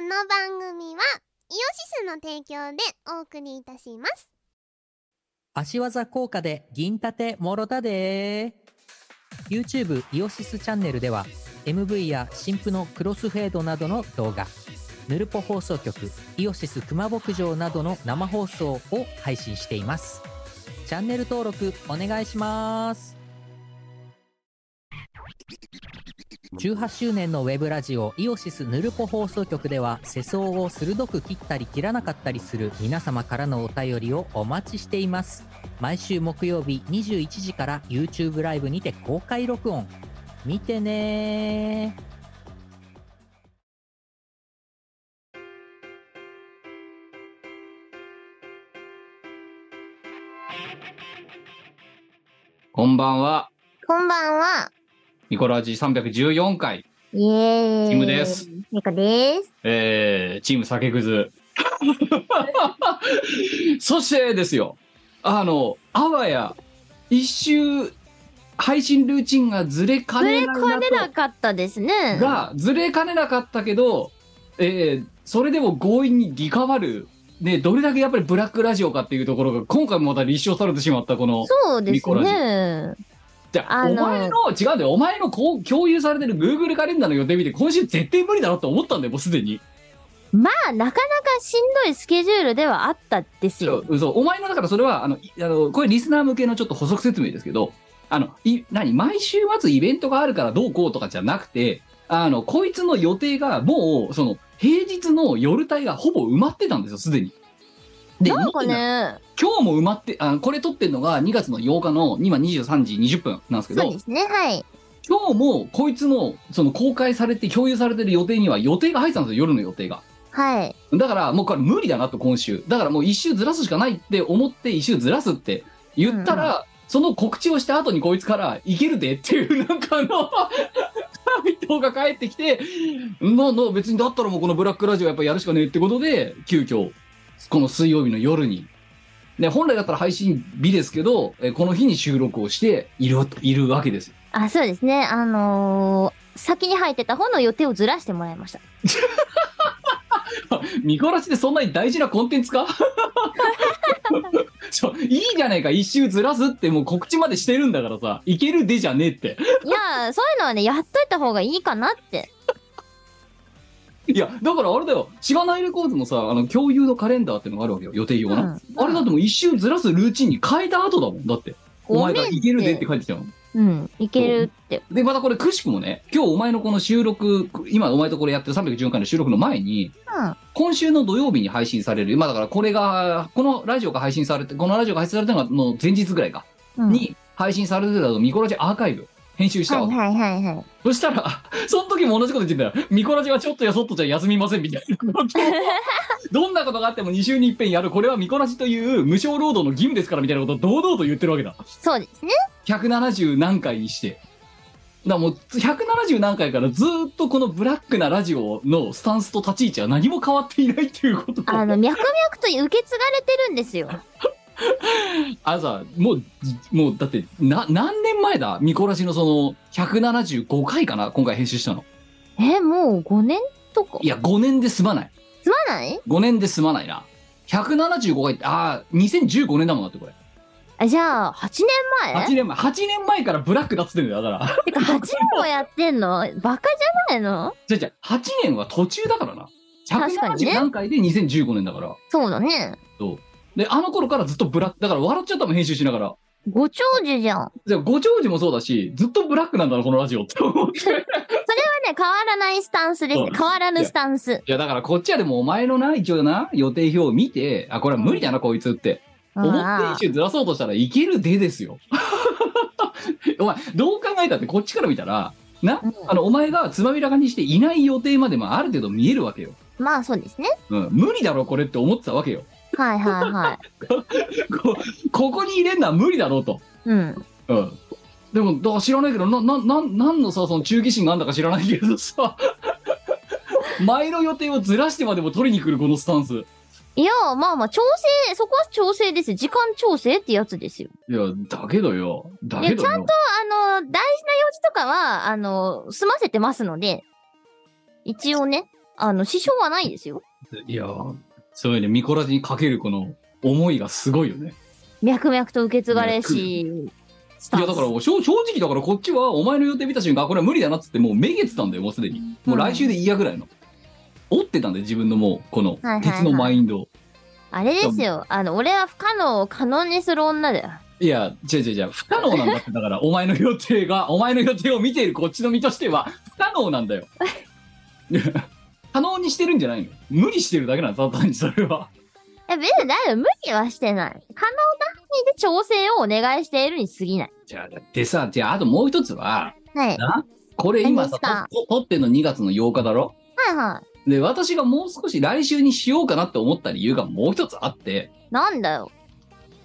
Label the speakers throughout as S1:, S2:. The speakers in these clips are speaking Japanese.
S1: の番組はイオシスの提供でお送りいたします
S2: 足技効果で銀盾もろたで YouTube イオシスチャンネルでは MV や新婦のクロスフェードなどの動画ヌルポ放送局イオシス熊牧場などの生放送を配信していますチャンネル登録お願いします18周年のウェブラジオイオシスヌルポ放送局では世相を鋭く切ったり切らなかったりする皆様からのお便りをお待ちしています毎週木曜日21時から YouTube ライブにて公開録音見てねー
S3: こんばんは。
S1: こんばんは
S3: ニコラジ314回。
S1: イエーイ
S3: キムです
S1: ニコです
S3: えー、チーム酒くず。 そしてですよ。あの、あわや、一周、配信ルーチンがずれか
S4: 触
S3: ね
S4: れ
S3: ない
S4: か
S3: な
S4: ね
S3: と
S4: なかったですね。
S3: がずれかねなかったけど、えーそれでも強引にリカバる、ね、どれだけやっぱりブラックラジオかっていうところが今回もまた立証されてしまったこの
S4: そうで
S3: ミ
S4: す
S3: コラジ
S4: ね。
S3: じゃあ
S4: あ
S3: お
S4: の
S3: 前の違うんだよお前のこう共有されてる Google カレンダーの予定見て今週絶対無理だろって思ったんだよもうすでに
S4: まあ、なかなかしんどいスケジュールではあったですよ。
S3: そうそうお前のだからそれはあのいあのこれリスナー向けのちょっと補足説明ですけどあのい何毎週末イベントがあるからどうこうとかじゃなくてあのこいつの予定がもうその平日の夜帯がほぼ埋まってたんですよすでに。で
S4: なんかね、
S3: 今日も埋まってあこれ撮ってんのが2月の8日の今23時20分なんですけど
S1: そうですねはい
S3: 今日もこいつのその公開されて共有されてる予定には予定が入ってたんですよ夜の予定が
S1: はい
S3: だからもうこれ無理だなと今週だからもう一周ずらすしかないって思って一周ずらすって言ったら、その告知をした後にこいつから「いけるで」っていうなんかあの 回答が返ってきてなな別にだったらもうこの「ブラックラジオ」やっぱやるしかねえってことで急遽この水曜日の夜に、ね、本来だったら配信日ですけどえこの日に収録をしているいるわけですよ
S4: あ、そうですね。あのー先に入ってた方の予定をずらしてもらい ました。
S3: 見殺しでそんなに大事なコンテンツか ちょいいじゃないか一周ずらすってもう告知までしてるんだからさいけるでじゃねえって
S4: いやー、そういうのはね、やっといた方がいいかなって。
S3: いやだからあれだよしがないレコードのさあの共有のカレンダーってのがあるわけよ予定用の、あれだってもう一周ずらすルーチンに変えた後だもんだってお前がいけるでって書いてきたの
S4: うん、いけるって。
S3: でまたこれくしくもね今日お前のこの収録今お前とこれやってる314回の収録の前に
S4: うん。
S3: 今週の土曜日に配信される、まあだからこれが、このラジオが配信されて、このラジオが配信されたのがの前日ぐらいか、
S4: うん、
S3: に配信されてたのミコラジアーカイブ、編集した
S1: は
S3: わ
S1: いは
S3: け
S1: いはいはい
S3: そしたら、 その時も同じこと言ってんだよ。ミコラジはちょっとやそっとじゃ休みませんみたいなことをどんなことがあっても2週に一遍やる、これはミコラジという無償労働の義務ですからみたいなことを堂々と言ってるわけだ。
S4: そうですね。
S3: 170何回にして。だからもう170何回からずーっとこのブラックなラジオのスタンスと立ち位置は何も変わっていないっていうことを
S4: あの、脈々と受け継がれてるんですよ。
S3: あのさもうじもうだってな何年前だミコラジのその175回かな今回編集したの
S4: え、もう5年とか
S3: い。や5年で済まない
S4: すまない
S3: 5年で済まないな175回ってああ2015年だもんだってこれ
S4: あじゃあ、8年前
S3: 8年前8年前からブラックだっつってんだよだから
S4: てか8年もやってんのバカじゃないの
S3: じゃじゃ8年は途中だからな
S4: 確か
S3: 170
S4: にね
S3: 何回で2015年だから
S4: そうだね。
S3: であの頃からずっとブラックだから笑っちゃったもん編集しながら
S4: ご長寿じゃん。ま
S3: でご長寿もそうだしずっとブラックなんだなこのラジオって思って
S4: あね、変わらないスタンスです
S3: そう
S4: ね。変わらぬスタンス。
S3: いやだからこっちはでもお前のな一応な予定表を見てあこれは無理だなこいつって
S4: うん
S3: 思って一周ずらそうとしたらいけるでですよ お前どう考えたってこっちから見たらな
S4: うん
S3: あのお前がつまびらかにしていない予定までもある程度見えるわけよ、
S4: まあそうですね。
S3: うん、無理だろこれって思ってたわけよ
S4: はいはいはい。
S3: こここに入れるのは無理だろうと、
S4: うん。
S3: うん、でもだから知らないけどななななんのさその忠義心があんだか知らないけどさ 前の予定をずらしてまでも取りに来るこのスタンス
S4: いや、まあまあ、調整、そこは調整ですよ。時間調整ってやつですよ。
S3: いや、だけどよ。だけどよ。
S4: いやちゃんとあの、大事な用事とかは、あの、済ませてますので、一応ね、あの、支障はないですよ。
S3: いやーそういうね、ミコラジにかけるこの思いがすごいよね。
S4: 脈々と受け継がれし、スタ
S3: い
S4: ン
S3: や
S4: ス
S3: だから正正直だからこっちはお前の予定見た瞬間あこれは無理だなっつってもうめげてたんだよもうすでにもう来週でいいやぐらいの折ってたんだよ自分のもうこの
S4: はいはいはい
S3: 鉄のマインドを、
S4: あれですよ。あの、俺は不可能を可能にする女だよ。
S3: いや違う違う違う不可能なんだってだからお前の予定がお前の予定を見ているこっちの身としては不可能なんだよ いや可能にしてるんじゃないの無理してるだけなんだただ単にそれは
S4: え、別に誰も無理はしてない。可能な範囲で調整をお願いしているに過ぎない。
S3: じゃあでさじゃああともう一つは
S4: はい。
S3: なこれ今さ
S4: 何
S3: とと撮ってんの2月の8日だろ
S4: はいは
S3: で、私がもう少し来週にしようかなって思った理由がもう一つあって、
S4: い。なんだよ。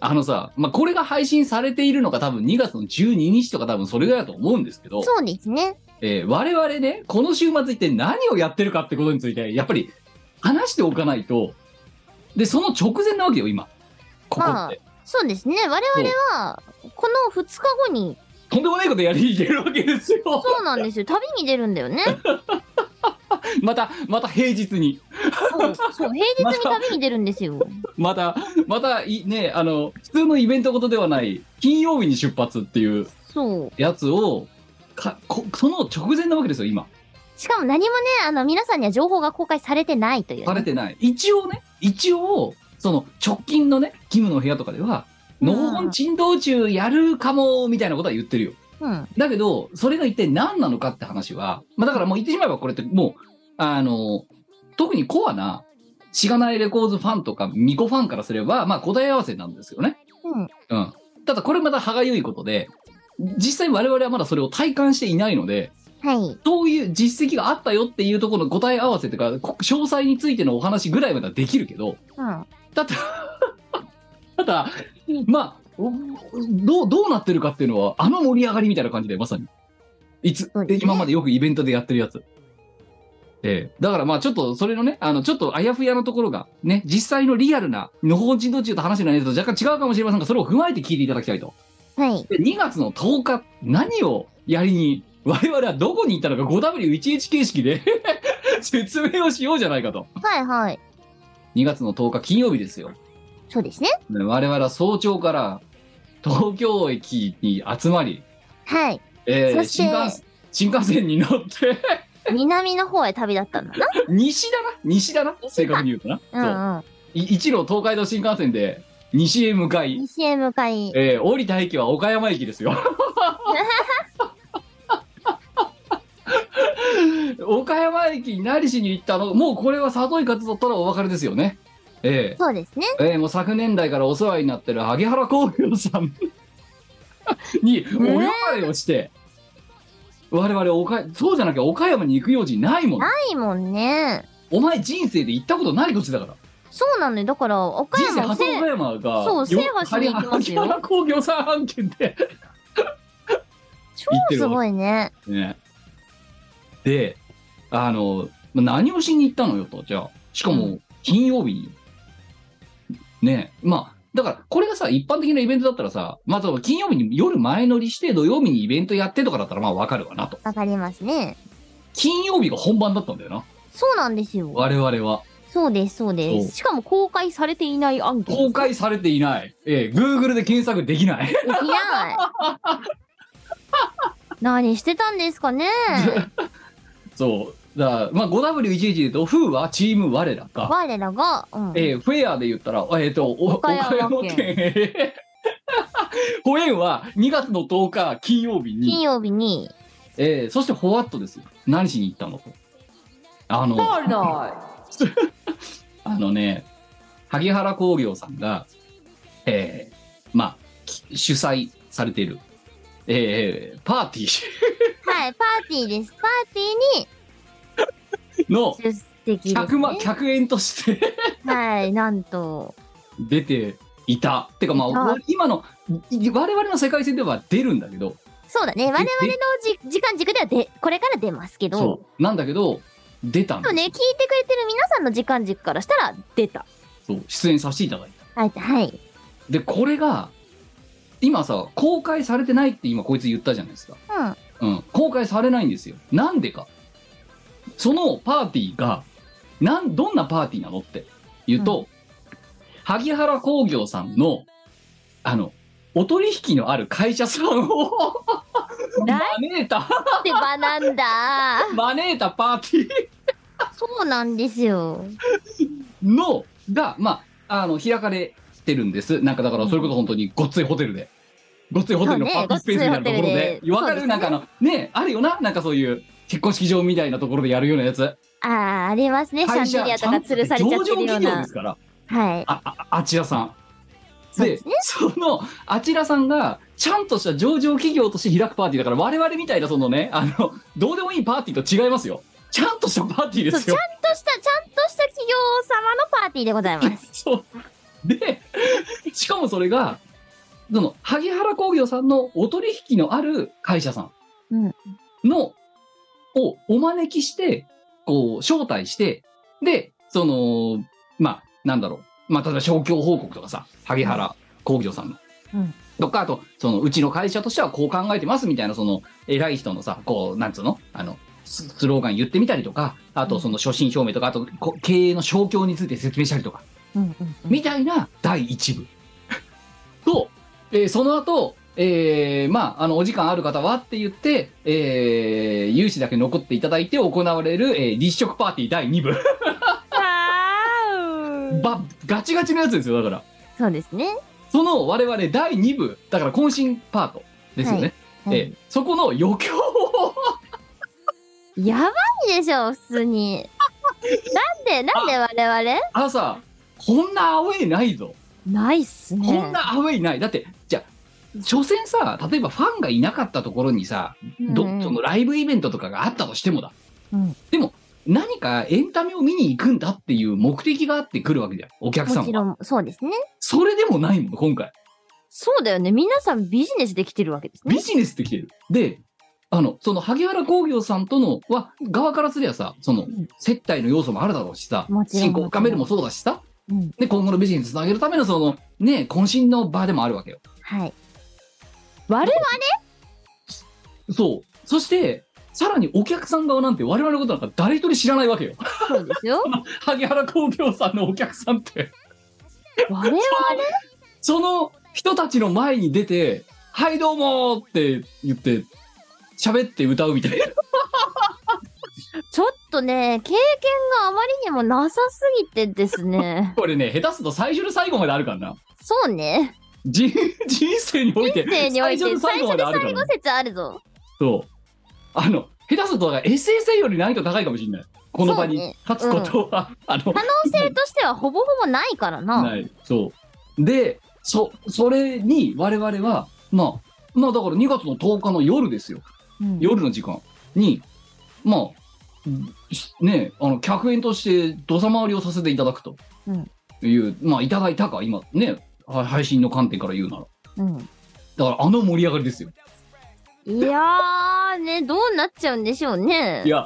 S3: あのさ、まあ、これが配信されているのが多分2月の12日とか多分それぐらいだと思うんですけど、
S4: そうですね。
S3: えー我々ね、この週末一体何をやってるかってことについて、やっぱり話しておかないと、で、その直前なわけよ、今。ここっ
S4: まあ
S3: て。
S4: そうですね。我々は、この2日後に、
S3: とんでもないことやりにいけるわけですよ。
S4: そうなんですよ。旅に出るんだよね。
S3: また、また平日に。
S4: そう、そう平日に旅に出るんですよ。
S3: また、 またい、ね、あの、普通のイベントことではない、金曜日に出発っていう。
S4: そう。
S3: やつをかこその直前なわけですよ今
S4: しかも何もね、あの、皆さんには情報が公開されてないというね、
S3: バレてない一応ね一応その直近のねキムの部屋とかでは
S4: うん
S3: 農本珍道中やるかもみたいなことは言ってるよ
S4: うん。
S3: だけどそれが一体何なのかって話は、まあ、だからもう言ってしまえばこれってもうあの特にコアなしがないレコーズファンとかミコファンからすればまあ答え合わせなんですよね
S4: うん。
S3: うんただこれまた歯がゆいことで実際我々はまだそれを体感していないので
S4: はい。
S3: そういう実績があったよっていうところの答え合わせとか、こ詳細についてのお話ぐらいまではできるけど、
S4: うん。
S3: ただ、 ただ、まあ、おどう、どうなってるかっていうのは、あの盛り上がりみたいな感じで、まさに。いつ
S4: そうですね
S3: 今までよくイベントでやってるやつ。ええだからまあちょっと、それのね、あの、ちょっとあやふやなところが、ね、実際のリアルな、のほほん人道中と話の内容と若干違うかもしれませんが、それを踏まえて聞いていただきたいと。
S4: はい。
S3: で2月の10日何をやりに我々はどこに行ったのか 5W11 形式で 説明をしようじゃないかと
S4: はいはい。
S3: 2月の10日金曜日ですよ
S4: そうですね。
S3: で我々は早朝から東京駅に集まり、
S4: はい。
S3: えー
S4: そして
S3: 新幹新幹線に乗って
S4: 南の方へ旅立ったんだな。
S3: 西だな西だな
S4: 西だ
S3: 正確に言うとな、そう
S4: うんうん。
S3: い一路東海道新幹線で西へ向かい、
S4: 西へ向かい、
S3: えー降りた駅は岡山駅です よ。岡山駅に何しに行ったのもうこれは里井勝ったらお別れですよね。え
S4: そうですね。
S3: えええもう昨年来からお世話になってる萩原工業さん にお呼ばれをして、我々岡そうじゃなきゃ岡山に行く用事ないもん
S4: いいもんね。
S3: お前人生で行ったことない土地だから
S4: そうなのよ。だから、岡
S3: 人生
S4: 山
S3: 初
S4: せ
S3: 岡山が
S4: そう制覇しに行きますよ
S3: 萩原工業さん案件で
S4: 超
S3: 行ってる
S4: すごいね。
S3: ね。で、あの、ま何をしに行ったのよと、じゃあ。しか
S4: う
S3: も、金曜日に。ねまあ、だから、これがさ、一般的なイベントだったらさ、まあ、例えば金曜日に夜前乗りして、土曜日にイベントやってとかだったら、まあ、わかるわなと。
S4: わかりますね。
S3: 金曜日が本番だったんだよな、
S4: そうなんですよ。
S3: 我々は。
S4: そうです、そうで
S3: そう
S4: す。しかも公開されていない案件。
S3: 公開されていない。ええ、Google で検索できない。
S4: できない。何してたんです かね。
S3: そう。だから、まあ、5W11 で言うと、フーはチーム我らか。
S4: 我らが、うん。
S3: えー、フェアで言ったら、えっ、と、お
S4: 岡山県
S3: 岡県。 ホエンは2月の10日金曜日
S4: 金
S3: に、
S4: 曜日に、
S3: えーそしてホワットですよ。何しに行ったのと。あの、あのね、萩原工業さんが、えーまあ、き主催されている、えーパーティ
S4: はい、パーティーです。パーテ
S3: ーの
S4: ィーに出席です、
S3: 客,、ま、
S4: ね。
S3: 客演として
S4: はい、なんと。
S3: 出ていた。てかまあ
S4: い、
S3: 今の、い我々の世界線では出るんだけど、
S4: そうだね。我々のじ時間軸ではで、これから出ますけど。
S3: そうなんだけど出たん
S4: でもね、聞いてくれてる皆さんの時間軸からしたら出た。
S3: そう出演させていただいた
S4: はい、はい。
S3: でこれが今さ公開されてないって今こいつ言ったじゃないですか、
S4: うん。
S3: うん、公開されないんですよなんでかそのパーティーがなんどんなパーティーなのって言うと、萩原工業さんのあのお取引のある会社さんを
S4: な
S3: 招いた
S4: んて場なんだ。
S3: 招いたパーティー
S4: そうなんですよ。
S3: のが、まあ、あの開かれてるんです、なんかだから、それこそ本当にごっついホテルで、ごっついホテルの
S4: そ
S3: パー
S4: うね
S3: ティースペースみたいなところ
S4: ごっつい
S3: で
S4: ホテ、ルで
S3: わか
S4: そうで
S3: る、
S4: すね
S3: なんかあの、ねあるよな、なんかそういう結婚式場みたいなところでやるようなやつ、
S4: ああ、ありますね。シャンデリアとか吊るされちゃってるよ
S3: 上場
S4: う
S3: 企業で
S4: な
S3: す。から、
S4: はい。
S3: あああちらさん。
S4: そう
S3: で
S4: ですね
S3: そのあちらさんがちゃんとした上場企業として開くパーティーだから我々みたいなそのねあのどうでもいいパーティーと違いますよちゃんとしたパーティーで
S4: そう、
S3: す
S4: ちゃん
S3: よ
S4: とした、ちゃんとした企業様のパーティーでございます。
S3: そう。で、しかもそれが、その、萩原工業さんのお取引のある会社さ
S4: うん
S3: んの、をお招きして、こう、招待して、で、その、まあ、なんだろう。まあ、例えば、商況報告とかさ、萩原工業さんの。
S4: うん
S3: とか、あと、その、うちの会社としてはこう考えてますみたいな、その、偉い人のさ、こう、なんつうのあの、ススローガン言ってみたりとか、あと、その、初心表明とか、あと、こ経営の商況について説明したりとか。
S4: うんうんうん
S3: みたいな第一部。 と、えーその後、えーまあ、あの、お時間ある方はって言って、えー有志だけ残っていただいて行われる、えー立食パーティー第2部。 ば、ガチガチのやつですよ、だから。
S4: そうですね。
S3: その我々第2部、だから渾身パートですよね。
S4: はい
S3: えーそこの余興を、
S4: やばいでしょ、普通に。なんで、なんで我々
S3: 朝、こんなアウェイないぞ。
S4: ないっすね。
S3: こんなアウェイない。だって、じゃあ、所詮さ、例えばファンがいなかったところにさ、ど
S4: うん
S3: そのライブイベントとかがあったとしてもだ、
S4: うん
S3: でも何かエンタメを見に行くんだっていう目的があって来るわけじゃんお客さ
S4: も
S3: ん
S4: ち
S3: は
S4: ろん、そうですね。
S3: それでもないもん今回
S4: そうだよね。皆さんビジネスで来てるわけです
S3: ビ
S4: ね。
S3: ジネスって来てるであのその萩原工業さんとのは側からすればさその
S4: ん
S3: 接待の要素もあるだろうしさ
S4: もちろん
S3: 進行を深めるもそうだしさ
S4: うん。
S3: で今後のビジネスにつなげるためのそのね渾身の場でもあるわけよ
S4: はい。悪い
S3: そうそしてさらにお客さん側なんて我々のことなんか誰一人知らないわけよ
S4: そうですよ。
S3: 萩原工業さんのお客さんって
S4: 我々
S3: その人たちの前に出て「はいどうも」って言って喋って歌うみたいな。
S4: ちょっとね、経験があまりにもなさすぎてですね
S3: これね下手すると最初の最後まであるからな
S4: そうね。
S3: 人 人生において
S4: 人生におい
S3: 最初
S4: て
S3: の最
S4: 最
S3: 後ま
S4: 初
S3: であ
S4: で
S3: るから
S4: 最後
S3: ね
S4: 説あるぞ。
S3: そうあの下手するとだから SSA より難易度高いかもしれないこの場に
S4: そうね
S3: 立つことは、 あの
S4: 可能性としてはほぼほぼないから
S3: な
S4: な。
S3: いそうでそそれに我々はまあまあだから2月の10日の夜ですよ
S4: うん
S3: 夜の時間に、まあ、しね、あの客演として土佐回りをさせていただくと
S4: うん
S3: いう、まあ、いただいたか、今、ね、は配信の観点から言うなら。
S4: うん
S3: だから、あの盛り上がりですよ。
S4: いやー、ね、どうなっちゃうんでしょうね。
S3: いや、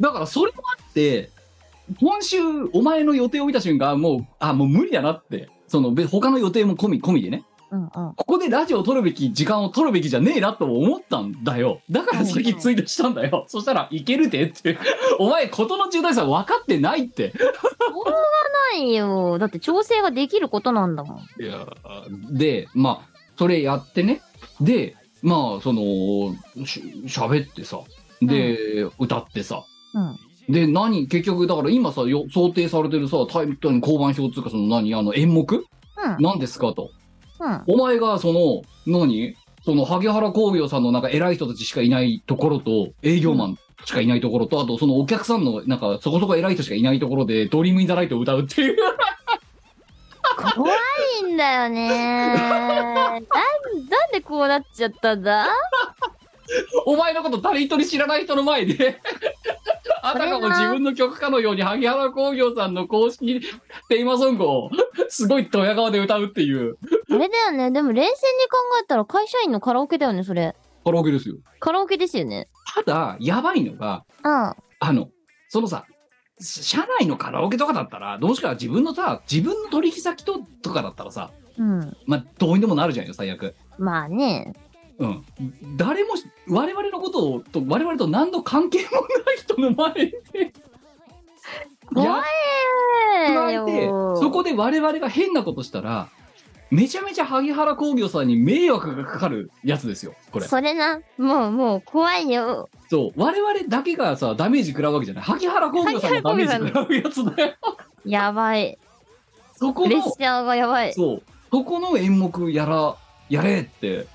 S3: だから、それもあって、今週、お前の予定を見た瞬間、もう、あ、もう無理だなって、その、べ他の予定も込み込みでね。
S4: うんうん。
S3: ここでラジオを撮るべき時間を取るべきじゃねえなとも思ったんだよだから
S4: はいは
S3: 先
S4: い
S3: ツイートしたんだよ、そしたら「いけるで」って お前事の重大さ分かってないって
S4: ないよ。だって調整ができることなんだもん。
S3: いやーでまあそれやってねでまあそのし喋ってさで、歌ってさ
S4: うん。
S3: で何結局だから今さよ想定されてるさタイムの交番表っていうかその何あの演目
S4: うん。
S3: 何ですかと
S4: うん。
S3: お前がその何その萩原工業さんのなんか偉い人たちしかいないところと営業マンしかいないところとあとそのお客さんのなんかそこそこ偉い人しかいないところで「ドリーム・イン・ザ・ライト」を歌うっていう
S4: 怖いんだ よねなん。なんでこうなっちゃったんだ
S3: お前のこと誰一人知らない人の前で あたかも自分の曲かのように萩原工業さんの公式テーマソングをすごいドヤ顔で歌うっていう
S4: あれだよね。でも冷静に考えたら会社員のカラオケだよね、それ。
S3: カラオケですよ
S4: カラオケですよね。
S3: ただやばいのが
S4: うん。
S3: あのそのさ社内のカラオケとかだったらどうしか自分のさ自分の取引先ととかだったらさ
S4: うん。
S3: まあどうにでもなるじゃんよ最悪
S4: まあね。
S3: うん誰も我々のことをと我々と何の関係もない人の前で
S4: 怖
S3: 加
S4: い
S3: え
S4: よ
S3: てそこで我々が変なことしたらめちゃめちゃ萩原工業さんに迷惑がかかるやつですよこれ
S4: それなもうもう怖いよ
S3: そう我々だけがさダメージ食らうわけじゃない萩原工業さんがダメージ食らうやつだよ
S4: やばい
S3: そこ
S4: プレッ
S3: の
S4: シャーがやばい
S3: そうそこの演目やらやれって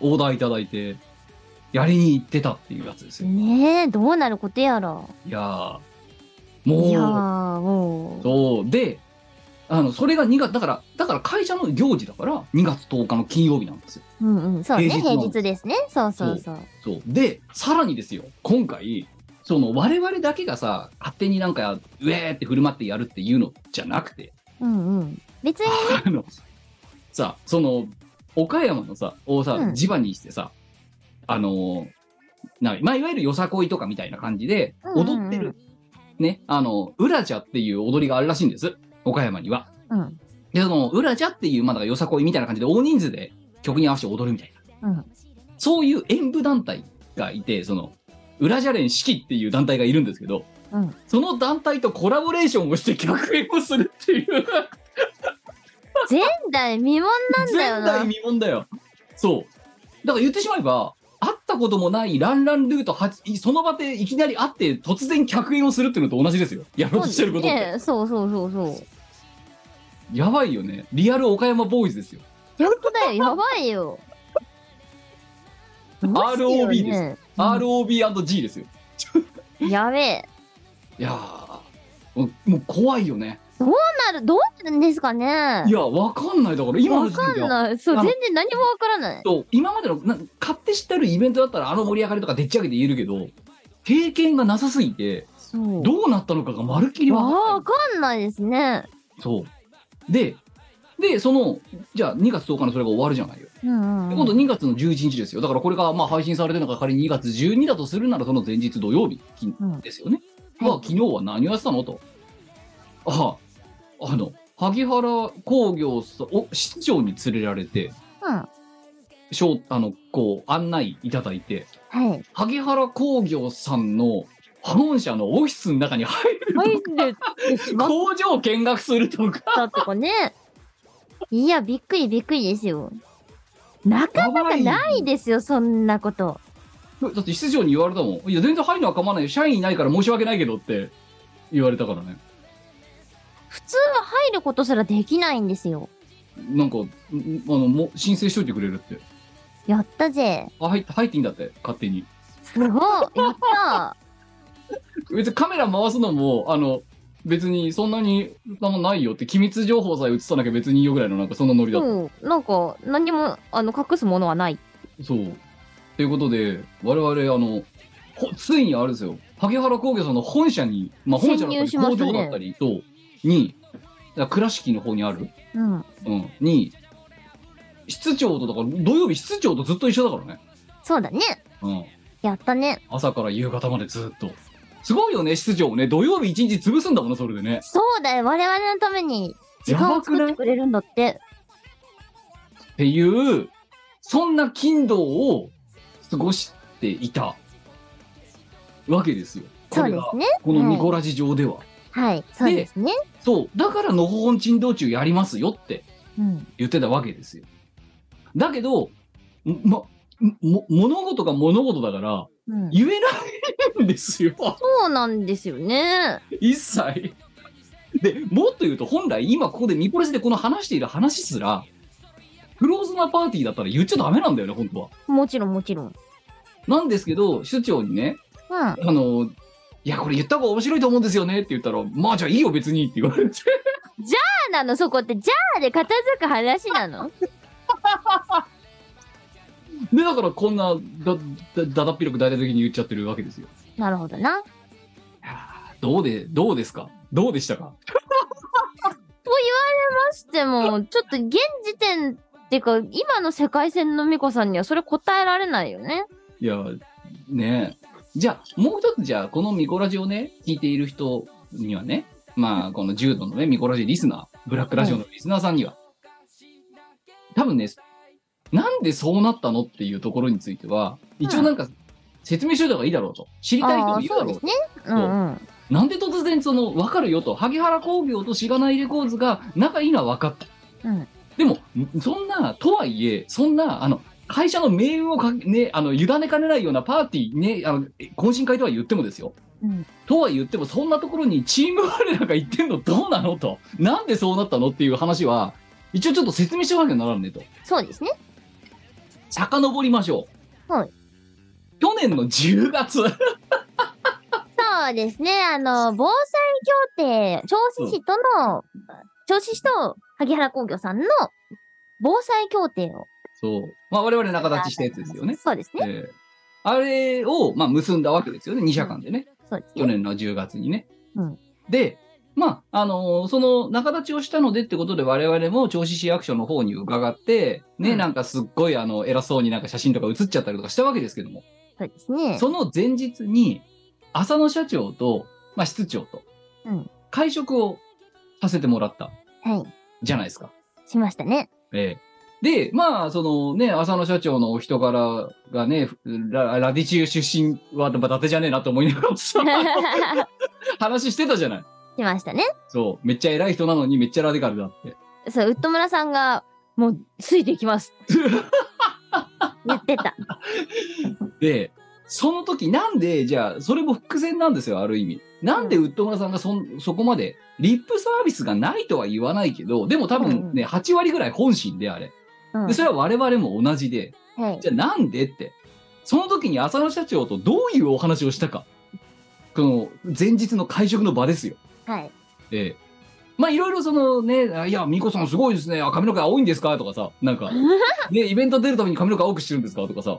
S3: オーダーいただいてやりに行ってたっていうやつですよ
S4: ねえどうなることやら
S3: いやー
S4: いや
S3: もう
S4: ーもう
S3: そうであのそれが2月だからだから会社の行事だから2月10日の金曜日なんですよ
S4: うんうんそうね
S3: 平日
S4: 平
S3: の
S4: 日ですねそうそうそう
S3: そうでさらにですよ今回その我々だけがさ勝手になんかウェーって振る舞ってやるっていうのじゃなくて
S4: うんうん別に
S3: あのさその岡山のさをさ、
S4: うん
S3: 地場にしてさあのなまあ、いわゆるよさこいとかみたいな感じで
S4: うんうんうん
S3: 踊ってる、ねあのウラジャっていう踊りがあるらしいんです岡山には。
S4: うん
S3: でそのウラジャっていうまあだからよさこいみたいな感じで大人数で曲に合わせて踊るみたいな。
S4: うん
S3: そういう演舞団体がいて、その、裏ジャレン式っていう団体がいるんですけど、
S4: うん
S3: その団体とコラボレーションをして客演をするっていう、
S4: 前代未聞なんだよ
S3: 前代
S4: な
S3: 未聞だよ。そう。だから言ってしまえば、会ったこともないランランルート8、その場でいきなり会って突然客演をするっていうのと同じですよ。やろうとしてることって。
S4: ねえそうそうそうそう
S3: やばいよね。リアル岡山ボーイズですよ。
S4: 本当だよやばい よ
S3: ROB です
S4: す
S3: ROB&G ですよ。
S4: やべえ
S3: いやー、もうもう怖いよね。
S4: なるどうなんですかね
S3: いや、わかんない。だから今の
S4: わ
S3: 時期は
S4: かんないそう
S3: あの
S4: 全然何もわからない
S3: そう今までのな買って知ってるイベントだったらあの盛り上がりとかでっち上げて言えるけど経験がなさすぎて
S4: そう
S3: どうなったのかがまるっきりわかんない
S4: わかんないですね
S3: そうででそのじゃあ2月10日のそれが終わるじゃないよ、
S4: うんうん
S3: で今度2月の11日ですよだからこれがまあ配信されてるのが仮に2月12だとするならその前日土曜日き
S4: うん
S3: ですよね、
S4: はい
S3: は昨日は何をやってたのとあああの萩原工業さんを市長に連れられて
S4: うん
S3: しょうあのこう案内いただいて
S4: はい
S3: 萩原工業さんの本社のオフィスの中に入る
S4: 入ってしまっ
S3: 工場を見学するとか
S4: たとかねいやびっくりびっくりですよなかなかないですよそんなこと
S3: だって室長に言われたもん「いや全然入るのは構わないよ社員いないから申し訳ないけど」って言われたからね
S4: 普通は入ることすらできないんですよ
S3: なんかんあのもう申請しといてくれるって
S4: やったぜ
S3: あ入って入っていいんだって勝手に
S4: すごいや った
S3: 別にカメラ回すのもあの別にそんなになんないよって機密情報さえ映さなきゃ別にいいよぐらいのなんかそんなノリだった、
S4: うんなんか何もあの隠すものはない
S3: そうということで我々あのほついにあれですよ萩原工業さんの本社に、まあ、本社だったり
S4: 潜入しま
S3: 工
S4: したね
S3: 場だったりとにだから倉敷の方にある、
S4: うん
S3: うん、に室長とだから土曜日室長とずっと一緒だからね、
S4: そうだね
S3: うん、
S4: やったね
S3: 朝から夕方までずっとすごいよね室長もね土曜日一日潰すんだもんなそれでね
S4: そうだよ我々のために時
S3: や
S4: 間
S3: ば
S4: を
S3: く
S4: 作っ
S3: な
S4: て
S3: いっ
S4: くれるんだって
S3: ていうそんな金土を過ごしていたわけですよ
S4: そう
S3: こ
S4: で
S3: れが
S4: すね
S3: このミコラジ上では、
S4: はいそうですね
S3: そう、だからのほほん珍道中やりますよって
S4: うん
S3: 言ってたわけですよ。だけど、ま、も物事が物事だから
S4: うん
S3: 言えないんですよ、
S4: そうなんですよね
S3: 一切。で、もっと言うと、本来今ここでミコラジでこの話している話すら、クローズなパーティーだったら言っちゃダメなんだよね、本当は。
S4: もちろんもちろん
S3: なんですけど、首長にね、
S4: うん
S3: あの、いや、これ言った方が面白いと思うんですよねって言ったら、まあじゃあいいよ別にって言われて、
S4: なのそこってじゃあで片付く話 なの
S3: で、だからこんなだ、だ、だだっぴろく大々的に言っちゃってるわけですよ。
S4: なるほどなと
S3: いやーどうで、どうですかどうでしたか
S4: 言われましてもちょっと現時点っていうか今の世界線の美子さんにはそれ答えられないよね
S3: いや、ねえ。じゃあ、もう一つ、じゃあ、このミコラジをね、聞いている人にはね、まあ、この柔道のね、ミコラジリスナー、ブラックラジオのリスナーさんには、多分ね、なんでそうなったのっていうところについては、一応なんか、説明しといた方がいいだろうと。知りたい人
S4: あ
S3: も
S4: あ
S3: いるだ
S4: そう
S3: ろ
S4: で
S3: う
S4: すねうんうん
S3: なんで突然その分かるよと萩原工業としがないレコーズが仲いいのは分かった
S4: うん。
S3: でもそんなとはいえそんなあの会社の命運をかけ、ね、あの委ねかねないようなパーティーねあの懇親会とは言ってもですよ
S4: うん。
S3: とは言ってもそんなところにチーム我らが行ってんのどうなのとなんでそうなったのっていう話は一応ちょっと説明しなきゃならんねと
S4: そうですね。
S3: 遡りましょう
S4: はい
S3: 去年の10月
S4: そうですね。あの、防災協定、銚子市との、銚子市と萩原工業さんの防災協定を。
S3: そうまあ我々仲立ちしたやつですよね、
S4: そうですね。
S3: ええあれを、まあ、結んだわけですよね2社間でね、
S4: そうです
S3: 去
S4: ね。
S3: 年の10月にね。
S4: うん
S3: で、まあ、あのーその仲立ちをしたのでってことで我々も銚子市役所の方に伺って、ね、
S4: うん
S3: なんかすっごいあの、偉そうになんか写真とか写っちゃったりとかしたわけですけども、
S4: そうですね。
S3: その前日に、浅野社長と、まあ、室長と
S4: うん、
S3: 会食をさせてもらった
S4: は
S3: じゃないですか。
S4: い。しました ね。
S3: ええで、まあ、そのね、浅野社長のお人柄がね、ララディチュー出身は、まあ、伊達じゃねえなと思いながら さ話してたじゃない。
S4: しましたね。
S3: そう、めっちゃ偉い人なのにめっちゃラディカルだって。
S4: そう、ウッド村さんが、もう、ついていき ます。言ってた。
S3: で、その時なんで、じゃあ、それも伏線なんですよ、ある意味。なんでウッド村さんがそんそこまで、リップサービスがないとは言わないけど、でも多分ね、8割ぐらい本心であれ。
S4: うん。は
S3: で、それは我々も同じで、
S4: い。
S3: じゃあなんでって。その時に浅野社長とどういうお話をしたか。この前日の会食の場ですよ。
S4: はい。
S3: ええ。まあいろいろそのね、あいや、ミコさんすごいですね。あ、髪の毛青いんですかとかさ、なん か、ね、イベント出るために髪の毛青くしてるんですかとかさ。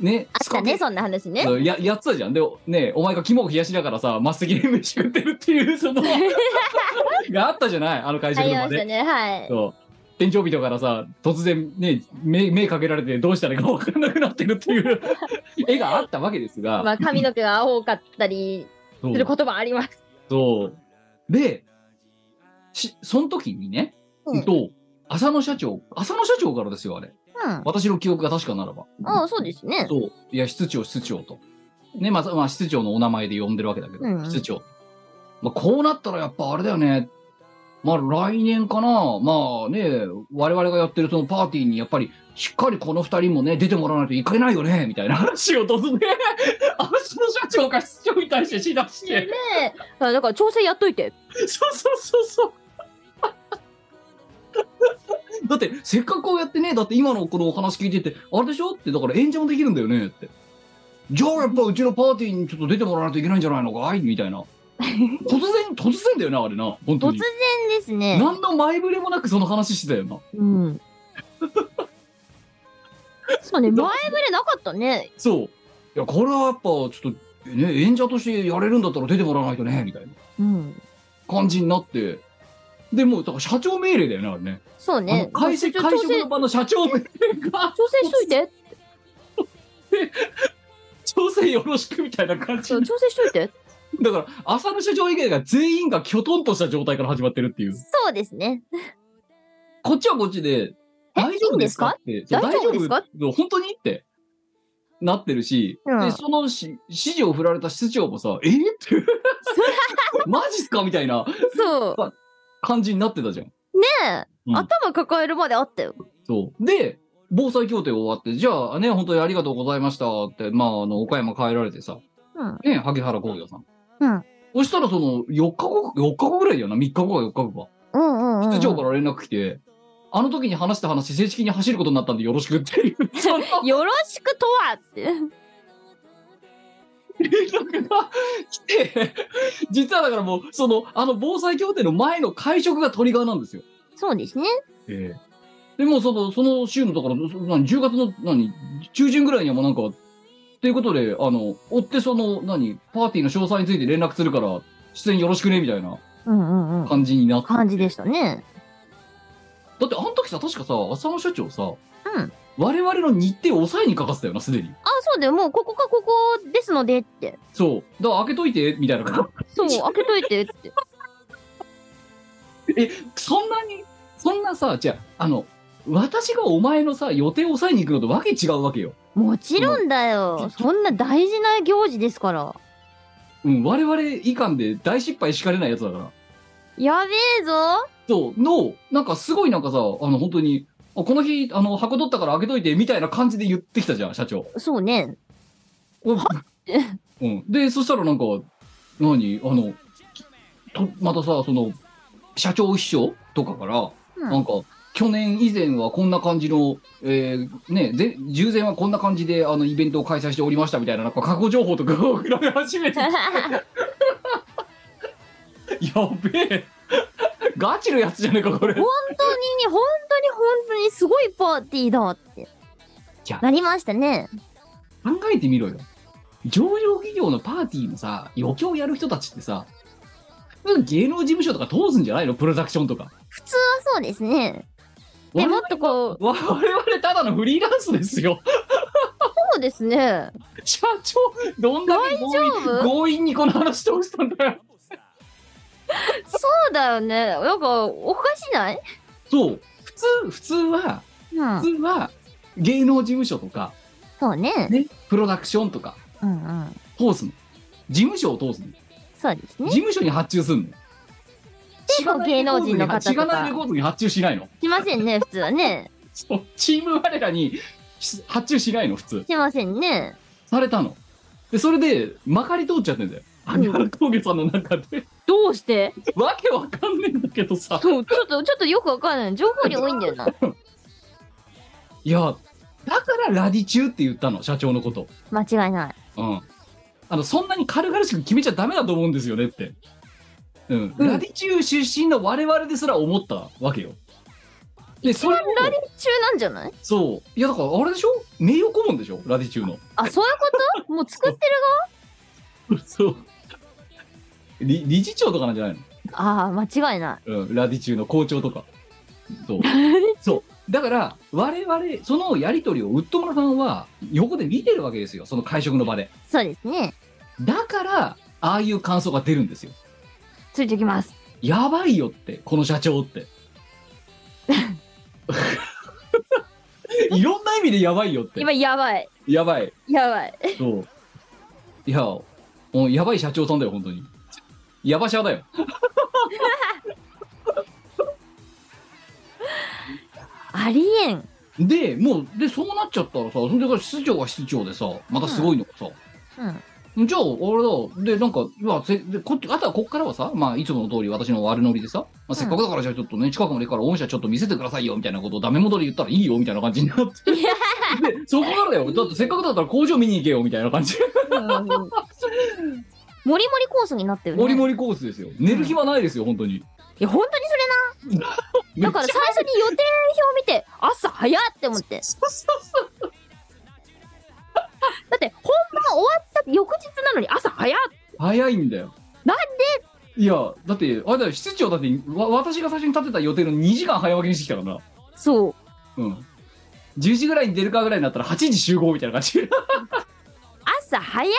S3: ね、
S4: あったね、そんな話ね。
S3: そうややってたじゃん。で、ね、お前が肝を冷やしながらさ、末席で飯食ってるっていう、 その、があったじゃないあの会
S4: あ
S3: 食の
S4: りま
S3: 場
S4: した
S3: で。
S4: ね、はい。
S3: そう。店長人からさ、突然ね、目、目かけられてどうしたらいいか分からなくなってるっていう 絵があったわけですが。
S4: まあ、髪の毛が青かったり
S3: そう
S4: することもあります。
S3: そう。で、し、その時にね、
S4: うん
S3: と、浅野社長、浅野社長からですよ、あれ。
S4: うん。
S3: 私の記憶が確かならば。
S4: ああ、そうですね。
S3: そう。いや、室長、室長と。ね、まあ、まあ、室長のお名前で呼んでるわけだけど、
S4: うんうん
S3: 室長。まあ、こうなったらやっぱあれだよね。まあ、来年かな。まあね、我々がやってるそのパーティーに、やっぱり、しっかりこの二人もね、出てもらわないといけないよね、みたいな話を突然、 あの社長が室長に対してしだして
S4: ね。え、あだから調整やっといて。
S3: そうそうそうそう。 だって、せっかくこうやってね、だって今のこのお話聞いてて、あれでしょって、だから演者もできるんだよねって。じゃあやっぱうちのパーティーにちょっと出てもらわないといけないんじゃないのかいみたいな。突然、突然だよな、あれな。本当
S4: 突
S3: に
S4: 然。ですね。
S3: 何の前触れもなくその話してたよな。
S4: うん。そうね、
S3: ど
S4: 前触れなかったね。
S3: そう。いや、これはやっぱちょっと、ね、演者としてやれるんだったら出てもらわないとね、みたいな
S4: うん。
S3: 感じになって。で、もう、だから社長命令だよね、あれね。
S4: そう
S3: あ
S4: ね
S3: の。会社、
S4: 調
S3: 会
S4: 整
S3: 食の場の社長命令が。
S4: 調整しといて。
S3: 調整よろしくみたいな感じ
S4: そう調整しといて。
S3: だから浅野社長以外が全員がきょとんとした状態から始まってるっていう
S4: そうですね。
S3: こっちはこっちで
S4: え
S3: 大丈夫ですかってそう
S4: 大丈夫ですか
S3: 大丈夫本当にってなってるし、
S4: うん
S3: でそのし指示を振られた室長もさえーってマジっすかみたいな
S4: そう。
S3: 感じになってたじゃん
S4: ねえ、
S3: うん
S4: 頭抱えるまであったよ。
S3: そうで防災協定終わってじゃあね本当にありがとうございましたってまああの岡山帰られてさ
S4: うん。
S3: ね萩原工業さん
S4: うん
S3: そしたらその4日後4日後ぐらいだよな3日後か4日後か
S4: うんうんうんうん。
S3: 室長から連絡来て、あの時に話した話、正式に走ることになったんでよろしくっていうその
S4: よろしくとはって。
S3: 連絡が来て、実はだからもう、その、あの防災協定の前の会食がトリガーなんですよ。
S4: そうですね。
S3: ええ。でもうその、その週の、だから、そ何10月の、何、中旬ぐらいにはもうなんか、ということで、あの、追ってその、何、パーティーの詳細について連絡するから、出演よろしくね、みたいな
S4: うんうんうん。
S3: 感じになって。
S4: 感じでしたね。
S3: だって、あの時さ、確かさ、浅野社長さ、
S4: うん
S3: 我々の日程を抑えにかかってたよな、すでに。
S4: あ、そうだよ。もうここかここですのでって。
S3: そう。だから開けといて、みたいな 感
S4: そう、開けといてって。
S3: じ。え、そんなに、そんなさ、じゃあ、あの、私がお前のさ、予定を抑えに行くのとわけ違うわけよ。
S4: もちろんだよ。そんな大事な行事ですから。
S3: うん、我々以下で大失敗しかれないやつだから。
S4: やべえぞ。
S3: そう、の、なんかすごいなんかさ、あの、本当に、あこの日、あの、箱取ったから開けといて、みたいな感じで言ってきたじゃん、社 長。
S4: そうね。
S3: おうん。で、そしたらなんか、何あの、と、またさ、その、社長秘書とかから、
S4: うん
S3: なんか、去年以前はこんな感じの、えー、ね、ぜ従前はこんな感じで、あの、イベントを開催しておりましたみたいな、なんか過去情報とかを 比べ始めて、やべえ ガチのやつじゃねえか、これ。
S4: 本当にね、本当に本当にすごいパーティーだって
S3: じゃあ。
S4: なりましたね。
S3: 考えてみろよ上場企業のパーティーのさ余興やる人たちってさ普通芸能事務所とか通すんじゃないのプロダクションとか
S4: 普通はそうですね。で、もっとこう、
S3: 我々我々ただのフリーランスですよ
S4: そうですね。
S3: 社長どんだけ強
S4: 大丈
S3: 引
S4: 夫
S3: 強引にこの話通したんだよ
S4: そうだよね。なんか、おかしない
S3: そう普通普通は
S4: うん
S3: 普。通は芸能事務所とか
S4: そうね。
S3: ねプロダクションとか
S4: うんうん。
S3: 通すの事務所を通すの
S4: そうです
S3: 事
S4: ね。
S3: 務所に発注すんの
S4: 結構芸能人の方とか
S3: しがないレコードに発注しないの
S4: しませんね、普通はね。
S3: そうチーム我らにし発注しないの普通
S4: しませんね。
S3: されたのでそれでまかり通っちゃってんだよ萩原峠さんの中で
S4: どうして
S3: わけわかんねえんだけどさ
S4: そう、ちょっと、ちょっとよくわかんない。情報量多いんだよな。
S3: いやだからラディ中って言ったの社長のこと
S4: 間違いない。
S3: うんあのそんなに軽々しく決めちゃダメだと思うんですよねってうん、
S4: うん
S3: ラディ中出身の我々ですら思ったわけよでそれを
S4: 中なんじゃない
S3: そういやだからあれでしょ名誉顧問でしょラディ中の
S4: あ、そういうこともう作ってる
S3: そう 理理事長とかなんじゃないの
S4: ああ、間違い ない。
S3: うん、ラディ中の校長とか。そう。そう。だから、我々、そのやりとりをウッド村さんは横で見てるわけですよ。その会食の場で。
S4: そうですね。
S3: だから、ああいう感想が出るんですよ。
S4: ついてきます。
S3: やばいよって、この社長って。いろんな意味でやばいよって。
S4: 今、やばい。
S3: やばい。
S4: やばい。
S3: そう。いや、もうやばい社長さんだよ、本当に。やばしゃだよ。
S4: ありえん。
S3: で、もう、で、そうなっちゃったらさ、それで室長は室長でさ、またすごいのがさ、
S4: うん。
S3: じゃあ、あれだ。で、なんか、まあ、せでこっちあとはこっからはさ、まあ、いつもの通り私の悪ノリでさ、まあ、せっかくだからじゃあちょっとね、近くまで行くから御社ちょっと見せてくださいよ、みたいなことをダメ元で言ったらいいよ、みたいな感じになって。で、そこからだよ。だってせっかくだったら工場見に行けよ、みたいな感じ。
S4: もりもりコースになってるね。
S3: モリ
S4: い
S3: モリコースですよ。寝る暇ないですよ、本当に。
S4: や、本当にそれ
S3: め
S4: な。だ
S3: っち
S4: か
S3: ゃ
S4: ら最初に予定表見て、朝早っって思って。
S3: そうそうそう
S4: だって、本番終わった翌日なのに朝早っ
S3: 早いんだよ。
S4: なん
S3: でいや、だって、あれだよ、室長だって、わ私が最初に立てた予定の2時間早分けにしてきたからな。
S4: そう。
S3: うん。10時ぐらいに出るかぐらいになったら8時集合みたいな感じ。
S4: 朝早っ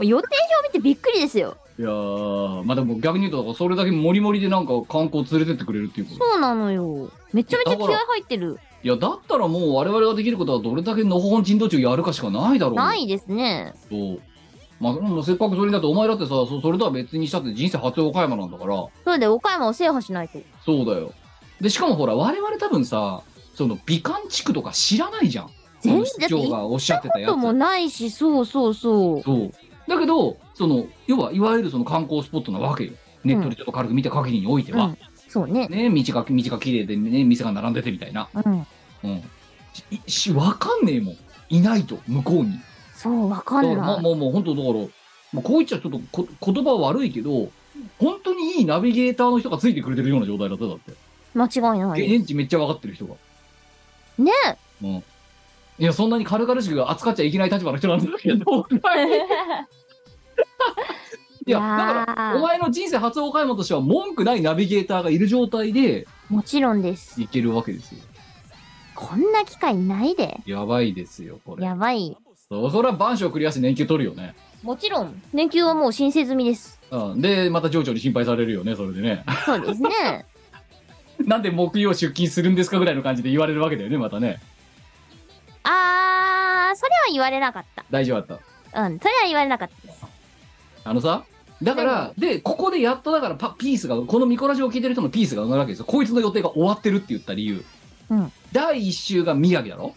S4: 予定表見てびっくりですよ。
S3: いやー、まあでも逆に言うと、それだけモリモリでなんか観光連れてってくれるっていうこと。
S4: そうなのよ。めちゃめちゃ気合入ってる。
S3: いや、だったらもう我々ができることはどれだけのほほん人道中やるかしかないだろう。
S4: ないですね。
S3: そう。まあ、もうせっかくそれだってお前だってさ、そそれとは別にしたって人生初岡山なんだから、
S4: そうで、岡山を制覇しないと。
S3: そうだよ。で、しかもほら、我々多分さ、その美観地区とか知らないじゃん。
S4: 全然
S3: その市長がおっしゃってたや
S4: ことも
S3: つ。
S4: ないし、そうそうそう。
S3: そう。だけど、その、要は、いわゆるその観光スポットなわけよ。ネットでちょっと軽く見た限りにおいては。
S4: うんそうね。
S3: ね、道が、道が綺麗でね、店が並んでてみたいな。
S4: うん。
S3: うん。しし、わかんねえもん。いないと、向こうに。
S4: そう、わか
S3: だか
S4: ん
S3: ら、まあ
S4: ない。
S3: もう、もう、本当だから、まあ、こう言っちゃちょっとこ言葉は悪いけど、本当にいいナビゲーターの人がついてくれてるような状態だった、だって。
S4: 間違いない。
S3: 現地めっちゃ分かってる人が。
S4: ね
S3: うん。いや、そんなに軽々しく扱っちゃいけない立場の人なんだけ ど、いや、だから、お前の人生初岡山としては文句ないナビゲーターがいる状態で
S4: もちろんです。
S3: いけるわけですよ。
S4: こんな機会ないで。
S3: やばいですよ、これ。
S4: やばい。
S3: そうそれは番所をクリアして年休取るよね。
S4: もちろん、年休はもう申請済みです。
S3: うん、で、また情緒に心配されるよね、それでね。
S4: そうですね。
S3: なんで木曜出勤するんですかぐらいの感じで言われるわけだよね、またね。
S4: あー、それは言われなかった。
S3: 大丈夫だった。
S4: うん、それは言われなかったです。
S3: あのさ、だから、で、ここでやっとだからパ、ピースが、このミコラジを聞いてる人のピースが埋まるわけですよ。こいつの予定が終わってるって言った理由。
S4: うん
S3: 第1週が宮城だろ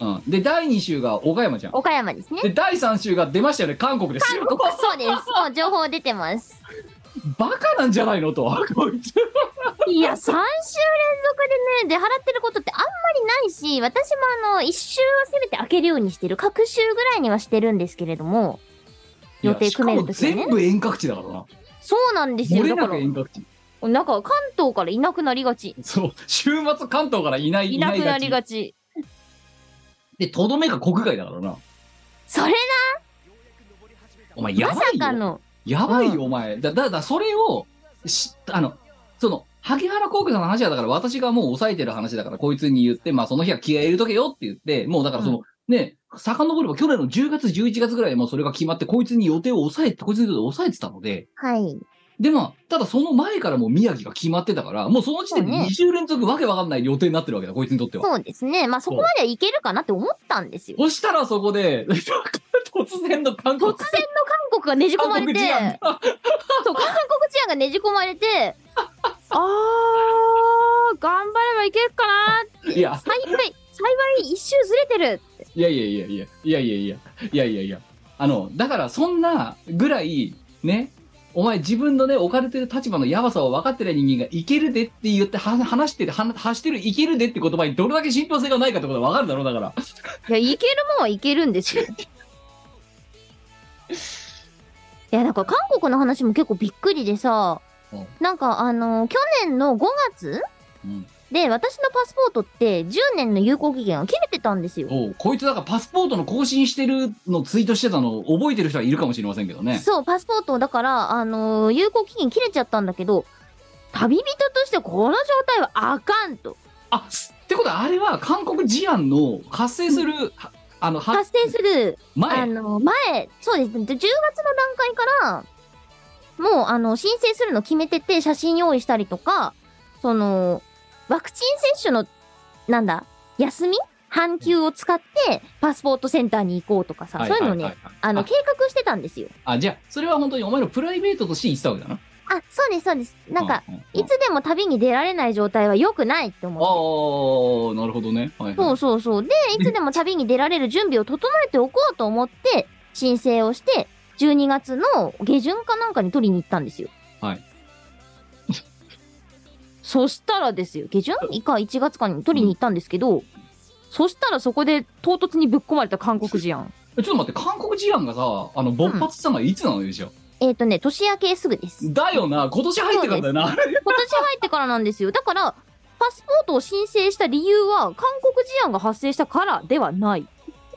S4: うん、
S3: うん。で、第2週が岡山じゃん。
S4: 岡山ですね。
S3: で、第3週が出ましたよね、韓国ですよ。
S4: そうです。もう情報出てます。
S3: バカなんじゃないのと、こいつ。
S4: いや、3週連続でね、出払ってることってあんまりないし、私もあの、1週はせめて開けるようにしてる。各週ぐらいにはしてるんですけれども、 予定組めるとき
S3: しか
S4: は
S3: も
S4: ね
S3: 全部遠隔地だからな。
S4: そうなんです
S3: 漏
S4: よ。
S3: れ
S4: だか
S3: なく遠隔地。
S4: ら、なんか関東からいなくなりがち。
S3: そう。週末関東からいない、
S4: いなくなり
S3: ち
S4: がち。
S3: で、とどめが国外だからな。
S4: それ
S3: お前、や
S4: な、
S3: ば
S4: ま
S3: いよ。
S4: さかの。
S3: やばいよ、
S4: うん
S3: お前。だ、だ、だ、それを、し、あの、その、萩原工業の話はだから、私がもう抑えてる話だから、こいつに言って、まあ、その日は気合い入れとけよって言って、もうだからその、ね、遡れば去年の10月、11月ぐらいでもうそれが決まって、こいつに予定を抑えて、こいつに予定を抑えてたので、
S4: はい。
S3: で、まあ、ただその前からもう宮城が決まってたから、もうその時点で
S4: そうね
S3: 2週連続わけわかんない予定になってるわけだ、こいつにとっては。
S4: そうですね。まあ、そこまではいけるかなって思ったんですよ。
S3: そしたらそこで、突然の韓国
S4: 突然の韓国がねじ込ま
S3: 韓
S4: れ
S3: 国
S4: て、
S3: 事案が
S4: そう、韓国治安がねじ込ま れて、あー、頑張ればいけるかなーって。
S3: いや
S4: 幸い、幸い一周ずれてる。
S3: いやいやいやいやいやいやいやいやいやいやあのだからそんなぐらいねお前自分のね置かれてる立場のやばさを分かってない人間がいけるでって言っては話してるは発してるいけるでって言葉にどれだけ信憑性がないかってことは分かるだろうだから
S4: いや、いけるもんはいけるんですよ。いや、だから韓国の話も結構びっくりでさ
S3: うん、
S4: なんかあの去年の5月
S3: うん
S4: で、私のパスポートって10年の有効期限が切れてたんですよ。
S3: おうこいつだからパスポートの更新してるのツイートしてたの覚えてる人はいるかもしれませんけどね
S4: そう、パスポートをだから、あのー有効期限切れちゃったんだけど、旅人としてこの状態はあかんと。
S3: あってことはあれは韓国事案の発生する、はあのは
S4: 発生する、あ
S3: 前
S4: のー前、そうですね、で10月の段階から、もう、あの、申請するの決めてて、写真用意したりとか、その、ワクチン接種の、なんだ、休み半休を使って、パスポートセンターに行こうとかさ、
S3: はい
S4: そういうのね、
S3: はいはいはい
S4: あの、
S3: あ
S4: 計画してたんですよ。
S3: あじゃあそれは本当にお前のプライベートとして言ってたわけだな
S4: あ、そうです、そうです。なんか、、
S3: ううう
S4: いつでも旅に出られない状態は良くないって思って。
S3: ああ、なるほどね。はい、
S4: そ
S3: は
S4: うそうそう。で、いつでも旅に出られる準備を整えておこうと思って、申請をして、12月の下旬かなんかに取りに行ったんですよ。
S3: はい。
S4: そしたらですよ、下旬か1月かに取りに行ったんですけど、そしたらそこで唐突にぶっ込まれた韓国事案。
S3: い。ちょっと待って、韓国事案がさ、あの、勃発したのはいつなのよ、じゃあ
S4: えっ、とね、年明けすぐです。 今
S3: だよな、今年入ってからだよな。
S4: 年入ってからなんですよ。だから、パスポートを申請した理由は、韓国事案が発生したからではない。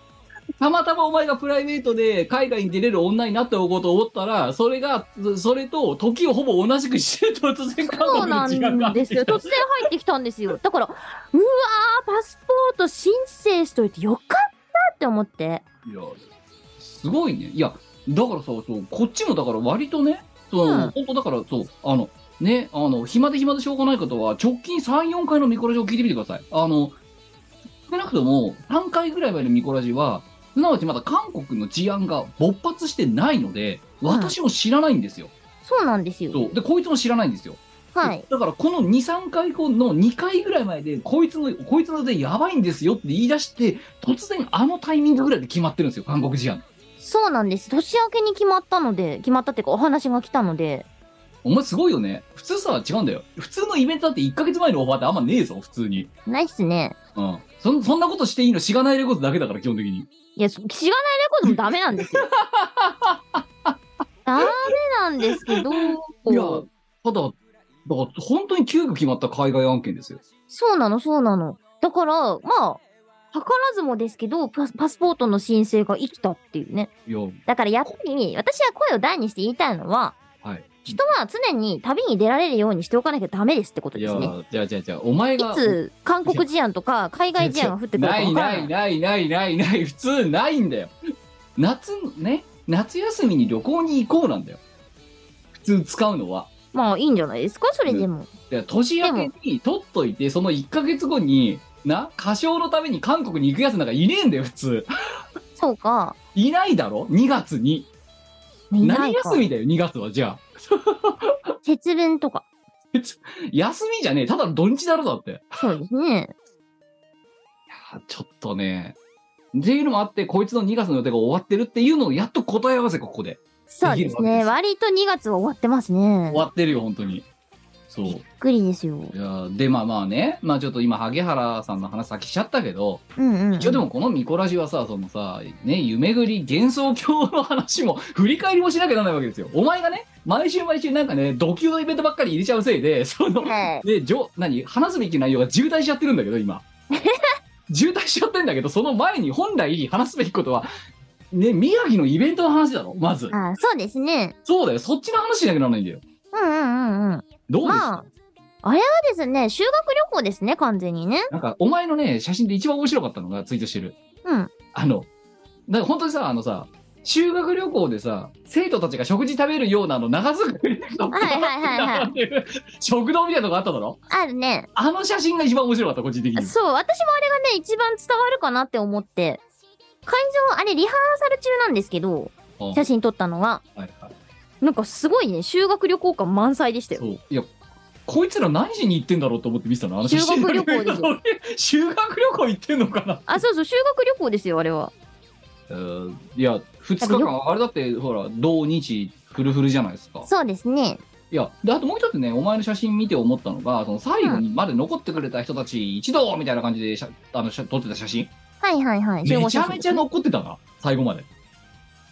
S3: たまたまお前がプライベートで海外に出れる女になっておこうと思ったら、それが、そそれと時をほぼ同じくして、突然韓
S4: そう
S3: 国
S4: な
S3: の事案が
S4: ん
S3: 入
S4: で
S3: っ
S4: す
S3: て
S4: よ。
S3: きた。
S4: 突然入ってきたんですよ。だから、うわー、パスポート申請しといてよかったって思って。
S3: いや、すごいね。いや、だからさ、そうこっちもだから割とね、そう
S4: うん
S3: 本当だから、そう、あの、ね、あの、暇で暇でしょうがない方は、直近3、4回のミコラジを聞いてみてください。あの、少なくとも3回ぐらい前のミコラジは、すなわちまだ韓国の治安が勃発してないので、私も知らないんですよ。
S4: そうなんですよ。
S3: そう。で、こいつも知らないんですよ。
S4: はい。
S3: だから、この2、3回後の2回ぐらい前で、こいつの、こいつのでやばいんですよって言い出して、突然あのタイミングぐらいで決まってるんですよ、韓国治安。
S4: そうなんです。年明けに決まったので、決まったっていうかお話が来たので、
S3: お前すごいよね。普通さ、違うんだよ。普通のイベントだって1ヶ月前のオファーってあんまねえぞ、普通に。
S4: ないっすね。
S3: うん。そんそんなことしていいの、しがないレコードだけだから、基本的に。
S4: いや、そ知らないレコードもダメなん ですよ。ダメなんですけど、
S3: いや、ただ、だから本当に急遽決まった海外案件ですよ。
S4: そうなの、そうなの。だから、まあ、図らずもですけど、パスパスポートの申請が生きたっていうね。
S3: いや、
S4: だからやっぱり、私は声を大にして言いたいのは、
S3: はい。
S4: 人は常に旅に出られるようにしておかなきゃダメですってこと
S3: い
S4: で
S3: や
S4: すね。、
S3: じゃあじゃあじゃあ、お前
S4: い
S3: が。
S4: つ韓国事案とか海外事案が降ってくるか
S3: ない
S4: 分から
S3: な
S4: ないい。
S3: ないないないない、普通ないんだよ。夏、ね、夏休みに旅行に行こうなんだよ。普通使うのは。
S4: まあいいんじゃないですか、それでも。
S3: だから年明けに取っといてその1か月後にな歌唱のために韓国に行くやつなんかいねえんだよ普通
S4: そうか。
S3: いないだろ ?2 月に。
S4: いな
S3: 何
S4: いか
S3: 休みだよ、2月は。じゃあ。
S4: 節分とか。
S3: 休みじゃねえ。ただの土日だろ、だって。い
S4: そうですね。
S3: やちょっとね。っていうのもあって、こいつの2月の予定が終わってるっていうのをやっと答え合わせ、ここで。
S4: そうです
S3: でき
S4: ね。
S3: るわ
S4: 割と2月は終わってますね。
S3: 終わってるよ、本当に。そう。い
S4: びっくりですよ。
S3: やで、まあまあね。まあちょっと今、萩原さんの話先しちゃったけど、
S4: うんうん。
S3: 一応でもこのミコラジはさ、そのさ、ね、夢ぐり幻想郷の話も振り返りもしなきゃならないわけですよ。お前がね、毎週毎週なんかね、ド級のイベントばっかり入れちゃうせいで、 その、
S4: は
S3: で、じょ、何話すべき内容が渋滞しちゃってるんだけど、 今。渋滞しちゃってんだけど、その前に本来話すべきことは、ね、宮城のイベントの話だろ、まず。
S4: あそうですね。
S3: そうだよ、そっちの話しなきゃならないんだよ。
S4: うんうんうんうん。
S3: どうですか、
S4: まあ、あれはですね、修学旅行ですね、完全にね。
S3: なんか、お前のね、写真で一番面白かったのがツイートしてる。
S4: うん。
S3: あの、なんか本当にさ、あのさ、修学旅行でさ、生徒たちが食事食べるようなあの長机とか、
S4: はいはいはいはい
S3: っていう 食堂みたいなのがあっただろ
S4: あるね。
S3: あの写真が一番面白かった、個人的に。
S4: そう、私もあれがね、一番伝わるかなって思って。会場、あれ、リハーサル中なんですけど
S3: うん、
S4: 写真撮ったのは。
S3: はいはい
S4: なんかすごいね、修学旅行感満載でしたよ。
S3: そういや、こいつら何時に行ってんだろうと思って見てたの、あの写真
S4: 修学旅行ですよ
S3: 修学旅行行ってんのかな
S4: あ、そうそう、修学旅行ですよ、あれは。
S3: えーいや、2日間、あれだって、ほら、同日、フルフルじゃないですか。
S4: そうですね。
S3: いや、で、あともう一つね、お前の写真見て思ったのが、その最後にまで残ってくれた人たち一同みたいな感じで写あの写撮ってた写真、
S4: はいはいはい。集合
S3: めち
S4: 写
S3: ゃ
S4: 真
S3: めちゃ残ってたな、最後まで。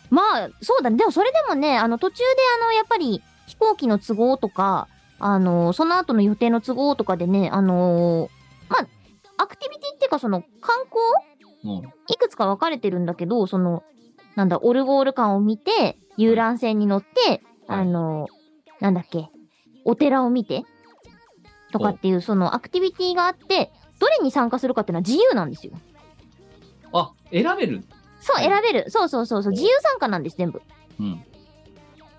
S4: まあ、そうだね。でもそれでもね、あの、途中であの、やっぱり飛行機の都合とか、あの、その後の予定の都合とかでね、あのまあ、アクティビティっていうかその観光
S3: うん、
S4: いくつか分かれてるんだけど、その、なんだ、オルゴール館を見て、遊覧船に乗って、
S3: はい
S4: あの、なんだっけ、お寺を見て、とかっていう、そのアクティビティがあって、どれに参加するかっていうのは自由なんですよ。
S3: あ、選べる。
S4: そ
S3: は
S4: う、
S3: い
S4: 選べる。そうそうそうそ
S3: お
S4: う、自由参加なんです、全部。
S3: うん。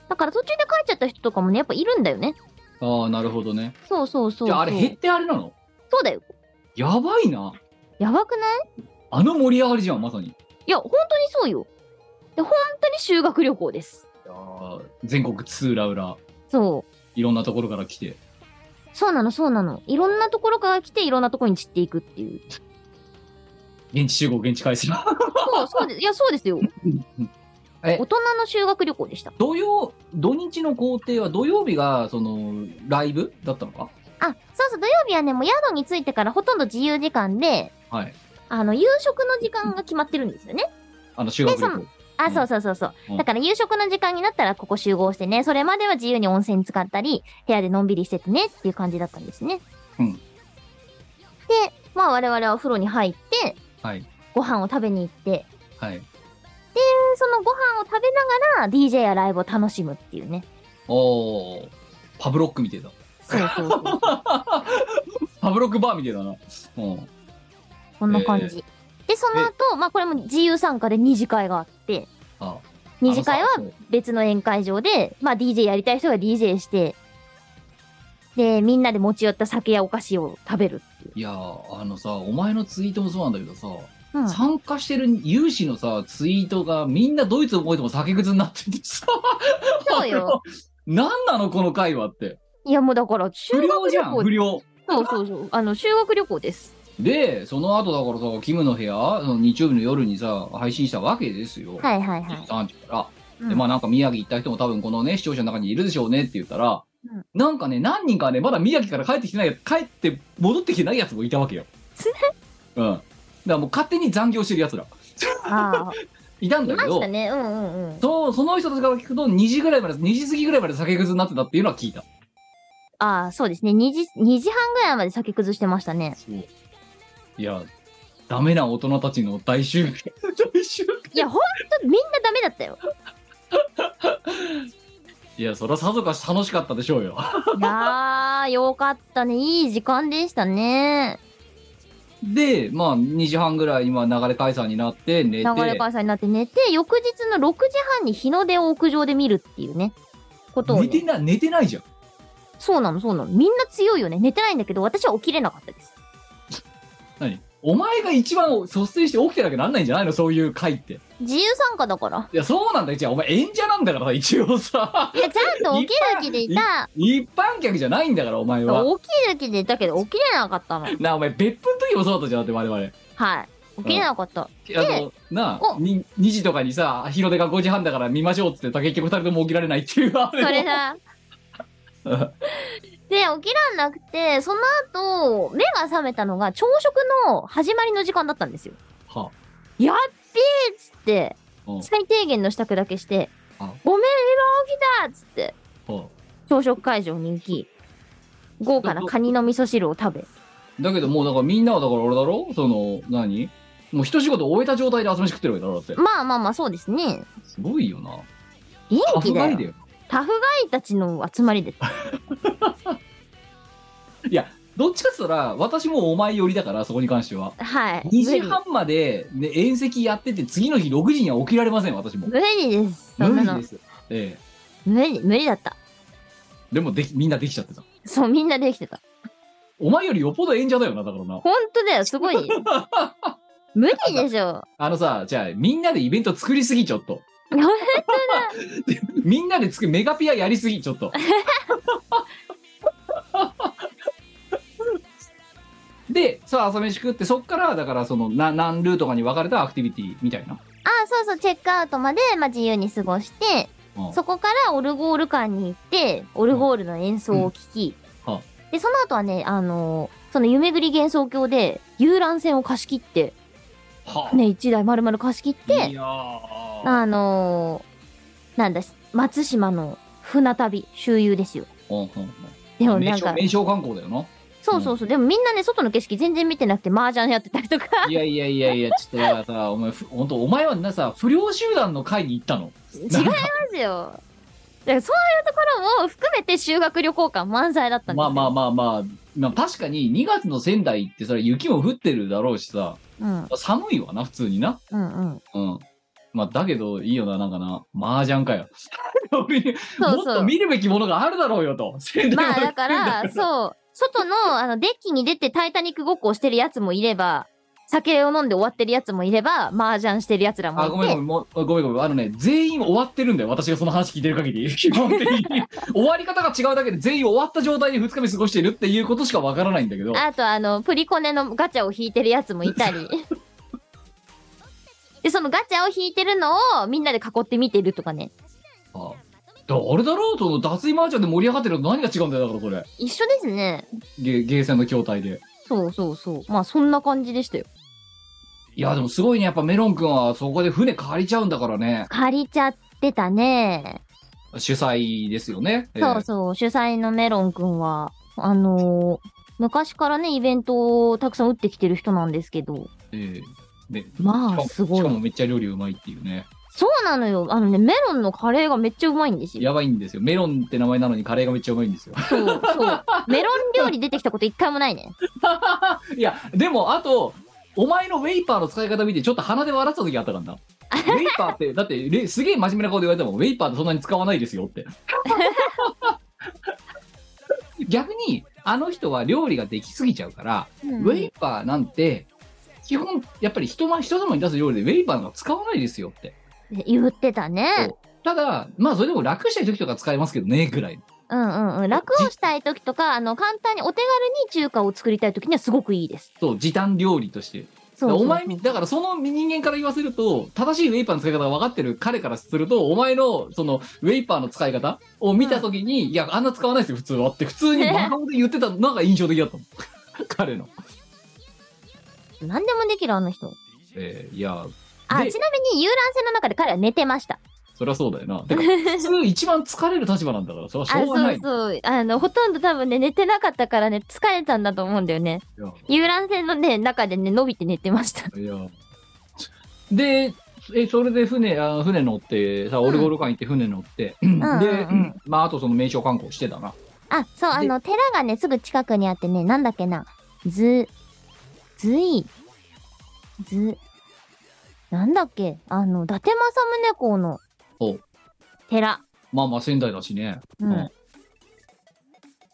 S4: だから途中で帰っちゃった人とかもね、やっぱいるんだよね。
S3: ああ、なるほどね。
S4: そうそうそうそう。
S3: じゃあ、あれ、減ってあれなの
S4: そうだよ。
S3: やばいな。
S4: やばくない
S3: あの盛り上がりじゃん、まさに。い
S4: いや、本当にそうよ。で、本当に修学旅行です。
S3: やー全国津浦浦、
S4: そう。
S3: いろんなところから来て。
S4: そうなの、そうなの。いろんなところから来て、いろんなところに散っていくっていう。
S3: 現地集合、現地解散。
S4: そう、そうです。いや、そうですよ。
S3: え
S4: 大人の修学旅行でした。
S3: 土曜、土日の行程は土曜日が、その、ライブだったのか
S4: あ、そうそう、土曜日はね、もう宿に着いてからほとんど自由時間で、
S3: はい。
S4: あの、夕食の時間が決まってるんですよね。
S3: あの、修学旅
S4: でそ
S3: 行。う
S4: あ、
S3: ん
S4: そうそうそうそうう。
S3: ん
S4: だから夕食の時間になったらここ集合してね、それまでは自由に温泉使ったり、部屋でのんびりしててねっていう感じだったんですね。
S3: うん
S4: で、まあ我々はお風呂に入って、
S3: はい。
S4: ご飯を食べに行って、で、
S3: はい。
S4: そのご飯を食べながら DJ やライブを楽しむっていうね。
S3: おーパブロックみてえだ。
S4: そうそうそう。
S3: パブロックバーみてえだな。うん。
S4: こんな感じ。で、その後、まあこれも自由参加で二次会があって、
S3: あ
S4: 二次会は
S3: あのさ
S4: 別の宴会場で、まあ DJ やりたい人が DJ して、で、みんなで持ち寄った酒やお菓子を食べるっていう。
S3: いやーあのさお前のツイートもそうなんだけどさ、
S4: うん、
S3: 参加してる有志のさツイートがみんなドイツ覚えても酒靴になっててさ
S4: そ うよ
S3: 何なのこの会話って
S4: いやもうだから修
S3: 不
S4: 学
S3: 良じ
S4: 旅
S3: ゃん
S4: 行
S3: 不良
S4: そうそうそうあの修学旅行です
S3: でその後だからさキムの部屋その日曜日の夜にさ配信したわけですよ、
S4: はいはいはい、
S3: 3時から
S4: うん
S3: でまあなんか宮城行った人も多分このね視聴者の中にいるでしょうねって言ったら、
S4: うん
S3: なんかね何人かねまだ宮城から帰ってきてないやつ帰って戻ってきてないやつもいたわけよ。うん、だからもう勝手に残業してるやつら
S4: ああ
S3: いたん
S4: い
S3: だ
S4: ま
S3: け
S4: し
S3: ど
S4: たねうんうんうん
S3: そうその人たちから聞くと2時ぐらいまで2時過ぎぐらいまで酒くずになってたっていうのは聞いた。
S4: ああそうですね2時二時半ぐらいまで酒崩してました ね
S3: そういやダメな大人たちの大集会 大集会
S4: いやほんとみんなダメだったよ
S3: いやそりゃさぞかし楽しかったでしょうよ。
S4: いやーよかったねいい時間でしたね
S3: でまあ2時半ぐらい今流れ解散になって寝て
S4: 流れ解散になって寝て翌日の6時半に日の出を屋上で見るっていうねことを
S3: 寝
S4: ね、
S3: てな寝てないじゃん。
S4: そうなのそうなのみんな強いよね寝てないんだけど私は起きれなかったです
S3: 何お前が一番率先して起きてなきゃなんないんじゃないのそういう会って。
S4: 自由参加だから。
S3: いや、そうなんだよ。じゃあ、お前演者なんだから、一応さ。
S4: いや、ちゃんと起きる気でいた。
S3: 一般客じゃないんだから、お前は。
S4: 起きる気でいたけど、起きれなかったの。
S3: なあ、お前、別府の時もそうだったじゃん、だって我々。
S4: はい。起きれなかった。
S3: あの、なあ
S4: お
S3: に、2時とかにさ、日の出が5時半だから見ましょうって言ってた結局2人とも起きられないっていう、あ
S4: それ
S3: れを
S4: さ。
S3: うん
S4: で、起きらんなくて、その後、目が覚めたのが朝食の始まりの時間だったんですよ。
S3: は
S4: やっべーっつって
S3: う、ん
S4: 最低限の支度だけして、
S3: あ
S4: ごめん、今起きたっつって、
S3: あは
S4: 朝食会場に行き、豪華なカニの味噌汁を食べ。
S3: あだけどもう、だからみんなはだから俺だろその、何もう一仕事終えた状態で朝飯食ってるわけだろ、だって。
S4: まあまあまあ、そうですね。
S3: すごいよな。
S4: 元
S3: タ
S4: 気
S3: フ
S4: だ
S3: ガ
S4: よ
S3: イ。だよ。
S4: タフガイたちの集まりで。
S3: いや、どっちかって言ったら、私もお前寄りだから、そこに関しては。
S4: はい。
S3: 2時半まで、ね、遠赤やってて、次の日6時には起きられません、私も。
S4: 無理。無理です。そん
S3: 無
S4: な
S3: 理で。
S4: の
S3: す。ええ。
S4: 無理、無理だった。
S3: でもでき、みんなできちゃってた。
S4: そう、みんなできてた。
S3: お前よりよっぽど演者だよな、だからな。
S4: ほんとだよ、す ごい。無理でしょ。
S3: あのさ、じゃあ、みんなでイベント作りすぎ、ちょっと。みんなで作る、メガピアやりすぎ、ちょっ と。で、さあ、朝飯食って、そっから、だから、その、な何ルートかに分かれたアクティビティみたいな。
S4: あ、そうそう、チェックアウトまで、まあ、自由に過ごして、
S3: うん
S4: そこからオルゴール館に行って、オルゴールの演奏を聴き、
S3: うんは
S4: で、その後はね、あのーその夢ぐり幻想郷で遊覧船を貸し切って、
S3: はあ
S4: ね、1台丸々貸し切って
S3: い、やー
S4: あのーなんだ、松島の船旅、周遊ですよ。
S3: うんうんうん
S4: でもな
S3: 名
S4: ん
S3: 所
S4: か、
S3: 名所観光だよな。
S4: そうそうそう、でもみんなね、外の景色全然見てなくて、麻雀やってたり とか、
S3: いやいやいやいや、ちょっとだからさ、お前、ふ本当お前はなさ、不良集団の会に行ったの。
S4: 違いますよ。だからそういうところも含めて修学旅行感満載だったんです
S3: まあ
S4: よ。
S3: まあまあまあ、まあ、確かに2月の仙台ってそれ雪も降ってるだろうしさ、
S4: うん
S3: 寒いわな、普通にな。
S4: うんうん。
S3: うん。まあ、だけど、いいよな、なんかな、麻雀かよ。俺に
S4: そう
S3: もっ
S4: そ
S3: と
S4: う。
S3: 見るべきものがあるだろうよと。仙台
S4: まあ
S3: は
S4: だから、そう、外のあのデッキに出てタイタニックごっこをしてるやつもいれば、酒を飲んで終わってるやつもいれば、麻雀してるやつらもい
S3: あ
S4: て。
S3: ごめんごめんもうごめんごめんあのね全員終わってるんだよ私がその話聞いてる限 り基本的に終わり方が違うだけで全員終わった状態で2日目過ごしているっていうことしかわからないんだけど
S4: あとあのプリコネのガチャを引いてるやつもいた りでそのガチャを引いてるのをみんなで囲って見てるとかね
S3: あだあれだろうと脱衣マージャンで盛り上がってるのと何が違うんだよだからそれ
S4: 一緒ですね
S3: ゲゲーセンの筐体で
S4: そうそうそうまあそんな感じでしたよ
S3: いやでもすごいねやっぱメロン君はそこで船借りちゃうんだからね
S4: 借りちゃってたね、
S3: 主催ですよねええ
S4: そうそう主催のメロンくんはあのー昔からねイベントをたくさん打ってきてる人なんですけど
S3: ええで
S4: まあ
S3: しかも
S4: すごい
S3: しかもめっちゃ料理うまいっていうね
S4: そうなのよあのねメロンのカレーがめっちゃうまいんですよ
S3: やばいんですよメロンって名前なのにカレーがめっちゃうまいんですよ
S4: そうそうメロン料理出てきたこと一回もない ね
S3: いや、でも、あと、お前のウェイパーの使い方見て、ちょっと鼻で笑ってた時あったからな。ウェイパーって、 だってれ、すげえ真面目な顔で言われてもん、ウェイパーってそんなに使わないですよって。 逆に、あの人は料理ができすぎちゃうから、ウェイパーなんて、基本、やっぱり人ま人様に出す料理でウェイパーなんか使わないですよって。
S4: 言ってたね
S3: ただ、まあ、それでも楽したい時とか使えますけどね、ぐらい。
S4: うんうんうん。楽をしたい時とか、あの、簡単にお手軽に中華を作りたい時にはすごくいいです。
S3: そう、時短料理として。
S4: そうそう
S3: お前みだからその人間から言わせると正しいウェイパーの使い方が分かってる彼からするとお前のそのウェイパーの使い方を見た時に、いやあんな使わないですよ普通はって普 通に真顔で言ってたのが印象的だったの彼の、
S4: 何でもできる、あの人。
S3: えーいや
S4: あ、
S3: で
S4: ちなみに遊覧船の中で彼は寝てました。
S3: そりゃそうだよなてか普通一番疲れる立場なんだからそれはし
S4: あ、
S3: ょうが
S4: そ
S3: な
S4: う
S3: い
S4: そう。あの、ほとんど多分ね、寝てなかったからね、疲れたんだと思うんだよね。遊覧船のね、中でね、伸びて寝てました。
S3: いやいやでえそれで船あ船乗ってさオルゴール館行って船乗って、
S4: うん
S3: で、
S4: うんうん
S3: まああとその名所観光してたな
S4: あ、そう、あの、寺がね、すぐ近くにあってね、なんだっけな。ず、ずい、ず、なんだっけ、あの、伊達政宗公の
S3: お
S4: 寺。
S3: まあまあ仙台だしね、
S4: う
S3: うん
S4: ん。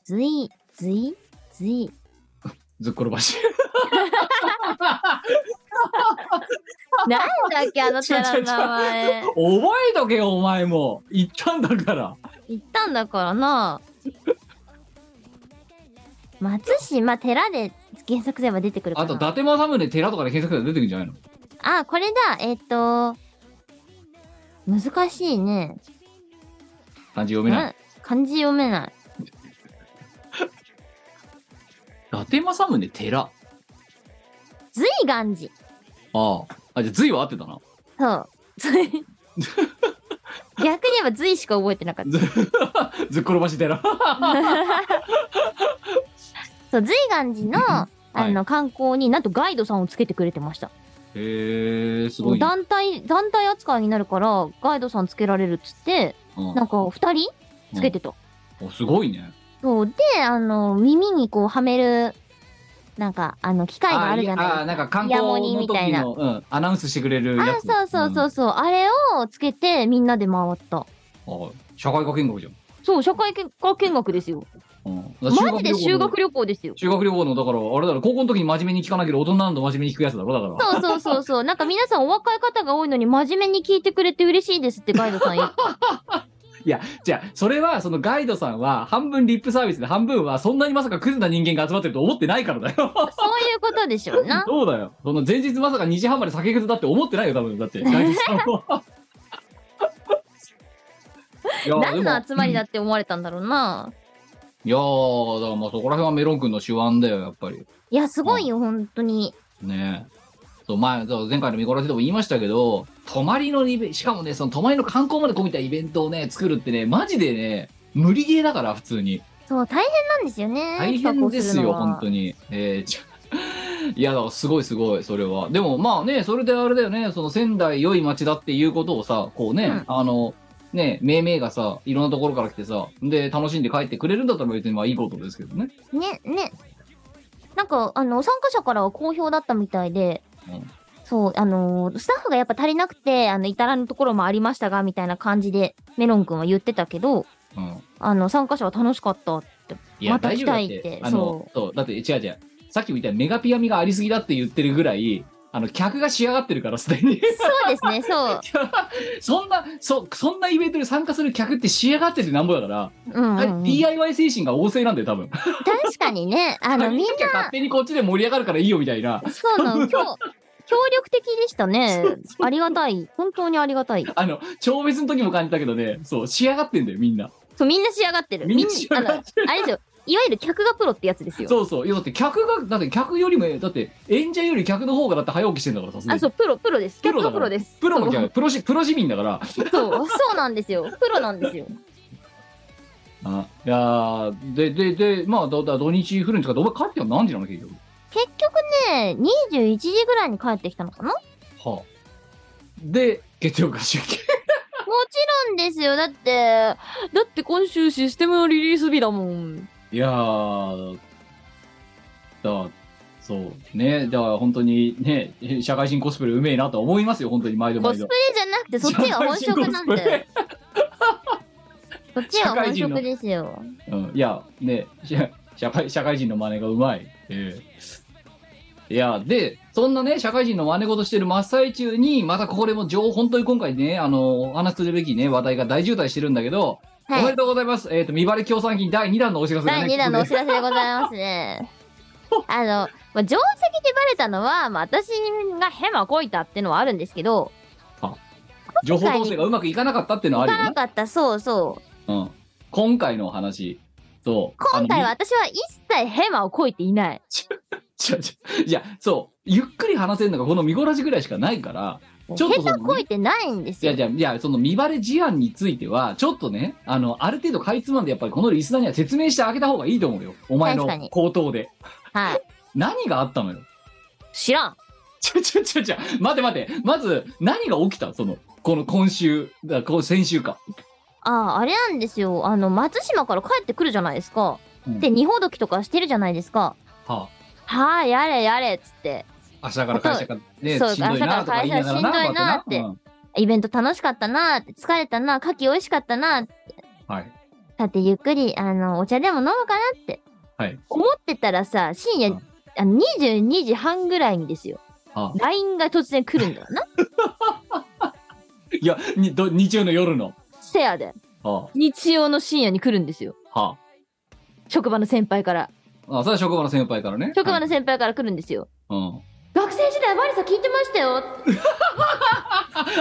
S4: ずい、ずい、ずい。
S3: ずっころばし
S4: なんだっけ、あのキャラの名前。
S3: 覚えとけよお前も言ったんだから
S4: 言ったんだからな。松島寺で原作では出てくるか
S3: あ
S4: な。
S3: と伊達政宗寺とかで検索したら出てくるんじゃないの
S4: あ、これだ。えっ、と、難しいね。
S3: 漢字読めない
S4: な漢字読めない。
S3: 伊達政宗寺あ
S4: 随願寺。
S3: ああじゃあ隋は合ってたな
S4: そう。随 逆に言えば随しか覚えてなかった。
S3: ずっころばし寺
S4: そう、随願寺の、あの、観光になんとガイドさんをつけてくれてました。
S3: へえすごいね、
S4: 団体、団体扱いになるから、ガイドさんつけられるっつって、
S3: うん
S4: なんか二人つけてた。
S3: おすごいね
S4: そうであの耳にこうはめるなんかあの機械があるじゃないですか
S3: あーなんか観
S4: イヤ
S3: 光
S4: モニ
S3: の
S4: みた
S3: 時
S4: いな
S3: の、うん、アナウンスしてくれるや
S4: あ
S3: つ
S4: そうそうそうそう、あれをつけてみんなで回った
S3: うんあ社会科見学じゃん、
S4: そう社会科見学ですよ
S3: うん、だから
S4: マジで修学旅行ですよ
S3: 修学旅行のだからあれだろ高校の時に真面目に聞かなければ大人になると真面目に聞くやつだろだから
S4: そうそうそうそうなんか皆さんお若い方が多いのに真面目に聞いてくれて嬉しいですってガイドさん 言って
S3: じゃあそれはそのガイドさんは半分リップサービスで半分はそんなにまさかクズな人間が集まってると思ってないからだよ
S4: そういうことでしょう な
S3: そうだよその前日まさか2時半まで酒くずだって思ってないよ多分だってガイドさんはいや
S4: 何
S3: で
S4: の
S3: も
S4: 集まりだって思われたんだろうない
S3: やーだからまあそこら辺はメロン君の手腕だよやっぱり
S4: いやすごいよ本当に
S3: ねえそう前そう前回の見殺しでも言いましたけど泊まりのイベンしかもねその泊まりの観光まで込みたイベントをね作るってねマジでね無理ゲーだから普通に
S4: そう大変なんですよね
S3: 大変ですよ本当
S4: に
S3: に、えーちょいやだからすごいすごいそれはでもまあねそれであれだよねその仙台良い町だっていうことをさこうね、
S4: うん
S3: あのねめいめいがさいろんなところから来てさで楽しんで帰ってくれるんだったら別にまあいいことですけどね
S4: ね、ね。なんか、あの、参加者からは好評だったみたいで、
S3: うん
S4: そう、あのースタッフがやっぱ足りなくて、あの、至らぬところもありましたが、みたいな感じで、メロンくんは言ってたけど、
S3: うん
S4: あの、参加者は楽しかったって。
S3: いや、
S4: また
S3: 大丈夫だっ
S4: 来たいって
S3: て。あの
S4: そ、
S3: そう、だって違う違う。さっきみたいにメガピラミがありすぎだって言ってるぐらい、あの、客が仕上がってるから、すでに。
S4: そうですね、そう。
S3: そんな、そ、そんなイベントに参加する客って仕上がっててなんぼだから、
S4: うん、
S3: あれ
S4: うん。
S3: DIY 精神が旺盛なんだよ、多分。
S4: 確かにね、あの、みん
S3: 客勝手にこっちで盛り上がるからいいよ、みたいな。
S4: な、そう なの、今日、協力的でしたね。ありがたい。本当にありがたい。
S3: あの、超別の時も感じたけどね、そう、仕上がってんだよ、みんな。
S4: そう、みんな仕上がってる。
S3: みんな仕上がって
S4: みんなあのあれですよ。いわゆる客がプロってやつですよ。
S3: そうそう。いや、だって客が、だって客よりも、だって演者より客の方がだって早起きしてんだから、さすが
S4: あ、
S3: に
S4: そう、プロ、プロです。
S3: プ
S4: 客
S3: ロだ
S4: が
S3: か
S4: プ
S3: ら
S4: ロです。
S3: プロ
S4: そ
S3: の
S4: う
S3: 客プロし、プロ市民だから、
S4: そう、そうなんですよ。プロなんですよ。
S3: あいやーで、で、で、まあ、だだ土日降るんですかどお前帰っては何時なの結局。
S4: 結局ね、21時ぐらいに帰ってきたのかなも
S3: はあ、で、月曜から出勤。
S4: ちろんですよ。だって、だって今週システムのリリース日だもん。
S3: いやー、だ、そう、ね、だから本当にね、社会人コスプレうめえなとは思いますよ、本当に毎度
S4: コ
S3: 毎
S4: スプ
S3: 度
S4: レ。じゃなくて、そっちが本職なんだよ。そっちが本職ですよ。
S3: うん、いや、ね、し社会社会人の真似がうまい。ええいや、で、そんなね、社会人の真似事してる真っ最中に、またこれも情、本当に今回ね、あの、お話しするべきね、話題が大渋滞してるんだけど、おめ
S4: は
S3: で
S4: い。
S3: とうございます。えっ、と、見晴れ協賛金第2弾のお知らせがね
S4: 第2弾のお
S3: ここ
S4: 知らせでございますね。あの、まあ、定石でバレたのは、まあ、私がヘマこいたってのはあるんですけど、
S3: で情報統制がうまくいかなかったっていうのはあ
S4: 行
S3: るよ
S4: かなかった、そうそう。
S3: ね。うん。今回のお話と、
S4: 今回
S3: あ
S4: は
S3: の。
S4: 私は一切ヘマをこいていない。
S3: ちょちょ いや、そう、ゆっくり話せるのがこの見殺しぐらいしかないから、ちょっとそ
S4: 下手
S3: の
S4: こいてないんです
S3: いや
S4: よ。
S3: じゃあいやその見バレ事案についてはちょっとねあのある程度かいつまんでやっぱりこのリスナーには説明してあげた方がいいと思うよお前の
S4: 確かに
S3: 口頭で
S4: はい。
S3: 何があったのよ
S4: 知らん。
S3: ちょちょちょちょ待て待てまず何が起きたそのこの今週だこう先週か
S4: ああ、あれなんですよ。あの、松島から帰ってくるじゃないですか。
S3: うん
S4: で、二ほどきとかしてるじゃないですか。
S3: は
S4: はあ、やれやれっつって。
S3: あ明日から会社がね
S4: そう
S3: しんどいなとか言いながらな
S4: 明日から会社しんどいな
S3: ま
S4: イベント楽しかったなーって、疲れたなー、牡蠣美味しかったなーって、
S3: たなうんはい
S4: さてゆっくり、あの、お茶でも飲むかなって
S3: はい
S4: 思ってたらさ、深
S3: う
S4: 夜
S3: ん、
S4: あの22時半ぐらいにですよ。
S3: あ
S4: LINE が突然来るんだよな。
S3: いやにど日曜の夜の
S4: せやで。
S3: は
S4: 日曜の深夜に来るんですよ。
S3: あは
S4: 職場の先輩から。
S3: ああそれは職場の先輩からね
S4: 職場の先輩から来るんですよ。
S3: はいうん
S4: 学生時代、マリサ聞いてましたよ。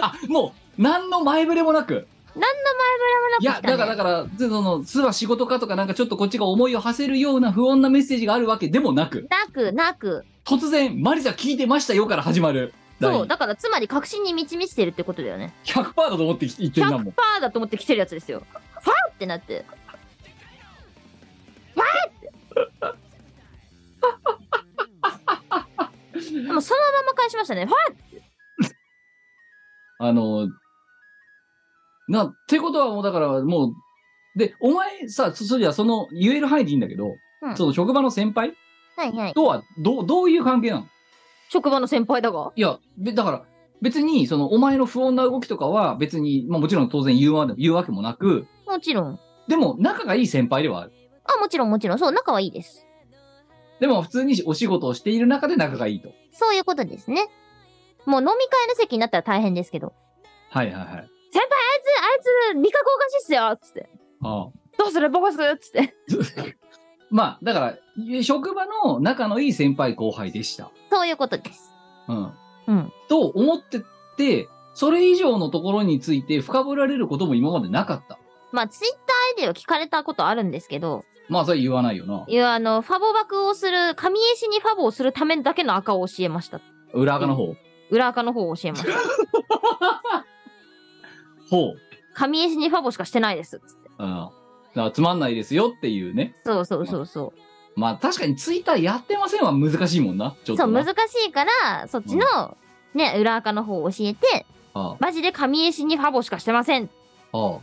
S3: あもう何の前触れもなく
S4: 何の
S3: い
S4: 前
S3: や
S4: 触れ
S3: だか
S4: もな
S3: らだ
S4: く来たね。
S3: からでその巣は仕事かとかなんかちょっとこっちが思いを馳せるような不穏なメッセージがあるわけでもなく
S4: なく、なく。
S3: 突然「マリサ聞いてましたよ」から始まる
S4: そう、
S3: だ
S4: だからつまり確信に満ち満ちてるってことだよね。
S3: 100%だと思って言ってんだも
S4: 100%
S3: ん
S4: だと思って来てるやつですよ。ファーってなって。ファーって。でもそのまま返しましたね。ファーって
S3: あのなってことはもうだからもうでお前さそそれじゃその言える範囲でいいんだけど、
S4: うん
S3: その職場の先輩
S4: はいはい。
S3: とはどうどういう関係なの
S4: 職場の先輩だが。
S3: いや、べだから、別に、その、お前の不穏な動きとかは、別に、まあもちろん当然言うわ言うわけもなく、
S4: もちろん。
S3: でも、仲がいい先輩ではある。
S4: あ、もちろんもちろん。そう、仲はいいです。
S3: でも、普通にお仕事をしている中で仲がいいと。
S4: そういうことですね。もう飲み会の席になったら大変ですけど。
S3: はいはいはい。
S4: あいつ、あいつ、理覚おかしいっすよつって。
S3: あ あ
S4: どうするボコするつって。
S3: まあ、だから、職場の仲のいい先輩後輩でした。
S4: そういうことです。
S3: うん。
S4: うん。
S3: と思ってて、それ以上のところについて深掘られることも今までなかった。
S4: まあ、ツイッターでは聞かれたことあるんですけど、
S3: まあ、それは言わないよな。
S4: いや、あの、ファボ爆をする、上絵師にファボをするためだけの赤を教えました。
S3: 裏垢の方。
S4: 裏赤の方を教え ました。
S3: ほう。
S4: 上絵師にファボしかしてないです。つって
S3: うん。だからつまんないですよっていうね。
S4: そうそうそうそ
S3: まあ確かにツイッターやってませんは難しいもんな。ちょ
S4: う。
S3: っと
S4: そう、
S3: な
S4: 難しいから、そっちの、ね、裏赤の方を教えて、
S3: あ
S4: マジで上絵師にファボしかしてません。
S3: あああ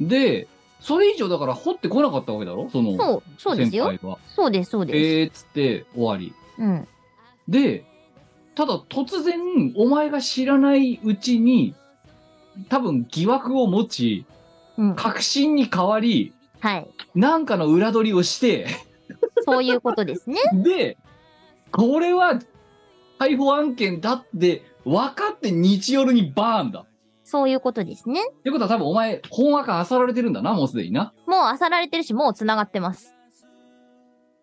S3: で、それ以上だから掘ってこなかったわけだろその
S4: そう、そうですよ。
S3: 先輩は。
S4: そうです、そうです。
S3: えーっつって終わり。
S4: うん。
S3: で、ただ突然お前が知らないうちに多分疑惑を持ち、
S4: うん。
S3: 確信に変わり、
S4: はい。
S3: なんかの裏取りを して、
S4: そういうことですね。
S3: で、これは逮捕案件だって分かって日夜にバーンだ。
S4: そういうことですね。
S3: ってことは多分お前、本話かあさられてるんだな、もうすでにな。
S4: もう漁られてるし、もう繋がってます。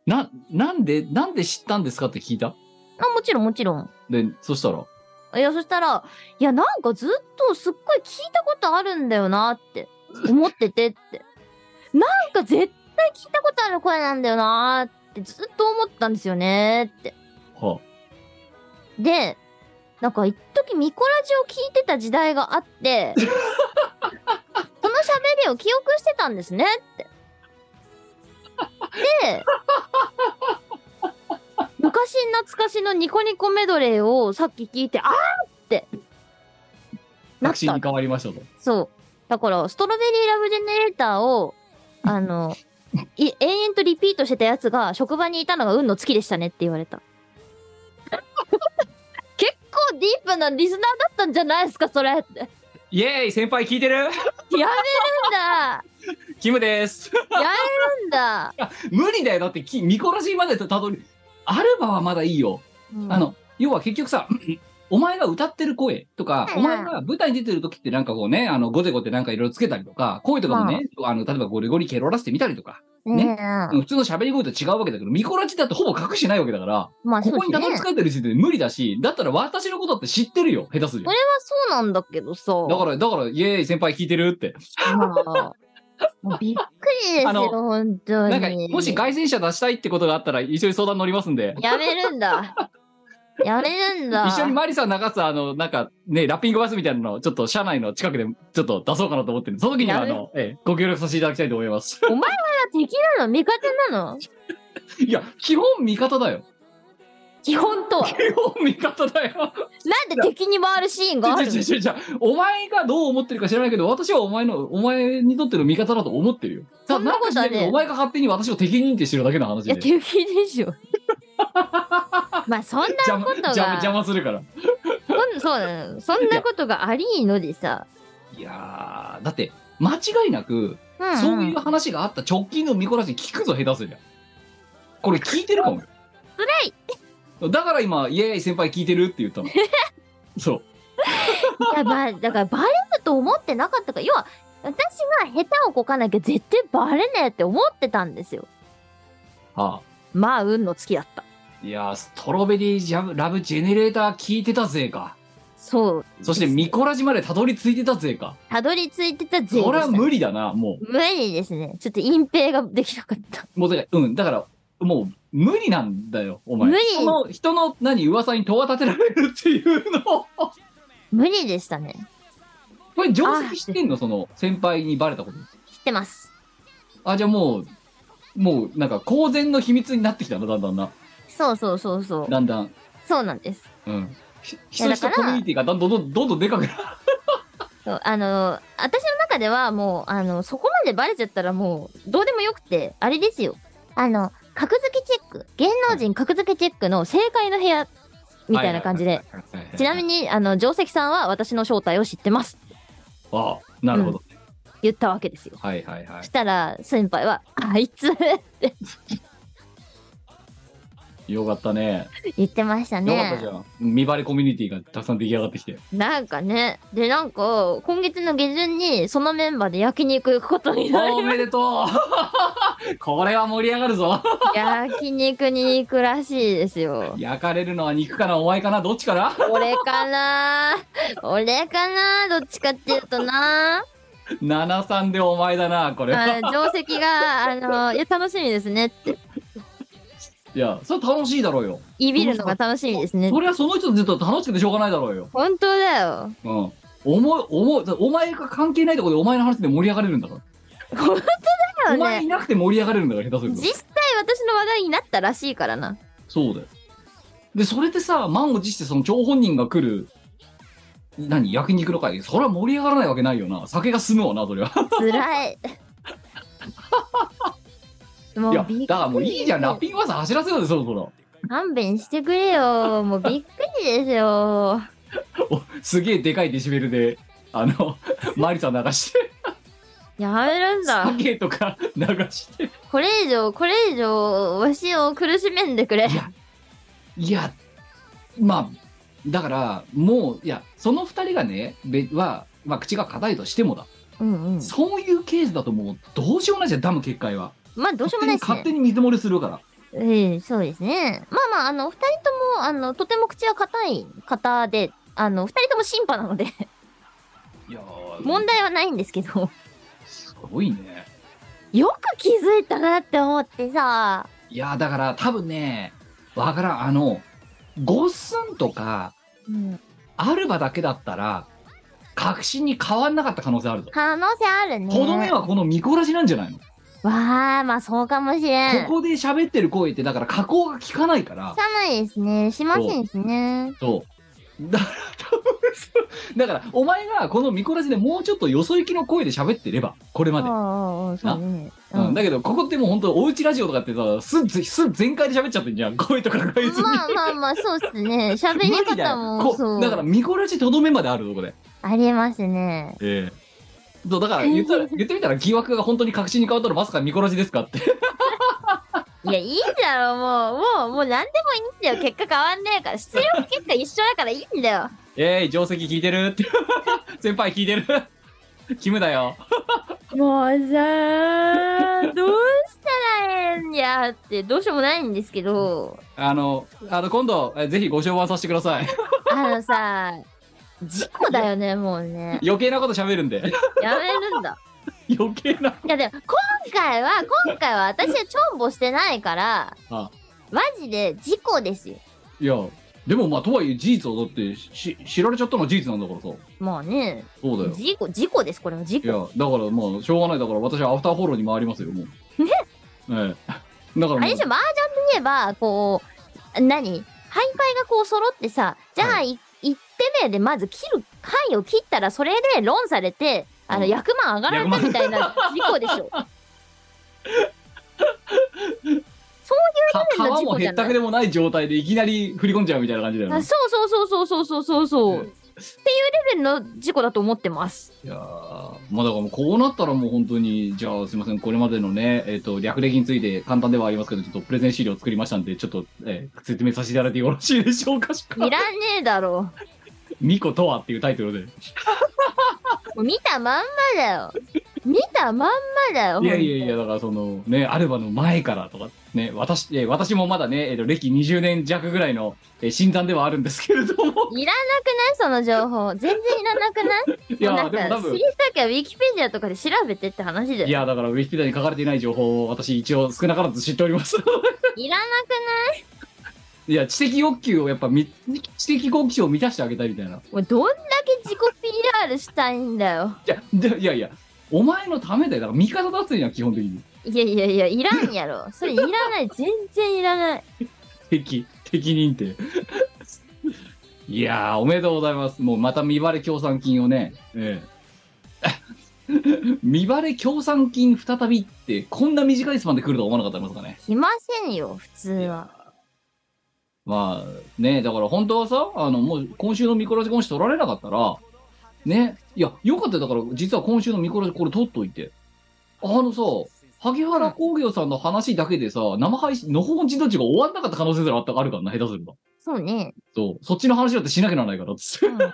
S3: な、なんで、なんで知ったんですかって聞いた
S4: あ、もちろん、もちろん。
S3: で、そしたら、
S4: いや、そしたら、いや、なんかずっとすっごい聞いたことあるんだよなって思っててって。なんか絶対聞いたことある声なんだよなってずっと思ったんですよねって。
S3: は
S4: で、なんか一時ミコラジを聞いてた時代があって、その喋りを記憶してたんですねって。で、昔懐かしのニコニコメドレーをさっき聞いて、あーって。
S3: あ、
S4: なっ
S3: 確信
S4: た
S3: に。変わりましたと。
S4: そう。だから、ストロベリーラブジェネレーター を、あの、い延々とリピートしてたやつが、職場にいたのが運の月でしたねって言われた。 結構ディープなリスナーだったんじゃないですか、それって。や
S3: イエーイ先輩聞いてる
S4: めるんだ
S3: キムです。
S4: やめるんだ、
S3: 無理だよ。だってき、ミコラジーまでたどり、アルバはまだいいよ。
S4: うん
S3: あの、要は結局さ、 お前が歌ってる声とか、
S4: はい
S3: お前が舞台に出てる時ってなんかこうね、あの、ゴテゴテなんかいろいろつけたりとか、声とかもね、あの、例えばゴリゴリケロらせてみたりとか、ね
S4: ねえ
S3: 普通の喋り声と違うわけだけど、ミコラジーだってほぼ隠してないわけだから、
S4: まあそ
S3: こ
S4: うで
S3: こ
S4: す
S3: にたど
S4: ね
S3: り着かれてる時点で無理だし、だったら私のことって知ってるよ、下手すりゃ
S4: そ。れはそうなんだけ どさ。
S3: だから、だから、イエーイ、先輩聞いてるって。
S4: まあもうびっくりです
S3: あ
S4: よ、
S3: の
S4: 本当に。
S3: なんか、もし凱旋者出したいってことがあったら、一緒に相談乗りますんで。
S4: やめるんだ。やめるん だ。
S3: 一緒にマリさん流す、あの、なんか、ね、ラッピングバスみたいなのを、ちょっと車内の近くで、ちょっと出そうかなと思ってるんでその時には、あ
S4: やる
S3: の、ええ、ご協力させていただきたいと思います。
S4: お前は敵なの味方なの
S3: いや、基本味方だよ。
S4: 基本とは。
S3: 基本味方だよ。
S4: なんで敵に回るシーンがある
S3: ちょ
S4: の
S3: ちょちょちょお前がどう思ってるか知らないけど、私はお前の、お前にとっての味方だと思ってるよ。
S4: そんなことは
S3: ただんか
S4: ね
S3: 知らんけどお前が勝手に私を敵認定してるだけの話
S4: い
S3: で
S4: や、。敵でしょ。 まあ、そんな
S3: 邪魔
S4: ことが
S3: 邪魔邪魔するから。
S4: こんそうなのそんなことがありーのでさ。
S3: いやーだって間違いなく、
S4: うん
S3: そういう話があった直近のミコラジ聞くぞ下手すりゃこれ聞いてるかもよ
S4: 辛い
S3: だから今、イエーイ先輩聞いてるって言 ったの。そう。
S4: いや、ば、だからバレると思ってなかったから、要は、私が下手をこかなきゃ絶対バレねえって思ってたんですよ。
S3: は
S4: まあ、運の月だった。
S3: あ、いやーストロベリージャブラブジェネレーター聞いてたぜか。
S4: そう。
S3: そしてミコラジまでたどり着いてたぜか。
S4: たどり着いてた税で
S3: そ
S4: し
S3: れは
S4: た
S3: 無理だな、も
S4: 無理ですね。ちょっと隠蔽ができなかった。
S3: う。もうだから、うん、だから、もう無理なんだよ、お前。
S4: 無理
S3: 人の、人の何、噂に戸は立てられるっていうのを。
S4: 無理でしたね。
S3: これ、定石してんのその、先輩にバレたこと。
S4: 知ってます。
S3: あ、じゃあもう、もう、なんか、公然の秘密になってきたな、だんだんな。
S4: そうそうそうそう。
S3: だんだん。
S4: そうなんです。
S3: うん。ひひ
S4: や
S3: と
S4: だ
S3: しと
S4: から
S3: コミュニティがどんどんどんどんどんでかくなる。
S4: そうあの私の中ではもうあのそこまでバレちゃったらもうどうでもよくてあれですよあの格付けチェック芸能人格付けチェックの正解の部屋みたいな感じで。ちなみ
S3: に。
S4: にあの定石さんは私の正体を知ってますって
S3: ああ、なるほど。
S4: 言ったわけですよ
S3: はいはいは
S4: そしたら先輩は「あいつ
S3: い。よかったね。」
S4: 言ってました
S3: よかったじゃ
S4: ね
S3: ん。見バレコミュニティがたくさん出来上がってきて。
S4: なんかねでなんか今月の下旬にそのメンバーで焼肉行くことになり
S3: おめでとう これは盛り上がるぞ
S4: 焼肉に行くらしいですよ
S3: 焼かれるのは肉かなお前かなどっちかな
S4: 俺かな俺かなどっちかっていうとな
S3: ?73 でお前だな、これ。
S4: あ定石が、あ のいや、楽しみですねって、
S3: いや、それ楽しいだろうよ。
S4: いびるのが楽しみですね
S3: そ。りゃその人とずっと楽しくてしょうがないだろうよ。
S4: 本当だよ。
S3: うん。思い、思い、お前が関係ないところでお前の話で盛り上がれるんだから。
S4: 本当
S3: お
S4: だよ
S3: 前
S4: ね。
S3: いなくて盛り上がれるんだから、下手すると
S4: 実。際私の話題になったらしいからな。
S3: そうだよ。で、それでさ、満を持してその張本人が来る、何、焼肉の会、それは盛り上がらないわけないよな。酒が進むわな、それは。
S4: 辛い。も
S3: いうや、
S4: びっ
S3: だからもういいじゃん、ラッ
S4: く
S3: ピ
S4: り。
S3: ング技走らせようぜ、そろそろ。
S4: 勘弁してくれよ。もうびっくりですよ。
S3: おすげえでかいデシベルで、あの、 マリさん流して、
S4: やめるんだ。
S3: 酒とか流して。
S4: これ以上、これ以上、わしを苦しめんでくれ
S3: い。や、いや、まあ、だから、もう、いや、その二人がね、べは、まあ、口が硬いとしてもだ、
S4: うんうん。
S3: そういうケースだともう、どうしようもないじゃん、ダム決壊は。
S4: まあ、どうしようもないです
S3: 勝
S4: ね
S3: 手。に水漏れするから。
S4: ええそうですね。まあまあ、あの、二人とも、あの、とても口は硬い方で、あの、二人とも審判なので、
S3: いやー
S4: 問題はないんですけど、
S3: すごいね。
S4: よく気づいたなって思ってさ、
S3: いやーだから多分ね、わからん、あの、ゴッスンとか、
S4: うん、
S3: アルバだけだったら、確信に変わんなかった可能性あるぞ。
S4: 可能性あるね。
S3: とどめはこのミコラジなんじゃないの、
S4: わあ、まあそうかもしれん。
S3: ここで喋ってる声って、だから加工が効かないから、
S4: 汚いですね。しませんしね。
S3: そう。だから多分そう、だからお前がこのミコラジでもうちょっとよそ行きの声で喋ってれば、これ
S4: お
S3: ま
S4: う
S3: で。
S4: おうおうそうね。
S3: うん
S4: うん
S3: だけど、ここってもう本当、おうちラジオとかってさ、す、す、全開で喋っちゃってんじゃん。声とか変えずに。
S4: まあまあまあ、そうっすね。喋り
S3: 無理だ
S4: 方
S3: よ
S4: も、そ
S3: こだから
S4: う。
S3: 見こらしとどめまであるぞこれ
S4: ありますね。
S3: ええそうだから言ったら言ってみたら疑惑が本当に確信に変わったらまさか見こらしですかって
S4: いや、いいだろ、もう。もう、もう何でもいいんだよ。結果変わんねえから。出力結果一緒だからいいんだよ。
S3: えい定石聞いてる って先輩聞いてる キムだよ
S4: もうさどうしたらええんやってどうしようもないんですけど
S3: あのあの今度えぜひご賞賛させてください
S4: あのさ事故だよねもうね
S3: 余計なこと喋るんで
S4: やめるんだ
S3: 余計ない
S4: やでも今回は今回は私はチョンボしてないから
S3: あ
S4: マジで事故ですよ
S3: いやでもまあとはいえ事実をだってし知られちゃったのは事実なんだからさ
S4: もうね
S3: そうだよ
S4: 事故事故ですこれは事
S3: い
S4: 故
S3: やだからまあしょうがないだから私はアフターフォローに回りますよもう
S4: ね
S3: ええだからもう
S4: あれでしょ麻雀で言えばこう何敗敗がこう揃ってさじゃあ、、
S3: はい
S4: 1手目でまず切る範囲を切ったらそれで論されてあの
S3: うん
S4: 役満上がられたみたいな事故でしょ
S3: か
S4: レベル
S3: 皮
S4: の事
S3: も
S4: 故じ
S3: へ
S4: ゃない
S3: ったくでもない状態でいきなり振り 込んじゃうみたいな感じだよ
S4: あ
S3: ね。
S4: そうそうそうそうそうそうそうそう
S3: う
S4: っ
S3: ん
S4: ていうレベルの事故だと思ってます
S3: いやーまあだからもうこうなったらもう本当に、じゃあすいません、これまでのね、えっ、と、略歴について簡単ではありますけど、ちょっとプレゼン資料を作りましたんで、ちょっと、えー説明させていただいてよろしいでしょうかしか
S4: いらねえだろ。
S3: ミコとはっていうタイトルで。
S4: もう見たまんまだよ。見たまんまだよ。
S3: いやいやいや、だからその、ね、アルバの前からとか、ね、私、えー私もまだね、えっ、と、歴20年弱ぐらいの、えー、新参ではあるんですけれども。
S4: いらなくないその情報。全然いらなくない
S3: いや、
S4: もう
S3: でも
S4: な
S3: 多
S4: んか、
S3: 分
S4: 知り、たきゃウィキペディアとかで調べてって話だ
S3: い
S4: よ。
S3: や、だからウィキペディアに書かれていない情報を私一応少なからず知っております。
S4: いらなくない
S3: いや、知的欲求をやっぱみ、知的好奇心を満たしてあげたいみたいな。
S4: もうどんだけ自己 PR したいんだよ。
S3: いや、でいやいや、お前のためだよ。だから味方だっていうのは基本的に。
S4: いやいやいや、いらんや ろ。それいらない。全然いらない。
S3: 敵、敵認定。いやー、おめでとうございます。もうまた見バレ協賛金をね。え え。見バレ協賛金再びって、こんな短いスパンで来るとは思わなかったですからね。
S4: 来ませんよ、普通は。
S3: まあね、だから本当はさ、あのもう今週のミコラジ今週取られなかったら、ね、いや、よかったよだから、実は今週のミコラジこれ取っといて。あのさ、萩原工業さんの話だけでさ、生配信、のほほんちどっちが終わんなかった可能性すらあったあるからな、下手すれば。
S4: そうね。
S3: そう、そっちの話だってしなきゃならないから、つって。
S4: うん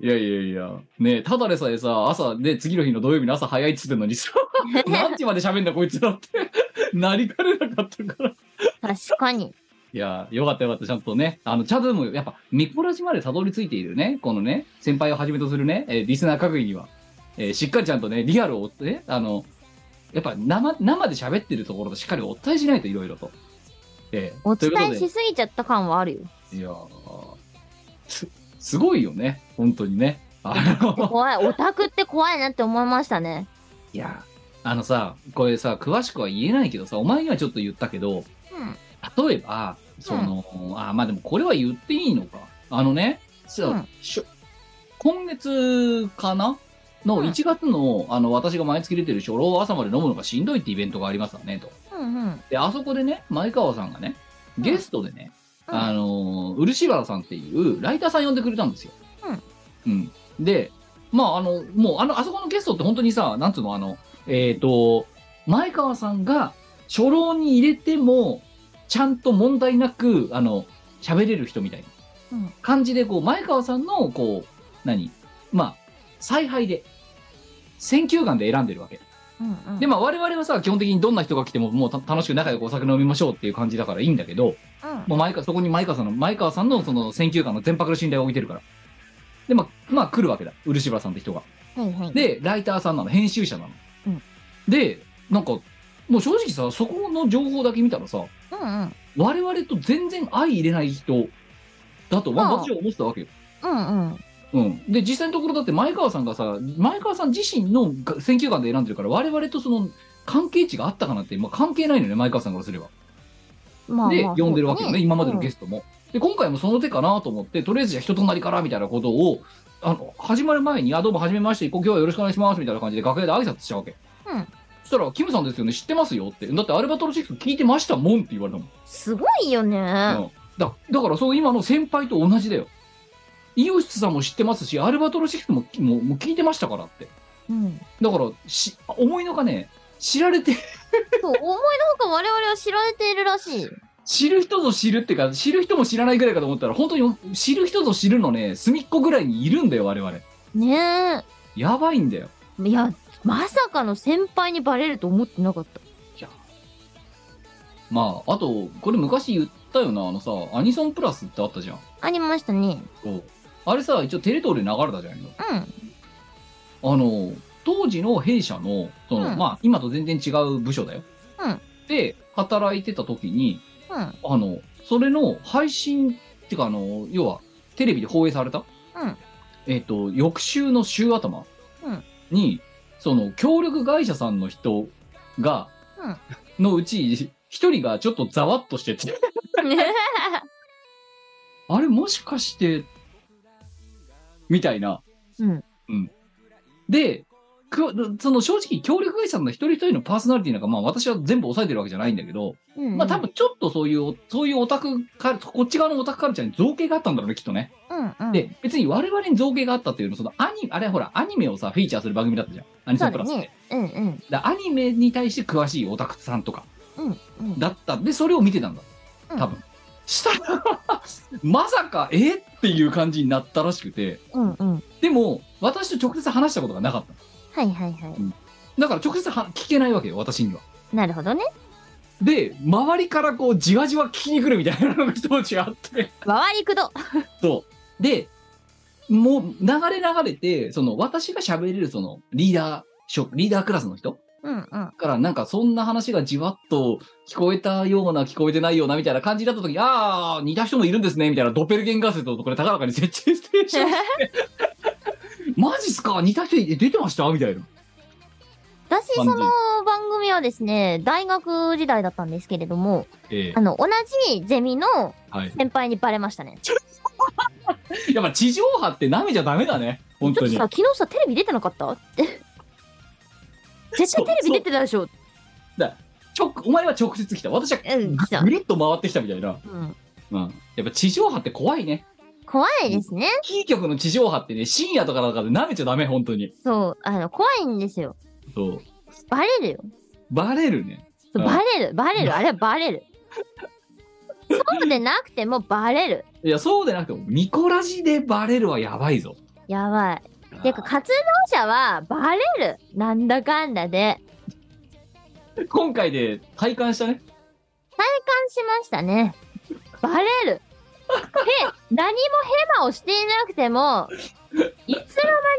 S3: いやいやいや、ねえただでさえさ、朝、で、次の日の土曜日の朝早いっつってんのに さ、何時まで喋んだこいつらって、なりかねなかったから。
S4: 確かに。
S3: いやー、よかったよかった、ちゃんとね、あの、チャドも、やっぱ、ミコラジまでたどり着いているね、このね、先輩をはじめとするね、えーリスナー各位には、えーしっかりちゃんとね、リアルを追ってね、あの、やっぱ生、生で喋ってるところとしっかりお伝えしないといろいろと。えー
S4: お
S3: とい
S4: 伝
S3: うこと
S4: え
S3: で
S4: しすぎちゃった感はあるよ。
S3: いやーす、すごいよね、本当にね。あの、
S4: 怖い。オタクって怖いなって思いましたね。
S3: いやー、 あのさ、これさ、詳しくは言えないけどさ、お前にはちょっと言ったけど、
S4: うん。
S3: 例えば、その、あ、まあでもこれは言っていいのか。あのね、そう
S4: うん
S3: しょ今月かなの
S4: うん
S3: 1月の、あの、私が毎月出てる初老を朝まで飲むのがしんどいってイベントがありますわね、と。
S4: うんうん。
S3: で、あそこでね、前川さんがね、ゲストでね、
S4: うん
S3: あのー、漆原さんっていうライターさん呼んでくれたんですよ。うん。で、まあ、あの、もう、あの、あそこのゲストって本当にさ、なんつうの、あの、えっ、と、前川さんが初老に入れても、ちゃんと問題なく、あの、喋れる人みたいな
S4: うん
S3: 感じで、こう、前川さんの、こう、何まあ、采配で、選球眼で選んでるわけ。
S4: うんうん。
S3: で、まあ、我々はさ、基本的にどんな人が来ても、もうた楽しく仲良くお酒飲みましょうっていう感じだからいいんだけど、
S4: うん。
S3: もう前川、そこに前川さんの、前川さんのその選球眼の全泊の信頼を置いてるから。で、まあ、まあ、来るわけだ。漆原さんって人が。
S4: はいはい。
S3: で、ライターさんなの、編集者なの。
S4: うん
S3: で、なんか、もう正直さ、そこの情報だけ見たらさ、
S4: うんうん。
S3: 我々と全然相入れない人だと、まあ、
S4: ああ
S3: 私は思ってたわけよ。
S4: うんうん。
S3: うん、で実際のところだって前川さんがさ前川さん自身のが選球眼で選んでるから我々とその関係値があったかなって、まあ、関係ないのよね前川さんからすれば。
S4: まあ、
S3: で
S4: まあ
S3: 呼んでるわけよね今までのゲ
S4: ス
S3: ストも。で今回もその手かなと思ってとりあえずじゃあ人となりからみたいなことをあの始まる前に「あどうもはじめまして今日はよろしくお願いします」みたいな感じで楽屋で挨拶したわけ。
S4: うん
S3: そしたら「キムさんですよね知ってますよ」って「だってアルバトロシックス聞いてましたもん」って言われたもん。
S4: すごいよね。
S3: うんだだからそう今の先輩と同じだよイオシスさんも知ってますしアルバトロシックスももうもう聞いてましたからって
S4: うん。
S3: だからし思いのかね知られて
S4: そう、思いのほか我々は知られているらしい。
S3: 知る人ぞ知るってか知る人も知らないぐらいかと思ったら本当に知る人ぞ知るのね隅っこぐらいにいるんだよ我々
S4: ね
S3: やばいんだよ
S4: え。いや、まさかの先輩にバレると思ってなかった。
S3: まああとこれ昔言ったよなあのさアニソンプラスってあったじゃん
S4: ありましたね。
S3: あれさ一応テレ東で流れたじゃんよ
S4: うん。
S3: あの当時の弊社のその、
S4: うん
S3: まあ今と全然違う部署だよ、
S4: うん
S3: で働いてた時に
S4: うん。
S3: あのそれの配信っていうかあの要はテレビで放映された、
S4: うん
S3: えっ、と翌週の週頭
S4: うん
S3: に、その協力会社さんの人が、のうち一人がちょっとざわっとしててあれもしかしてみたいな
S4: うん。
S3: で、くその正直、協力会社の一人一人のパーソナリティなんか、まあ私は全部抑えてるわけじゃないんだけど、
S4: うん。
S3: まあ多分ちょっとそういう、そういうオタクカル、こっち側のオタクカルチャーに造形があったんだろうね、きっとね。
S4: うんうんうん。
S3: で、別に我々に造形があったっていうのは、そのアニ、あれはほら、アニメをさ、フィーチャーする番組だったじゃん。アニソ
S4: そう
S3: ンプ
S4: だ
S3: ラスって。
S4: ね。うんうん。
S3: だアニメに対して詳しいオタクさんとか
S4: うんうん。
S3: だったんで、それを見てたんだ。多分。したら、 まさか、えっていう感じになったらしくて、
S4: うんうん。
S3: でも、私と直接話したことがなかった。
S4: はいはいは
S3: だから直接は聞けないわけよ、私には。
S4: い。なるほどね。
S3: で、周りからこう、じわじわ聞きに来るみたいなのが人たちがあって。
S4: 回りくど。
S3: そう。で、もう流れ流れて、その私が喋れるそのリーダーショ、リーダークラスの人
S4: うんうん。
S3: からなんかそんな話がじわっと聞こえたような聞こえてないようなみたいな感じだった時に、ああ、似た人もいるんですね、みたいなドッペルゲンガー説をこれ高らかに設置して しまって、マジっすか似た人い出てましたみたいな。
S4: 私、そ
S3: 感じ
S4: の番組はですね、大学時代だったんですけれども、
S3: ええ
S4: あの、同じゼミの
S3: はい。
S4: 先輩にバレましたね。ちょ
S3: やっぱ地上波って舐めちゃダメだね。本
S4: っ
S3: 当
S4: と
S3: に。
S4: さ、昨日さ、テレビ出てなか ったって。絶対テレビ出てたでしょ。
S3: ちょお前は直接来た。私は
S4: うん、来た
S3: ぐ。るっと回ってきたみたいな。
S4: うん。
S3: うん。やっぱ地上波って怖いね。
S4: 怖いですね。
S3: キー局の地上波ってね、深夜とかだから舐めちゃダメ、本当に。
S4: そう。あの、怖いんですよ。
S3: そう。
S4: バレるよ。
S3: バレるね。うん
S4: バレる、バレる、あれはバレる。そうでなくてもバレる。
S3: いや、そうでなくても、ミコラジでバレるはやばいぞ。
S4: やばい。てか、
S3: あ
S4: 活動者はバレる。なんだかんだで。
S3: ー今回で体感したね。
S4: 感しましたね。バレる。へ、何もヘマをしていなくても、いつの間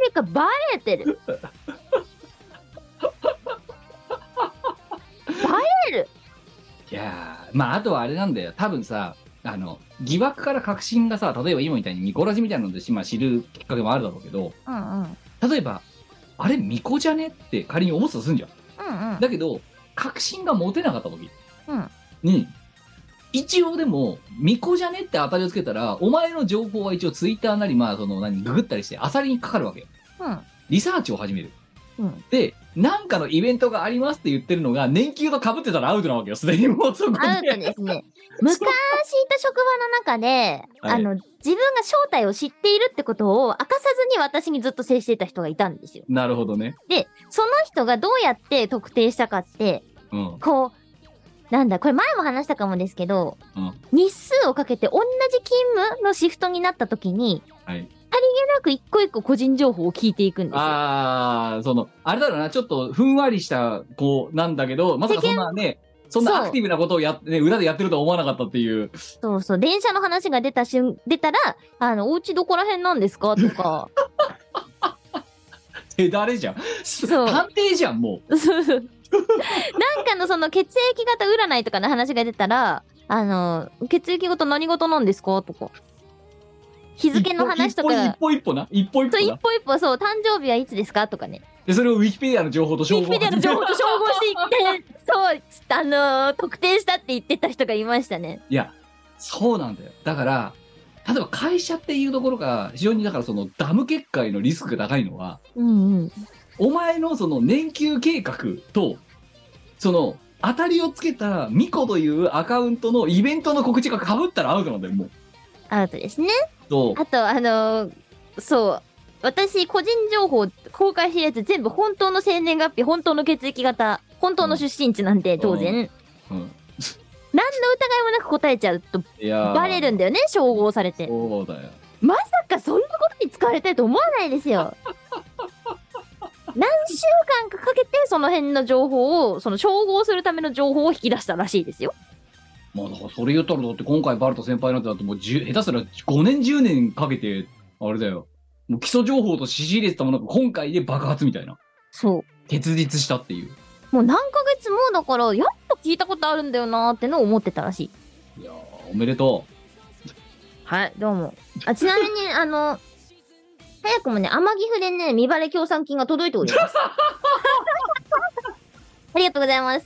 S4: にかバレてる。
S3: いやー、まあ、あとはあれなんだよ。多分さ、あの、疑惑から確信がさ、例えば今みたいにミコラジみたいなので、まあ、知るきっかけもあるだろうけど、
S4: うんうん。
S3: 例えば、あれ、ミコじゃねって仮に思ってたとすんじゃん。
S4: うんうん。
S3: だけど、確信が持てなかった時
S4: うん
S3: に、一応でも、巫女じゃねって当たりをつけたら、お前の情報は一応ツイッターなり、まあ、その、何、ググったりして、あさりにかかるわけよ。
S4: うん。
S3: リサーチを始める。
S4: うん
S3: で、なんかのイベントがありますって言ってるのが、年休と被ってたらアウトなわけよ。すでにもうそこ
S4: アウト
S3: で。
S4: ですね。昔いた職場の中で、
S3: はい
S4: あの、自分が正体を知っているってことを明かさずに私にずっと接していた人がいたんですよ。
S3: なるほどね。
S4: で、その人がどうやって特定したかって、
S3: うん。
S4: こう、なんだ、これ前も話したかもですけど、
S3: うん
S4: 日数をかけて同じ勤務のシフトになった時に、
S3: はい。
S4: なく一個一個個人情報を聞いていくんですよ。
S3: あー、その、あれだろうな、ちょっとふんわりした子なんだけど、まさかそんなね、そんなアクティブなことをやって、ね、裏でやってるとは思わなかったっていう。
S4: そうそう、電車の話が出たしゅ出たら、あの、お家どこら辺なんですか とか、
S3: 手だれじゃん。
S4: う
S3: 探偵じゃん、も
S4: そうそうなんかのその血液型占いとかの話が出たら、あの、血液型何型なんですかとか。日
S3: う。
S4: 付の話と
S3: 一
S4: か、
S3: 歩一歩一歩一歩な。一歩一
S4: そう
S3: 歩
S4: 一
S3: な。
S4: 歩一歩、そう、誕生日はいつですかとかね。
S3: で、それをウィキペディアの情報と
S4: ウ
S3: 照
S4: ィ
S3: 合
S4: キペディアの情報と照合していって、そう、ち ょっとあのー特定したって言ってた人がいましたね。
S3: いや、そうなんだよ。だから、例えば会社っていうところが、非常にだからそのダム決壊のリスクが高いのは、
S4: うんうん。
S3: お前のその年休計画と、その、当たりをつけたミコというアカウントのイベントの告知が被ったらアウトなんだよ、もう。
S4: アウトですね。
S3: そう。
S4: あと、あのーそう。私、個人情報公開してるやつ全部本当の生年月日、本当の血液型、本当の出身地なんで、当然。
S3: うん、
S4: 何の疑いもなく答えちゃうと
S3: いやー
S4: バレるんだよね照合されて
S3: そうだよ。
S4: まさかそんなことに使われたいと思わないですよ何週間かかけてその辺の情報をその照合するための情報を引き出したらしいですよ
S3: まあだからそれ言ったらだって今回バルト先輩なんてだってもう10下手すら5年10年かけてあれだよもう基礎情報と支持入れてたものが今回で爆発みたいな
S4: そ
S3: 結実したっていう
S4: うもう何ヶ月もだからやっと聞いたことあるんだよなーってのを思ってたらしい
S3: いやーおめでと
S4: はいどうもあちなみにあの早くもね天城府でね未バレ協賛金が届いておりますありがとうございま
S3: う
S4: す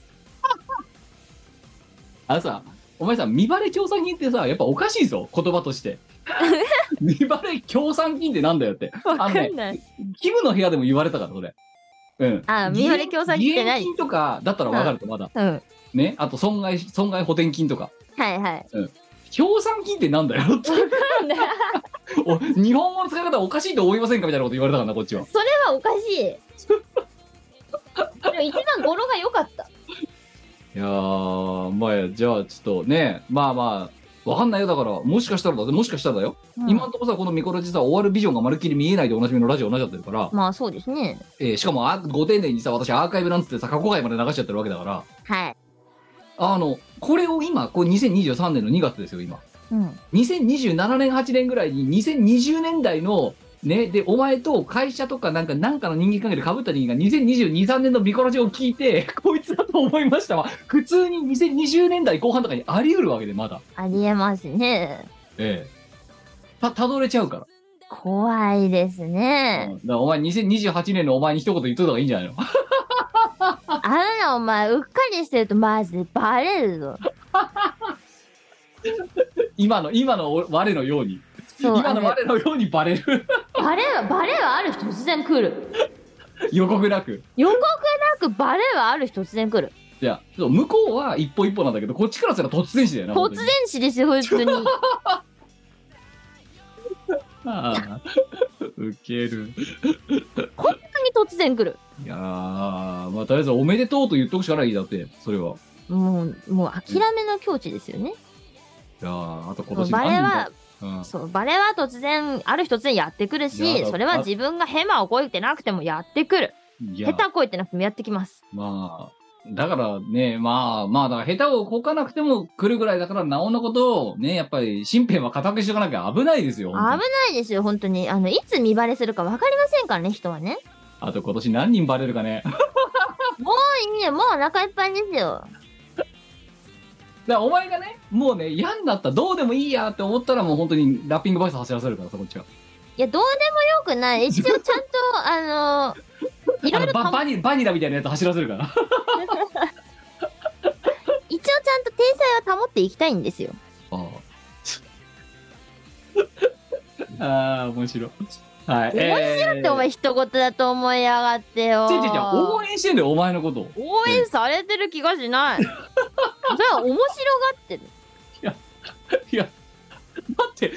S3: あのさお前さ見バレ協賛金ってさやっぱおかしいぞ言葉として 見バレ協賛金ってなんだよって
S4: わ
S3: かん
S4: ない
S3: キムの部屋でも言われたからそれうん
S4: あ見バレ協賛金って何
S3: 義援金とかだったらわかるとまだ、
S4: うん
S3: ねあと損害損害補填金とか
S4: はいはい。
S3: 協賛金ってなんだよっ て
S4: なんだよ
S3: お日本語の使い方おかしいと思いませんかみたいなこと言われたからなこっちは
S4: それはおかし いでも一番語呂が良かった
S3: いやーまあじゃあちょっとねまあまあわかんないよだからもしかしたらだぜもしかしたらだよ、今のところさこのミコラジさ終わるビジョンがまるっきり見えないでおなじみのラジオになっちゃってるから、
S4: まあそうですね
S3: えーしかもあご丁寧にさ私アーカイブなんつってさ過去回まで流しちゃってるわけだから
S4: はい
S3: あのこれを今これ2023年の2月ですよ今
S4: うん
S3: 2027年8年ぐらいに2020年代のねでお前と会社とかなんかなんかの人間関係でかぶった人間が202223年のミコラジを聞いて こいつだと思いましたわ普通に2020年代後半とかにあり得るわけでまだ
S4: ありえますね
S3: ええたたどれちゃうから,、
S4: 怖いです
S3: うん、
S4: ね
S3: だからお前2028年のお前に一言言っといた方がいいんじゃないの
S4: あらなお前うっかりしてるとマジでバレるぞ
S3: 今の今の我のように
S4: そう
S3: 今の我のようにバレる
S4: バレはバレはある日突然来る
S3: 予告なく
S4: 予告なくバレはある日突然来る
S3: いやそう向こうは一歩一歩なんだけどこっちからすれば突然死だよな本
S4: 突
S3: 当に
S4: 然死ですよ普通に
S3: ああ、ウケる。
S4: 突然来る
S3: いやー、まあ、とりあえずおめでとうと言っとくしかないだって、それは。
S4: もうもう諦めの境地ですよね
S3: いやー、あと今
S4: もう
S3: 年
S4: バレ
S3: 何人
S4: は
S3: かうん、
S4: そうバレは突然ある日突然やってく
S3: い
S4: る
S3: や
S4: し
S3: だ
S4: それは自分がヘマをこいてなくてもやってくる
S3: いや
S4: 下、手こいてなくてもやってきます
S3: まあ、だからね、まあ、まあ、だから下手をこかなくても来るぐらいだから、なおのことをね、やっぱり身辺は固くしとかなきゃ危ないですよ。
S4: 危
S3: 本当
S4: な
S3: に
S4: いですよ本当にあのいつ見バレするか分かりませんからね人はね
S3: あと今年何人バレるかね。だか
S4: もういいよもうお腹いっぱいですよ
S3: らお前がね、もうね、嫌になった、どうでもいいやって思ったら、もう本当にラッピングバイス走らせるからさ、こっちは。
S4: いやどうでも よくない一応ちゃんとあのいろ
S3: あの
S4: いろ
S3: バ
S4: かも
S3: バニバニラみたいなやつ走らせるから。
S4: 一応ちゃんと体裁は保っていきたいんですよ
S3: ああ。 ああ、面白い。はい。
S4: 面白いってお前
S3: え
S4: 一言だと思いやがってよ
S3: ー違う違う違う応援してんだよ、お前のことを。
S4: 応援されてる気がしない それは面白がってる
S3: だって、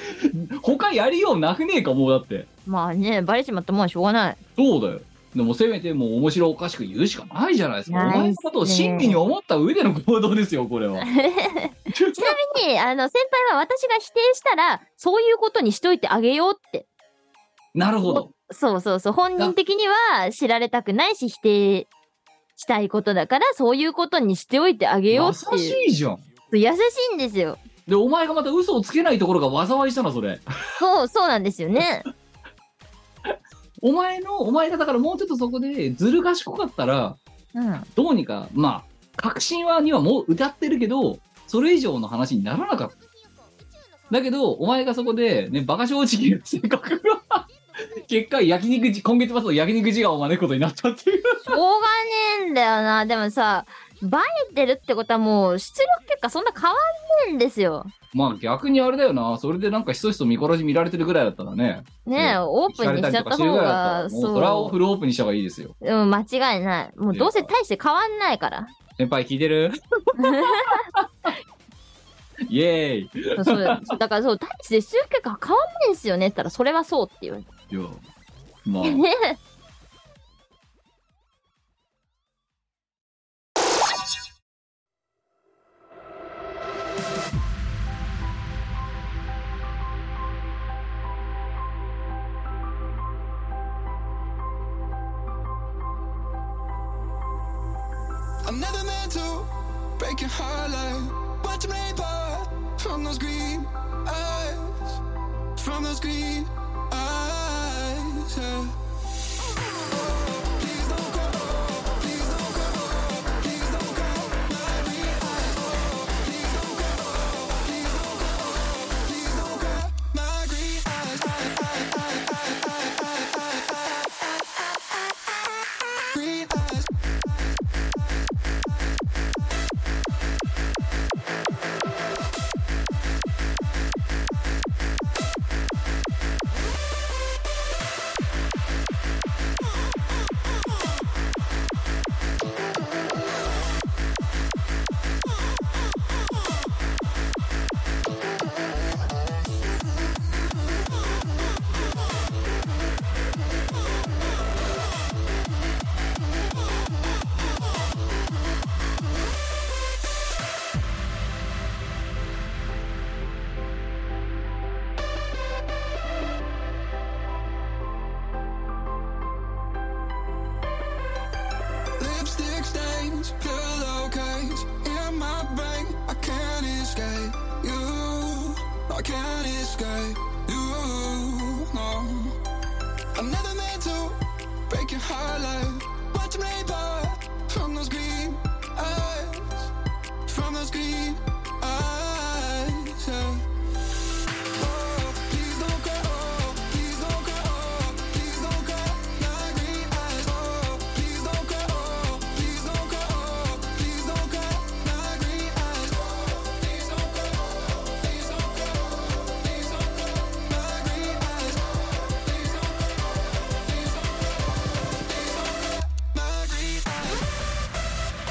S3: 他やりようなくねえか、もうだって。
S4: まあねバレちまったもんはしょうがない
S3: そうだよ。でもせめてもう面白おかしく言うしかないじゃないですか。
S4: ないっす
S3: お
S4: ね
S3: 前のことを真理に思った上での行動ですよ、これ は。
S4: ちなみにあの先輩は私が否定したらそういうことにしといてあげようって
S3: なるほど。
S4: そうそうそう本人的には知られたくないし否定したいことだからそういうことにしておいてあげよ
S3: 優
S4: うっていう
S3: しいじゃん。
S4: そう優しいんですよ
S3: で、お前がまた嘘をつけないところが災いしたな、それ。
S4: そうそうなんですよね
S3: お前の、お前がだからもうちょっとそこでずる賢かったら、
S4: うん
S3: どうにか、まあ、確信はにはもう歌ってるけど、それ以上の話にならなかった。だけど、お前がそこで、ね、馬鹿正直 な性格が、結果、焼肉じ、今月末の焼肉自我を招くことになったっていう。
S4: しょうがねえんだよなでもさバレてるってことはもう出力結果そんな変わんねえんですよ
S3: まあ、逆にあれだよな。それでなんか、ひそひそ見殺し見られてるぐらいだったらね。
S4: ねえ、
S3: うん
S4: オープンにしちゃった方が、
S3: もう、それは
S4: そ
S3: フルオープンにした方がいいですよ。
S4: う、うん、間違いない。もうどうせ大して変わんないから。
S3: 先輩聞いて る イエーイ。
S4: そうそうだからそう、大して数結果変わんないんすよねって言ったら、それはそうっていう。
S3: いや、まあ。
S4: ね
S5: I'm never meant to break your heart like watch me part from those green eyes, from those green eyes. yeah. My green eyes, green eyes. like you. No, I'm never meant to break your heart like watch me part from those green eyes, from those green eyes. Yeah. Oh, please don't cry. Oh, please don't cry. Oh, please don't cry. My green eyes. Oh, please don't cry. Oh, please don't cry. Oh, please don't cry. My green eyes. Oh, please don't cry. Oh, please don't cry. Oh, please don't cry. My green eyes. Oh, please don't cry. Oh, please don't cry. Oh, please don't cry. My green eyes.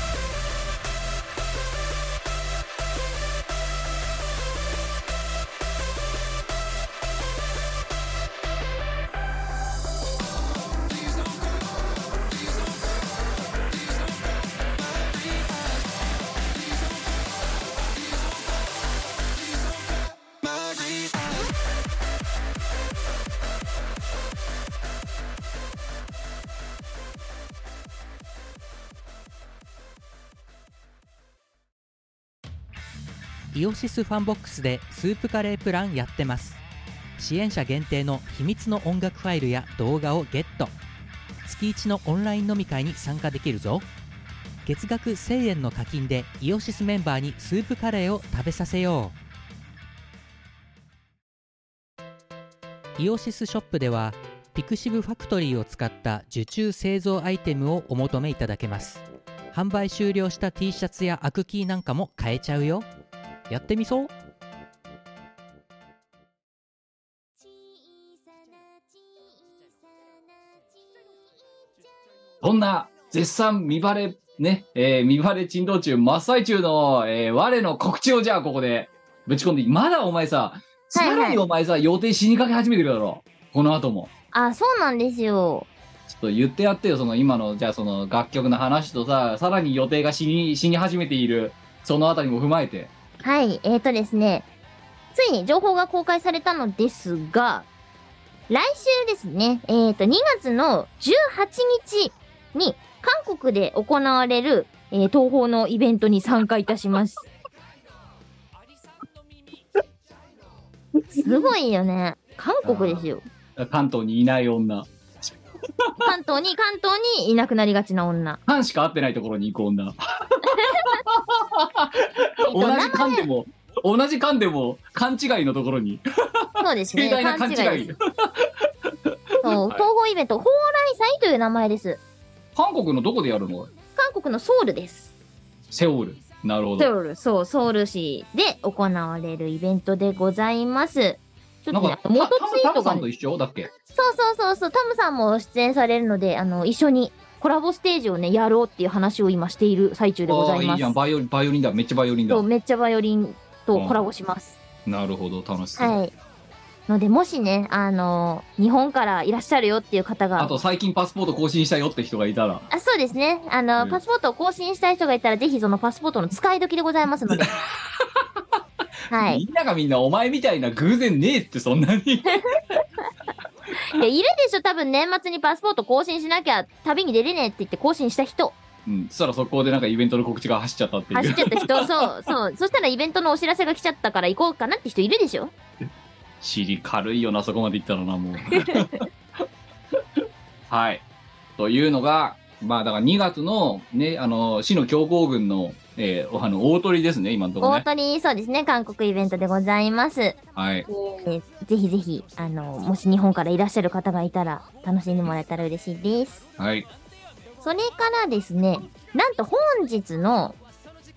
S5: My green eyes.
S2: イオシスファンボックスでスープカレープランやってます支援者限定の秘密の音楽ファイルや動画をゲット月1のオンライン飲み会に参加できるぞ月額1000円の課金でイオシスメンバーにスープカレーを食べさせようイオシスショップではピクシブファクトリーを使った受注製造アイテムをお求めいただけます販売終了した T シャツやアクキーなんかも買えちゃうよやってみそう
S3: そんな絶賛見バレね、えー、見バレ珍道中真っ最中の、えー我の告知をじゃあここでぶち込んでいいまだお前さ
S4: はい
S3: さらにお前さ、予定死にかけ始めてるだろこの後も
S4: あ、そうなんですよ。
S3: ちょっと言ってやってよその今のじゃあその楽曲の話とささらに予定が死に死に始めているそのあたりも踏まえて
S4: はい、えーとですね、ついに情報が公開されたのですが、来週ですね、えーと、2月の18日に、韓国で行われる、えー東宝のイベントに参加いたします。すごいよね。韓国ですよ。
S3: 関東にいない女
S4: 関東に、関東にいなくなりがちな女。
S3: 半しか会ってないところに行く女
S4: えーと
S3: 同
S4: 生
S3: じ缶でも同じ缶でも勘違いのところに
S4: そうですね。
S3: 盛大な
S4: 勘
S3: 勘
S4: 違
S3: 違
S4: い
S3: い
S4: です。そう、東宝イベント、蓬莱祭という名前です。
S3: 韓国のどこでやるの
S4: 韓国のソウルです。
S3: セオールなるほど
S4: ソウル、そう、ソウル市で行われるイベントでございます。ちょっ
S3: な
S4: と
S3: ん
S4: ね
S3: か、
S4: あの元
S3: タム
S4: ツイ
S3: タ
S4: ート
S3: ム
S4: が
S3: さ
S4: ね、
S3: んと一緒だっけ
S4: そうそうそうそう、タムさんも出演されるので、あの、一緒にコラボステージをね、やろうっていう話を今している最中でござい
S3: ああい
S4: ま
S3: い
S4: す。
S3: じゃんバイオリンバイオリンだめっちゃバイオリンだ
S4: そう、めっちゃバイオリンとコラボします。
S3: なるほど楽しそう、
S4: はい。ので、もしね、あの、日本からいらっしゃるよっていう方が、
S3: あと最近パスポート更新したよって人がいたら
S4: あそうですね。あの、
S3: うん
S4: パスポートを更新したい人がいたら、ぜひそのパスポートの使い時でございます ので。はい。
S3: みんながみんなお前みたいな偶然ねえってそんなに
S4: いや、いるでしょ、多分年末にパスポート更新しなきゃ旅に出れねえって言って更新した人、
S3: うんそしたら速攻でなんかイベントの告知が走っちゃったってい
S4: 走っ
S3: う
S4: ちゃった人、そう、そう、そしたらイベントのお知らせが来ちゃったから行こうかなって人いるでしょ
S3: 尻軽いよなそこまでいったらなもう はいというのがまあだから2月のねあの市の強行軍の,、えー、おあの大鳥ですね今のところ
S4: 大
S3: ね
S4: 鳥、そうですね、韓国イベントでございます。え
S3: はい
S4: ーぜひぜひ、あの、もし日本からいらっしゃる方がいたら、楽しんでもらえたら嬉しいです。
S3: はい
S4: それからですね、なんと本日の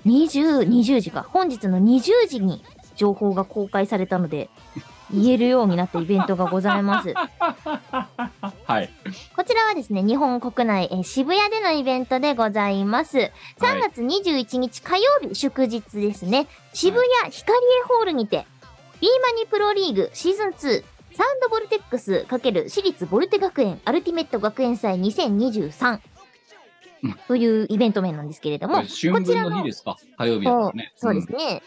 S4: 20、20時か、本日の20時に情報が公開されたので、言えるようになったイベントがございます。
S3: はい
S4: こちらはですね、日本国内、えー渋谷でのイベントでございます。3月21日火曜日、祝日ですね。渋谷ヒカリエホールにて、ビーマニプロリーグシーズン2、サウンドボルテックス×私立ボルテ学園アルティメット学園祭2023
S3: うん
S4: というイベント名なんですけれど
S3: こ
S4: も、
S3: れ春
S4: こちら
S3: 分
S4: の
S3: の日ですか火曜日だか
S4: そ
S3: ら
S4: う
S3: ね
S4: そうですね。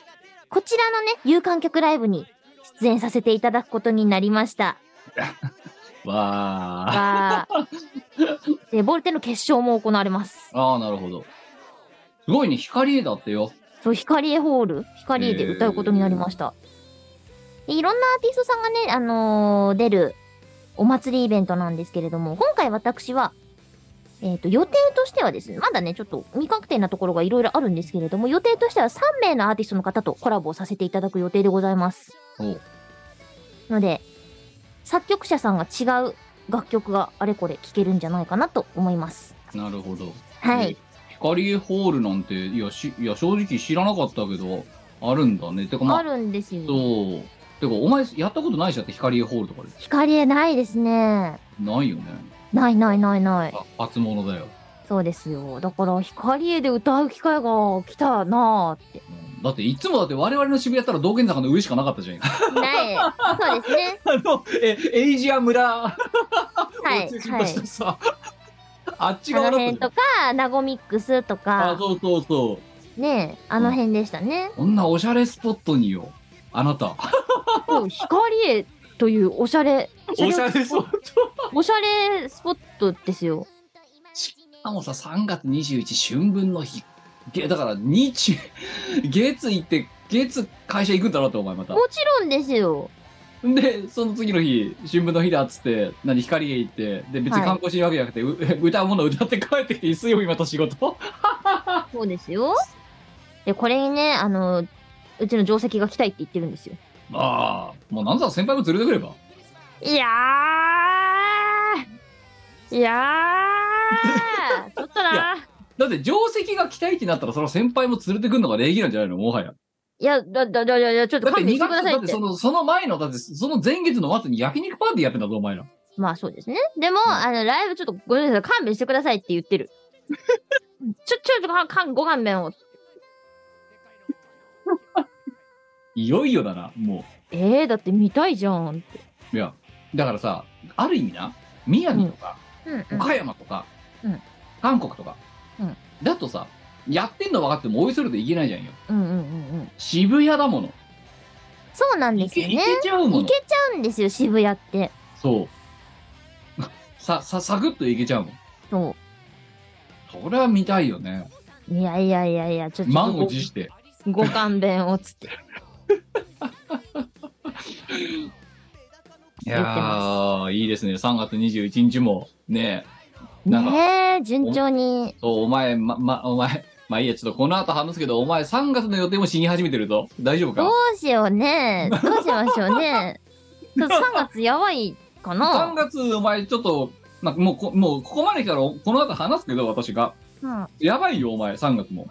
S4: こちらのね、有観客ライブに出演させていただくことになりました。
S3: うんわー
S4: わーで、ボルテの決勝も行われます。
S3: ああなるほどすごいね光絵だってよ
S4: そう、光エホール、光エで歌うことになりました。でいろんなアーティストさんがね、あのー出るお祭りイベントなんですけれども、今回私は、えっ、と、予定としてはですね、まだね、ちょっと未確定なところがいろいろあるんですけれども、予定としては3名のアーティストの方とコラボをさせていただく予定でございます。
S3: おう
S4: ので、作曲者さんが違う楽曲があれこれ聴けるんじゃないかなと思います。
S3: なるほど。
S4: はい。
S3: で。光エホールなんて、いや、しいや正直知らなかったけど、あるんだね。てか、ま
S4: あ
S3: あ、
S4: るんですよ。
S3: そう。てか、お前、やったことないじゃんって、光エホールとかで。
S4: 光絵ないですね。
S3: ないよね。
S4: ないないないない。
S3: あ、初物だよ。
S4: そうですよ。だから、光絵で歌う機会が来たなぁって。
S3: うんだって、いつもだって我々の渋谷やったら道玄坂の上しかなかった じゃん。あ
S4: ない。そうです ね。
S3: の、え、エイジア村を
S4: はい。
S3: 中心
S4: は
S3: とした
S4: い。
S3: さ、あっち
S4: あ
S3: 側
S4: の
S3: だった
S4: 辺
S3: じゃん
S4: とか、ナゴミックスと
S3: あ、
S4: か、
S3: そうそうそう。
S4: ねえあの辺でしたね。
S3: こんなおしゃれスポットによ、あなた。
S4: そう光絵というおしゃれ、
S3: おしゃれスポット。
S4: おしゃれスポットですよ。
S3: あもうさ、3月21春分の日。げだから、日、月行って、月会社行くんだろって、お前また
S4: も。ちろんですよ。
S3: で、その次の日、春分の日だっつって、何、光へ行って、で、別に観光しに行くわけじゃなくて、う歌うもの歌って帰ってきて、水曜日また仕事。
S4: そうですよ。で、これにね、あの、うちの定石が来たいって言ってるんですよ。
S3: ああ、もうなんだ、先輩も連れてくれば。
S4: いやーいや ーちょっと
S3: い
S4: な
S3: やだって、定石が期待値になったら、その先輩も連れてくるのが礼儀なんじゃないのもはや。
S4: いや、だ、だ、だ、だ、だちょっと
S3: だって
S4: 勘弁
S3: 2
S4: してくだ
S3: 月、
S4: さい
S3: だっ
S4: ってて
S3: そ。の、その前の、だって、その前月の末に焼肉パーティーやってんだぞ、お前ら。
S4: まあそうですね。でも、あの、ライブちょっとごめんなさい、勘弁してくださいって言ってる。ちょ、ちょっとかかんご勘弁を。
S3: いよいよだな、もう。
S4: えー、だって見たいじゃんって。
S3: いや、だからさ、ある意味な、宮城とか、
S4: うん、
S3: 岡山とか、
S4: うん
S3: 韓国とか、
S4: うん
S3: だとさ、やってんの分かっても追いするといけないじゃんよ。
S4: うん、うん、うん、うん。
S3: 渋谷だもの。
S4: そうなんで
S3: い
S4: す
S3: け
S4: よ
S3: い
S4: ね。
S3: けちゃうも
S4: 行
S3: の
S4: け。ちゃうんですよ、渋谷って。
S3: そう。 さ、さ、サクッといけちゃうもん。
S4: そ
S3: それは見たいよね。
S4: う。いやいやいやいや、ちょっと。
S3: 満を持して。
S4: ご勘弁をつって。
S3: い
S4: 言って
S3: やー、いいですね。3月21日も、ねえ。 なんか、
S4: ねえ、順調に。
S3: そう、お前、ま、ま、お前、まあいいや、ちょっとこの後話すけど、お前3月の予定も死に始めてるぞ。大丈夫か
S4: どうしようね。どうしましょ うね。ちょっと3月やばいか
S3: 3
S4: な。
S3: 月、お前、ちょっと、まあ、もうこ、もう、ここまで来たら、この後話すけど、私が。
S4: うん、
S3: やばいよ、お前、3月も。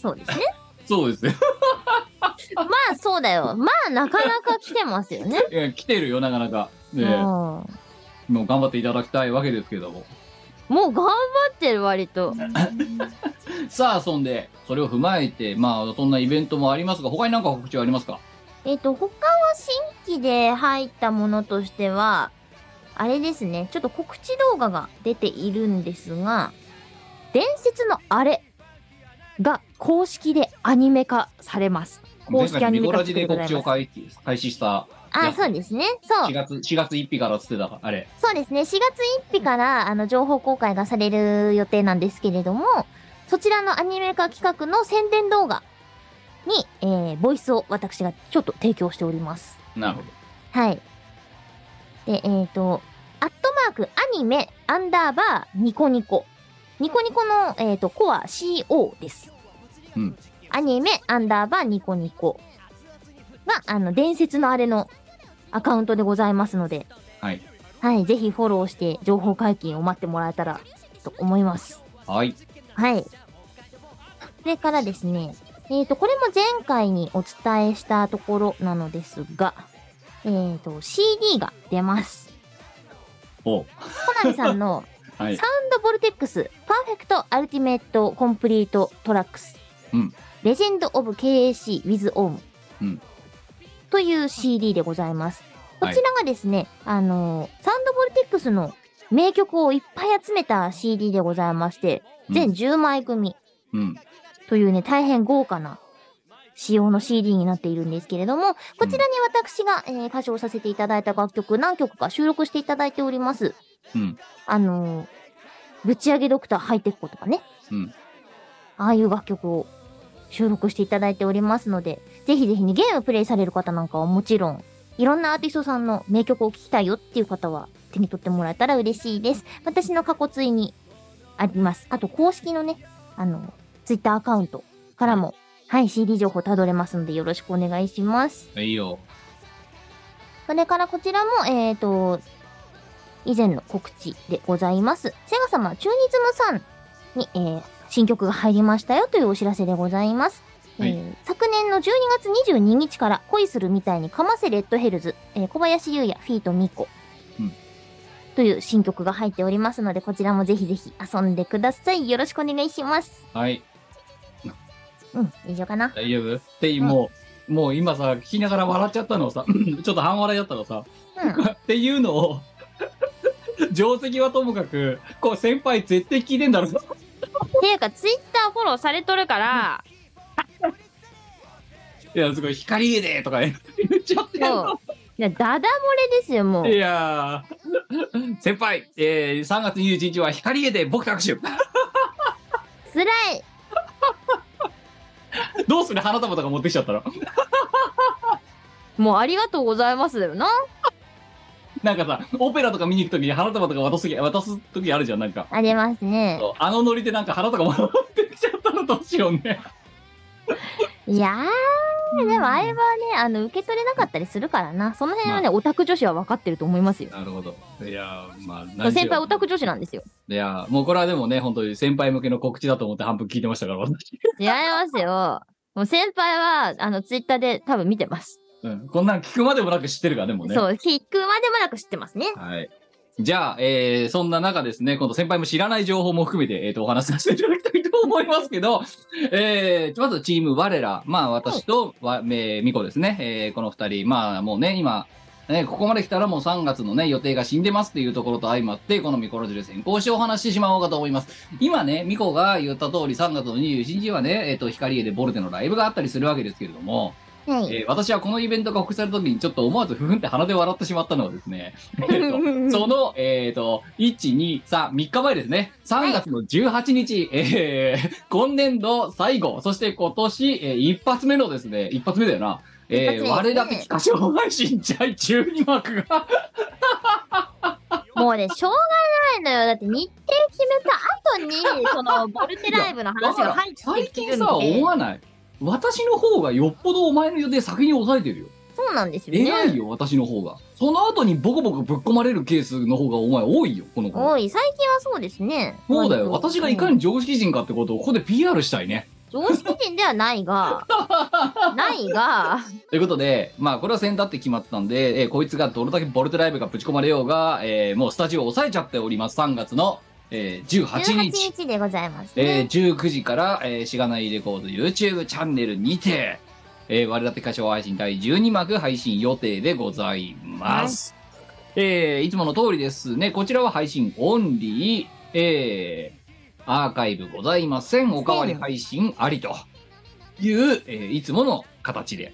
S4: そうですね。
S3: そうですよ。
S4: まあそうだよ。まあなかなか来てます よね。
S3: いや来てるよ、なかなか。ねえ
S4: うん
S3: もう頑張っていただきたいわけですけども。
S4: もう頑張ってる割と。
S3: さあ、そんで、それを踏まえて、まあ、そんなイベントもありますが、他に何か告知はありますか
S4: えっと、他は新規で入ったものとしては、あれですね。ちょっと告知動画が出ているんですが、伝説のあれが公式でアニメ化されます。公式アニメ
S3: ミコ
S4: 化
S3: ラ
S4: され
S3: ジ
S4: て
S3: で
S4: ござ
S3: 告
S4: い
S3: 知を
S4: ます。
S3: 開始開始した
S4: あ、そうですね。そう
S3: 4。月、4月1日からっつってたから、あれ。
S4: そうですね。4月1日から、あの、情報公開がされる予定なんですけれども、そちらのアニメ化企画の宣伝動画に、えー、ボイスを私がちょっと提供しております。
S3: なるほ
S4: はい。で、えっ、ー、と、アットマーク、アニメ、アンダーバー、ニコニコ。ニコニコの、えっ、ー、と、コア CO です。
S3: うん
S4: アニメ、アンダーバー、ニコニコが、あの、伝説のあれのアカウントでございますので、
S3: ど。はい。
S4: はい、ぜひフォローして情報解禁を待ってもらえたらと思います。
S3: はい。
S4: はい。それからですね、えっ、と、これも前回にお伝えしたところなのですが、えっ、と、CD が出ます。
S3: おう
S4: コナミさんの
S3: はい。
S4: サウンドボルテックス、パーフェクトアルティメットコンプリートトラックス、
S3: うん
S4: レジェンドオブ KAC with オウム、
S3: うん
S4: という CD でございます。こちらがですね、あのーサウンドボルテックスの名曲をいっぱい集めた CD でございまして、全10枚組
S3: うん。
S4: というね、大変豪華な仕様の CD になっているんですけれども、こちらに私が、えー歌唱させていただいた楽曲何曲か収録していただいております。
S3: うん。
S4: あのーぶち上げドクターハイテッコとかね、
S3: うん
S4: ああいう楽曲を収録していただいておりますので、ぜひぜひね、ゲームプレイされる方なんかはもちろん、いろんなアーティストさんの名曲を聴きたいよっていう方は手に取ってもらえたら嬉しいです。私の過去追にあります。あと、公式のね、あの、ツイッターアカウントからも、はい、CD 情報たどれますのでよろしくお願いします。
S3: いいよ。
S4: それからこちらも、えーと、以前の告知でございます。セガ様、チューニズムさんに、えー新曲が入りましたよというお知らせでございます。
S3: はい
S4: えー昨年の12月22日から恋するみたいにかませレッドヘルズ、えー小林優也、フィートミコ、
S3: うん
S4: という新曲が入っておりますので、こちらもぜひぜひ遊んでください。よろしくお願いします。
S3: はい。
S4: うん、以上かな。
S3: 大丈夫って、もう、もう今さ、聞きながら笑っちゃったのをさ、 ちょっと半笑いだったのさ、
S4: うん、
S3: っていうのを、定石はともかく、こう先輩絶対聞いてんだろうな。
S6: ていうか、ツイッターフォローされとるから、
S3: いや、すごい、光家でとか言っちゃってんの
S4: そう。いやダダ漏れですよ、もう。
S3: いやー 先輩、えー、3月21日は光家で僕と握手
S4: 辛い。
S3: どうする花束とか持ってきちゃったら
S6: もうありがとうございますだよな。
S3: なんかさオペラとか見に行く時に花束とか渡す時渡す時あるじゃんなんか
S4: ありますね。
S3: あのノリでなんか花束持ってきちゃったらどうしようね
S4: いやー、でもあれはね、あの、受け取れなかったりするからな。その辺はね、オタク女子は分かってると思いますよ。
S3: なるほどいやーまあ何しろ
S4: 先輩オタク女子なんですよ。
S3: いやーもうこれはでもね本当に先輩向けの告知だと思って半分聞いてましたから私、
S4: 違いますよ。もう先輩は、あの、ツイッターで多分見てます。
S3: うん、こんなん聞くまでもなく知ってるからねもうね
S4: そう、聞くまでもなく知ってますね。
S3: はい。じゃあ、えーそんな中ですね、今度先輩も知らない情報も含めて、えーと、お話しさせていただきたいと思いますけど、えーまずチーム我ら、まあ私と、わえー、ミコですね、えーこの二人、まあもうね、今、ね、ここまで来たらもう3月のね、予定が死んでますっていうところと相まって、このミコロジュで先行してお話ししてしまおうかと思います。今ね、ミコが言った通り3月の21日はね、えっ、と、光栄でボルテのライブがあったりするわけですけれども、
S4: はい。
S3: えー私はこのイベントが告知された時にちょっと思わずふふんって鼻で笑ってしまったのはです ね、 え ーとその、えー、と1、2、3、3日前ですね3月の18日、えー今年度最後そして今年、えー一発目のですね一発目だよな、えー
S4: 一発目
S3: 我
S4: ですね
S3: らけ歌唱配信第12幕 が
S4: もうね、しょうがないのよ。だって日程決めた後に、その、ボルテライブの話が入っ
S3: 最
S4: てきて
S3: 近
S4: るん
S3: さ思
S4: で。
S3: わない私の方がよっぽどお前の予定先に抑えてるよ
S4: そうなんですよ
S3: 偉い
S4: ね。
S3: よ私の方がその後にボコボコぶっ込まれるケースの方がお前多いよこの子
S4: おい、最近はそうですね。
S3: そうだよ。
S4: 割と
S3: 私がいかに常識人かってことをここで PR したいね。
S4: 常識人ではな いが、ないが、
S3: ということで、まあこれは先だって決まってたんで、えーこいつがどれだけボルテライブがぶち込まれようが、えーもうスタジオを抑えちゃっております。3月の、えー18
S4: 18
S3: 日。
S4: 日でございます、
S3: え
S4: ね
S3: ー19時から、えーしがないレコード YouTube チャンネルにて、えー、我らて歌唱配信第12幕配信予定でございます。えーいつもの通りですね、こちらは配信オンリー、えーアーカイブございません。おかわり配信ありという、えーいつもの形で。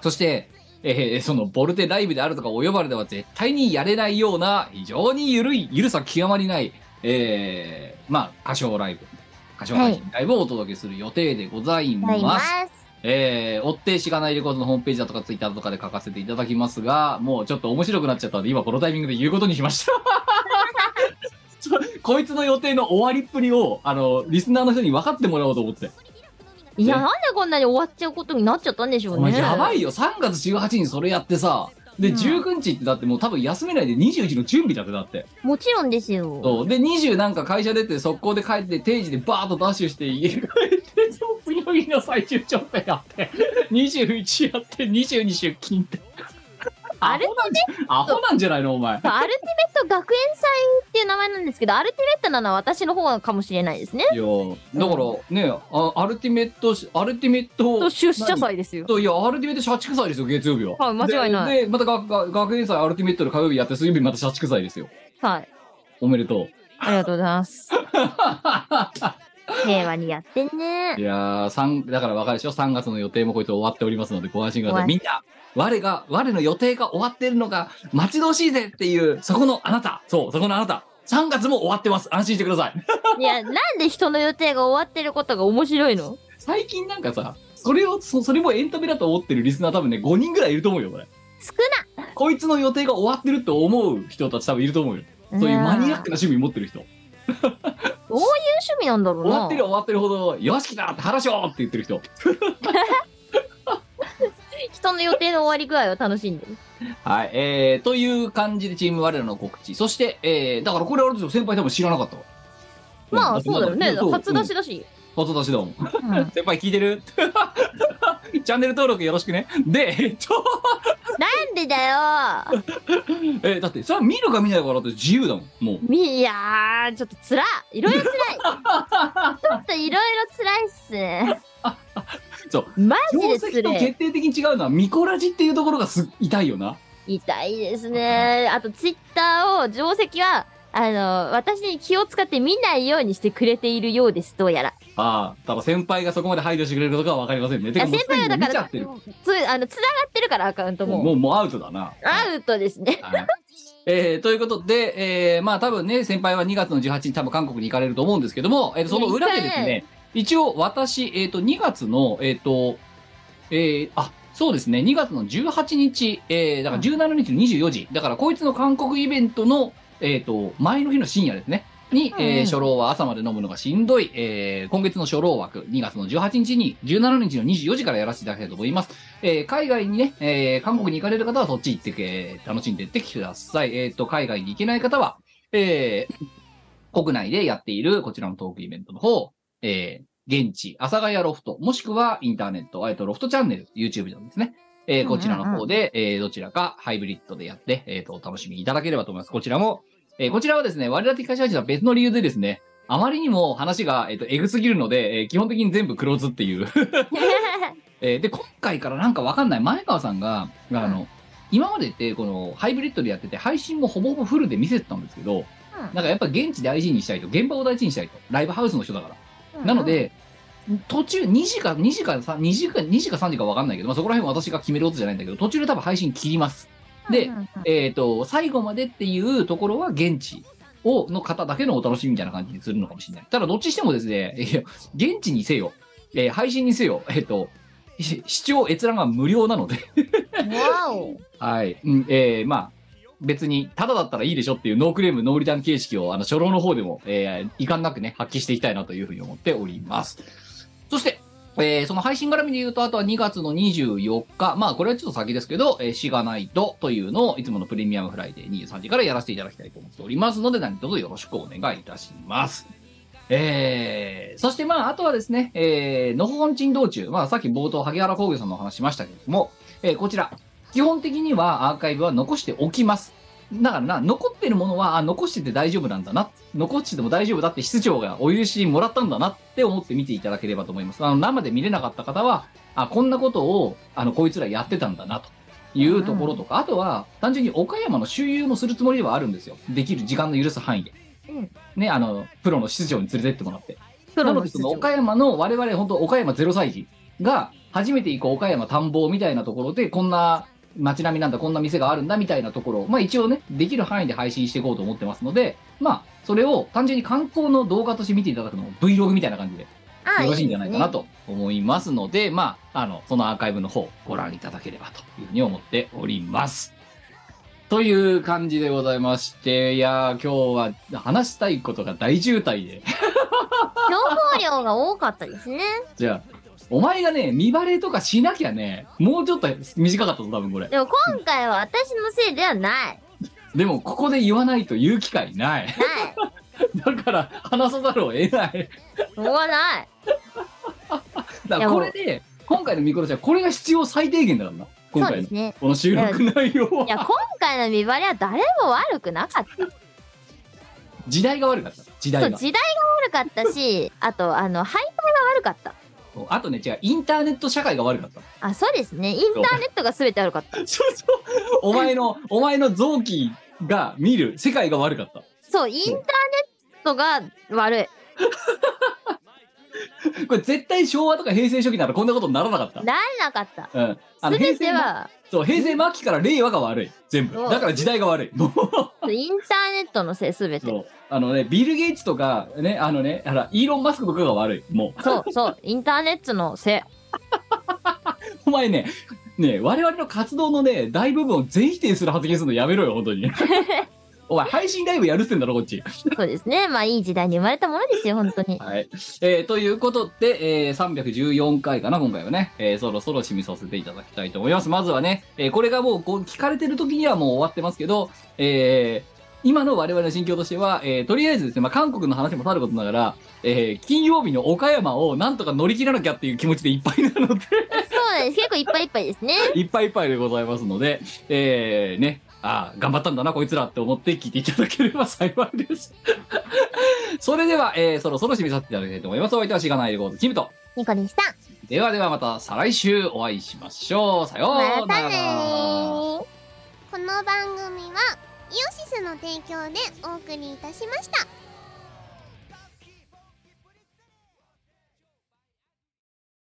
S3: そして、えーそのボルテライブであるとかお呼ばれでは絶対にやれないような非常に緩い緩さ極まりない、えーまあ歌唱ライブ歌唱配信ライブをお届けする予定でござい
S4: ござい
S3: ま。
S4: ます
S3: えー、追ってしがないレコードのホームページだとかツイッターとかで書かせていただきますが、もうちょっと面白くなっちゃったので、今このタイミングで言うことにしました。 ちょこいつの予定の終わりっぷりを、あの、リスナーの人に分かってもらおうと思って。
S4: いや、なんでこんなに終わっちゃうことになっちゃったんでしょ
S3: お
S4: うね。
S3: 前やばいよ、3月18日にそれやってさ、で、
S4: うん
S3: 19日ってだってもう多分休めないで21の準備だってだって。
S4: もちろんですよ。
S3: そう。で、20なんか会社出て速攻で帰って定時でバーッとダッシュして家帰って、その次の日の最終調整やって、21やって、22出勤 って。アホなんじゃ、アホなんじゃないのお前。
S4: アルティメット学園祭っていう名前なんですけど、アルティメットなのは私の方かもしれないですね。
S3: いやーだからねあ、アルティメットし、アルティメット、
S6: と出社祭ですよ。
S3: そういや、アルティメット社畜祭ですよ、月曜日は。
S6: はい間違いない
S3: で、でまた学学学園祭、アルティメットの火曜日やって、水曜日また社畜祭ですよ。
S4: はい。
S3: おめでとう。
S6: ありがとうございます。
S4: 平和にやってね
S3: い。やー、三だからわかるでしょ ?3 月の予定もこいつ終わっておりますので、ご安心ください。
S4: 終
S3: みんな、我が、我の予定が終わっているのが待ち遠しいぜっていう、そこのあなた、そう、そこのあなた、3月も終わってます。安心してください。
S4: いや、なんで人の予定が終わってることが面白いの
S3: 最近なんかさ、それをそそれもエンタメだと思ってるリスナー多分ね5人ぐらいいると思うよこれ
S4: 少
S3: こいつの予定が終わってると思う人たち多分いると思うよ
S4: な。
S3: そういうマニアッ
S4: ん
S3: クな趣味持ってる人
S4: どういう趣味なんだろう
S3: 終
S4: な。
S3: わってる終わってるほど「よし来た!」って話しようって言ってる人
S4: 人の予定の終わり具合を楽しんでる。
S3: はいえー、という感じでチーム我らの告知そして、えー、だからこれあれですよ先輩多分知らなかったわ
S4: ま
S3: ん
S4: あ、そうだよね。
S3: そう
S4: 初出しだし。
S3: うん初出しだもん
S4: うん
S3: 先輩聞いてる チャンネル登録よろしくねでえっと
S4: なんでだよ
S3: えーだってそれは見るか見ないかだって自由だもんもう
S4: みいやーちょっとつらいいろい ろつらいちょっといろいろつらいっすね
S3: そう
S4: マジ
S3: 定
S4: で
S3: 石
S4: つ
S3: と
S4: れえ
S3: 決定的に違うのはミコラジっていうところがす痛いよな
S4: 痛いですねあとツイッターを定石はあの私に気を使って見ないようにしてくれているようですどうやら
S3: ああただ先輩がそこまで配慮してくれるのかは分かりませんね
S4: い
S3: て
S4: や
S3: かもう
S4: 先輩はだ
S3: すでに見
S4: か
S3: ちゃっ
S4: ら
S3: てる
S4: つあのつながってるからアカウント
S3: もう
S4: も
S3: もうもうアウトだな
S4: アウトですね
S3: はいえーということで、えーまあ多分ね先輩は2月の18日多分韓国に行かれると思うんですけども、えーその裏でです
S4: 行きた
S3: ね一応私、えー、と2月のえっ、とえーあそうですね2月の18日、えーだから17日の24時だからこいつの韓国イベントの、えー、と前の日の深夜ですねに、
S4: うんう
S3: えー
S4: ん
S3: 初老は朝まで飲むのがしんどい、えー今月の初老枠2月の18日に17日の24時からやらせていただきたいと思いますえー海外にね、えー韓国に行かれる方はそっち行って、えー楽しんでいってください。えっ、と、海外に行けない方は、えー国内でやっているこちらのトークイベントの方、えー現地、阿佐ヶ谷ロフト、もしくはインターネット、えっと、ロフトチャンネル、YouTube なんですね。えーこちらの方で、えーどちらかハイブリッドでやって、えっ、と、お楽しみいただければと思います。こちらも、えーこちらはですね、我々的会社は別の理由でですね、あまりにも話が、えっ、と、エグすぎるので、えー基本的に全部クローズっていう。 えーで今回からなんかわかんない前川さんがあの、今までってこのハイブリッドでやってて配信もほぼほぼフルで見せてたんですけど、なんかやっぱ現地大事にしたいと現場を大事にしたいとライブハウスの人だから、なので途中2時か2時か3 2時か2時か3時かわかんないけど、まあ、そこら辺は私が決めることじゃないんだけど途中で多分配信切りますで、
S4: うんうんうん
S3: えっ、と最後までっていうところは現地をの方だけのお楽しみみたいな感じにするのかもしれない。ただどっちにしてもですね、いや現地にせよ、えー配信にせよ、えっ、と、し 視聴閲覧が無料なので、
S4: わお
S3: はい、うんえーまあ、別に、ただだったらいいでしょっていうノークレーム、ノーリターン形式を、あの、初老の方でも、えー、遺憾なくね、発揮していきたいなというふうに思っております。そして、えーその配信絡みで言うと、あとは2月の24日、まあ、これはちょっと先ですけど、えー、しがないとというのを、いつものプレミアムフライデー23時からやらせていただきたいと思っておりますので、何卒よろしくお願いいたします。えー、そしてまあ、あとはですね、えー、のほほん珍道中、まあ、さっき冒頭、萩原工業さんのお話しましたけれども、えー、こちら、基本的にはアーカイブは残しておきます。だからな、残ってるものは、あ、残してて大丈夫なんだな。残してても大丈夫だって室長がお許しもらったんだなって思って見ていただければと思います。あの、生で見れなかった方は、あ、こんなことを、あの、こいつらやってたんだな、というところとか、あとは、単純に岡山の周遊もするつもりではあるんですよ。できる時間の許す範囲で。
S4: うん
S3: ね、あの、プロの室長に連れてってもらって。
S4: プロ
S3: なの
S4: の
S3: でそ
S4: 出
S3: の
S4: 場
S3: 岡山の我々本当岡山ゼロ歳児が初めて行く岡山探訪みたいなところでこんな街並みなんだこんな店があるんだみたいなところをまあ一応ねできる範囲で配信していこうと思ってますのでまあそれを単純に観光の動画として見ていただくのも Vlog みたいな感じで
S4: あ
S3: よろしいんじゃないかな
S4: と
S3: と思いますのでまああのそのアーカイブの方ご覧いただければというふうに思っております。という感じでございましていやー今日は話したいことが大渋滞で
S4: 情報量が多かったですね
S3: じゃあ、お前がね、見バレとかしなきゃね、もうちょっと短かったぞ、多分これ。
S4: でも今回は私のせいではない。
S3: でも、ここで言わないと言う機会ない。
S4: ない。
S3: だから、話さざるを得ない。
S4: しょうがない。
S3: だから、
S4: いやもう
S3: これで、今回のミクロちゃん、これが必要最低限だからな。 今
S4: そう
S3: 回
S4: で
S3: の
S4: す。ね。
S3: この収録内容
S4: いや、
S3: は。
S4: 今回の見バレは誰も悪くなかった。
S3: 時代が悪かった。時
S4: そ
S3: 代
S4: う、
S3: が。
S4: 時代が悪かったし、 あと、あの、配当が悪かった。
S3: あとね、違う、インターネット社会が悪かった。
S4: あ、そうですね。インターネットが全て悪かった。
S3: そうそう。お前の、お前の臓器が見る世界が悪かった。
S4: そう、インターネットが悪い。
S3: これ絶対昭和とか平成初期ならこんなことにならなかった。
S4: ならなかった。
S3: うん。あの
S4: すべ
S3: 平
S4: て
S3: 成の
S4: は、
S3: そう、平成末期から令和が悪い。全部。
S4: そう
S3: だから時代が悪い。もう、
S4: インターネットのせい、すべて。
S3: そうあのね、ビル・ゲイツとか、ね、あのね、あら、イーロン・マスクとかが悪い。もう。
S4: そう、そう、インターネットのせい。
S3: お前ね、ねえ我々の活動のね、大部分を全否定する発言するのやめろよ、本当に。お前、配信ライブやるってんだろ、こっち。
S4: そうですね。まあ、いい時代に生まれたものですよ、本当に。
S3: はい。えーということで、えー314回かな、今回はね、えーそろそろ締めさせていただきたいと思います。まずはね、えーこれがもうこう聞かれてる時にはもう終わってますけど、えー今の我々の心境としては、えーとりあえずですね、まあ、韓国の話もさることながら、えー金曜日の岡山をなんとか乗り切らなきゃっていう気持ちでいっぱいなので、
S4: そうなんです。結構いっぱいいっぱいですね。
S3: いっぱいいっぱいでございますので、えー、ね、ああ、頑張ったんだな、こいつらって思って聞いていただければ幸いです。 それでは、えー、そろそろ締めさせていただきたいと思います。お相手はしがないレコード、キムと。
S4: ニコでした。
S3: ではではまた再来週お会いしましょう。さようなら。
S4: またねー。
S1: この番組はイオシスの提供でお送りいたしました。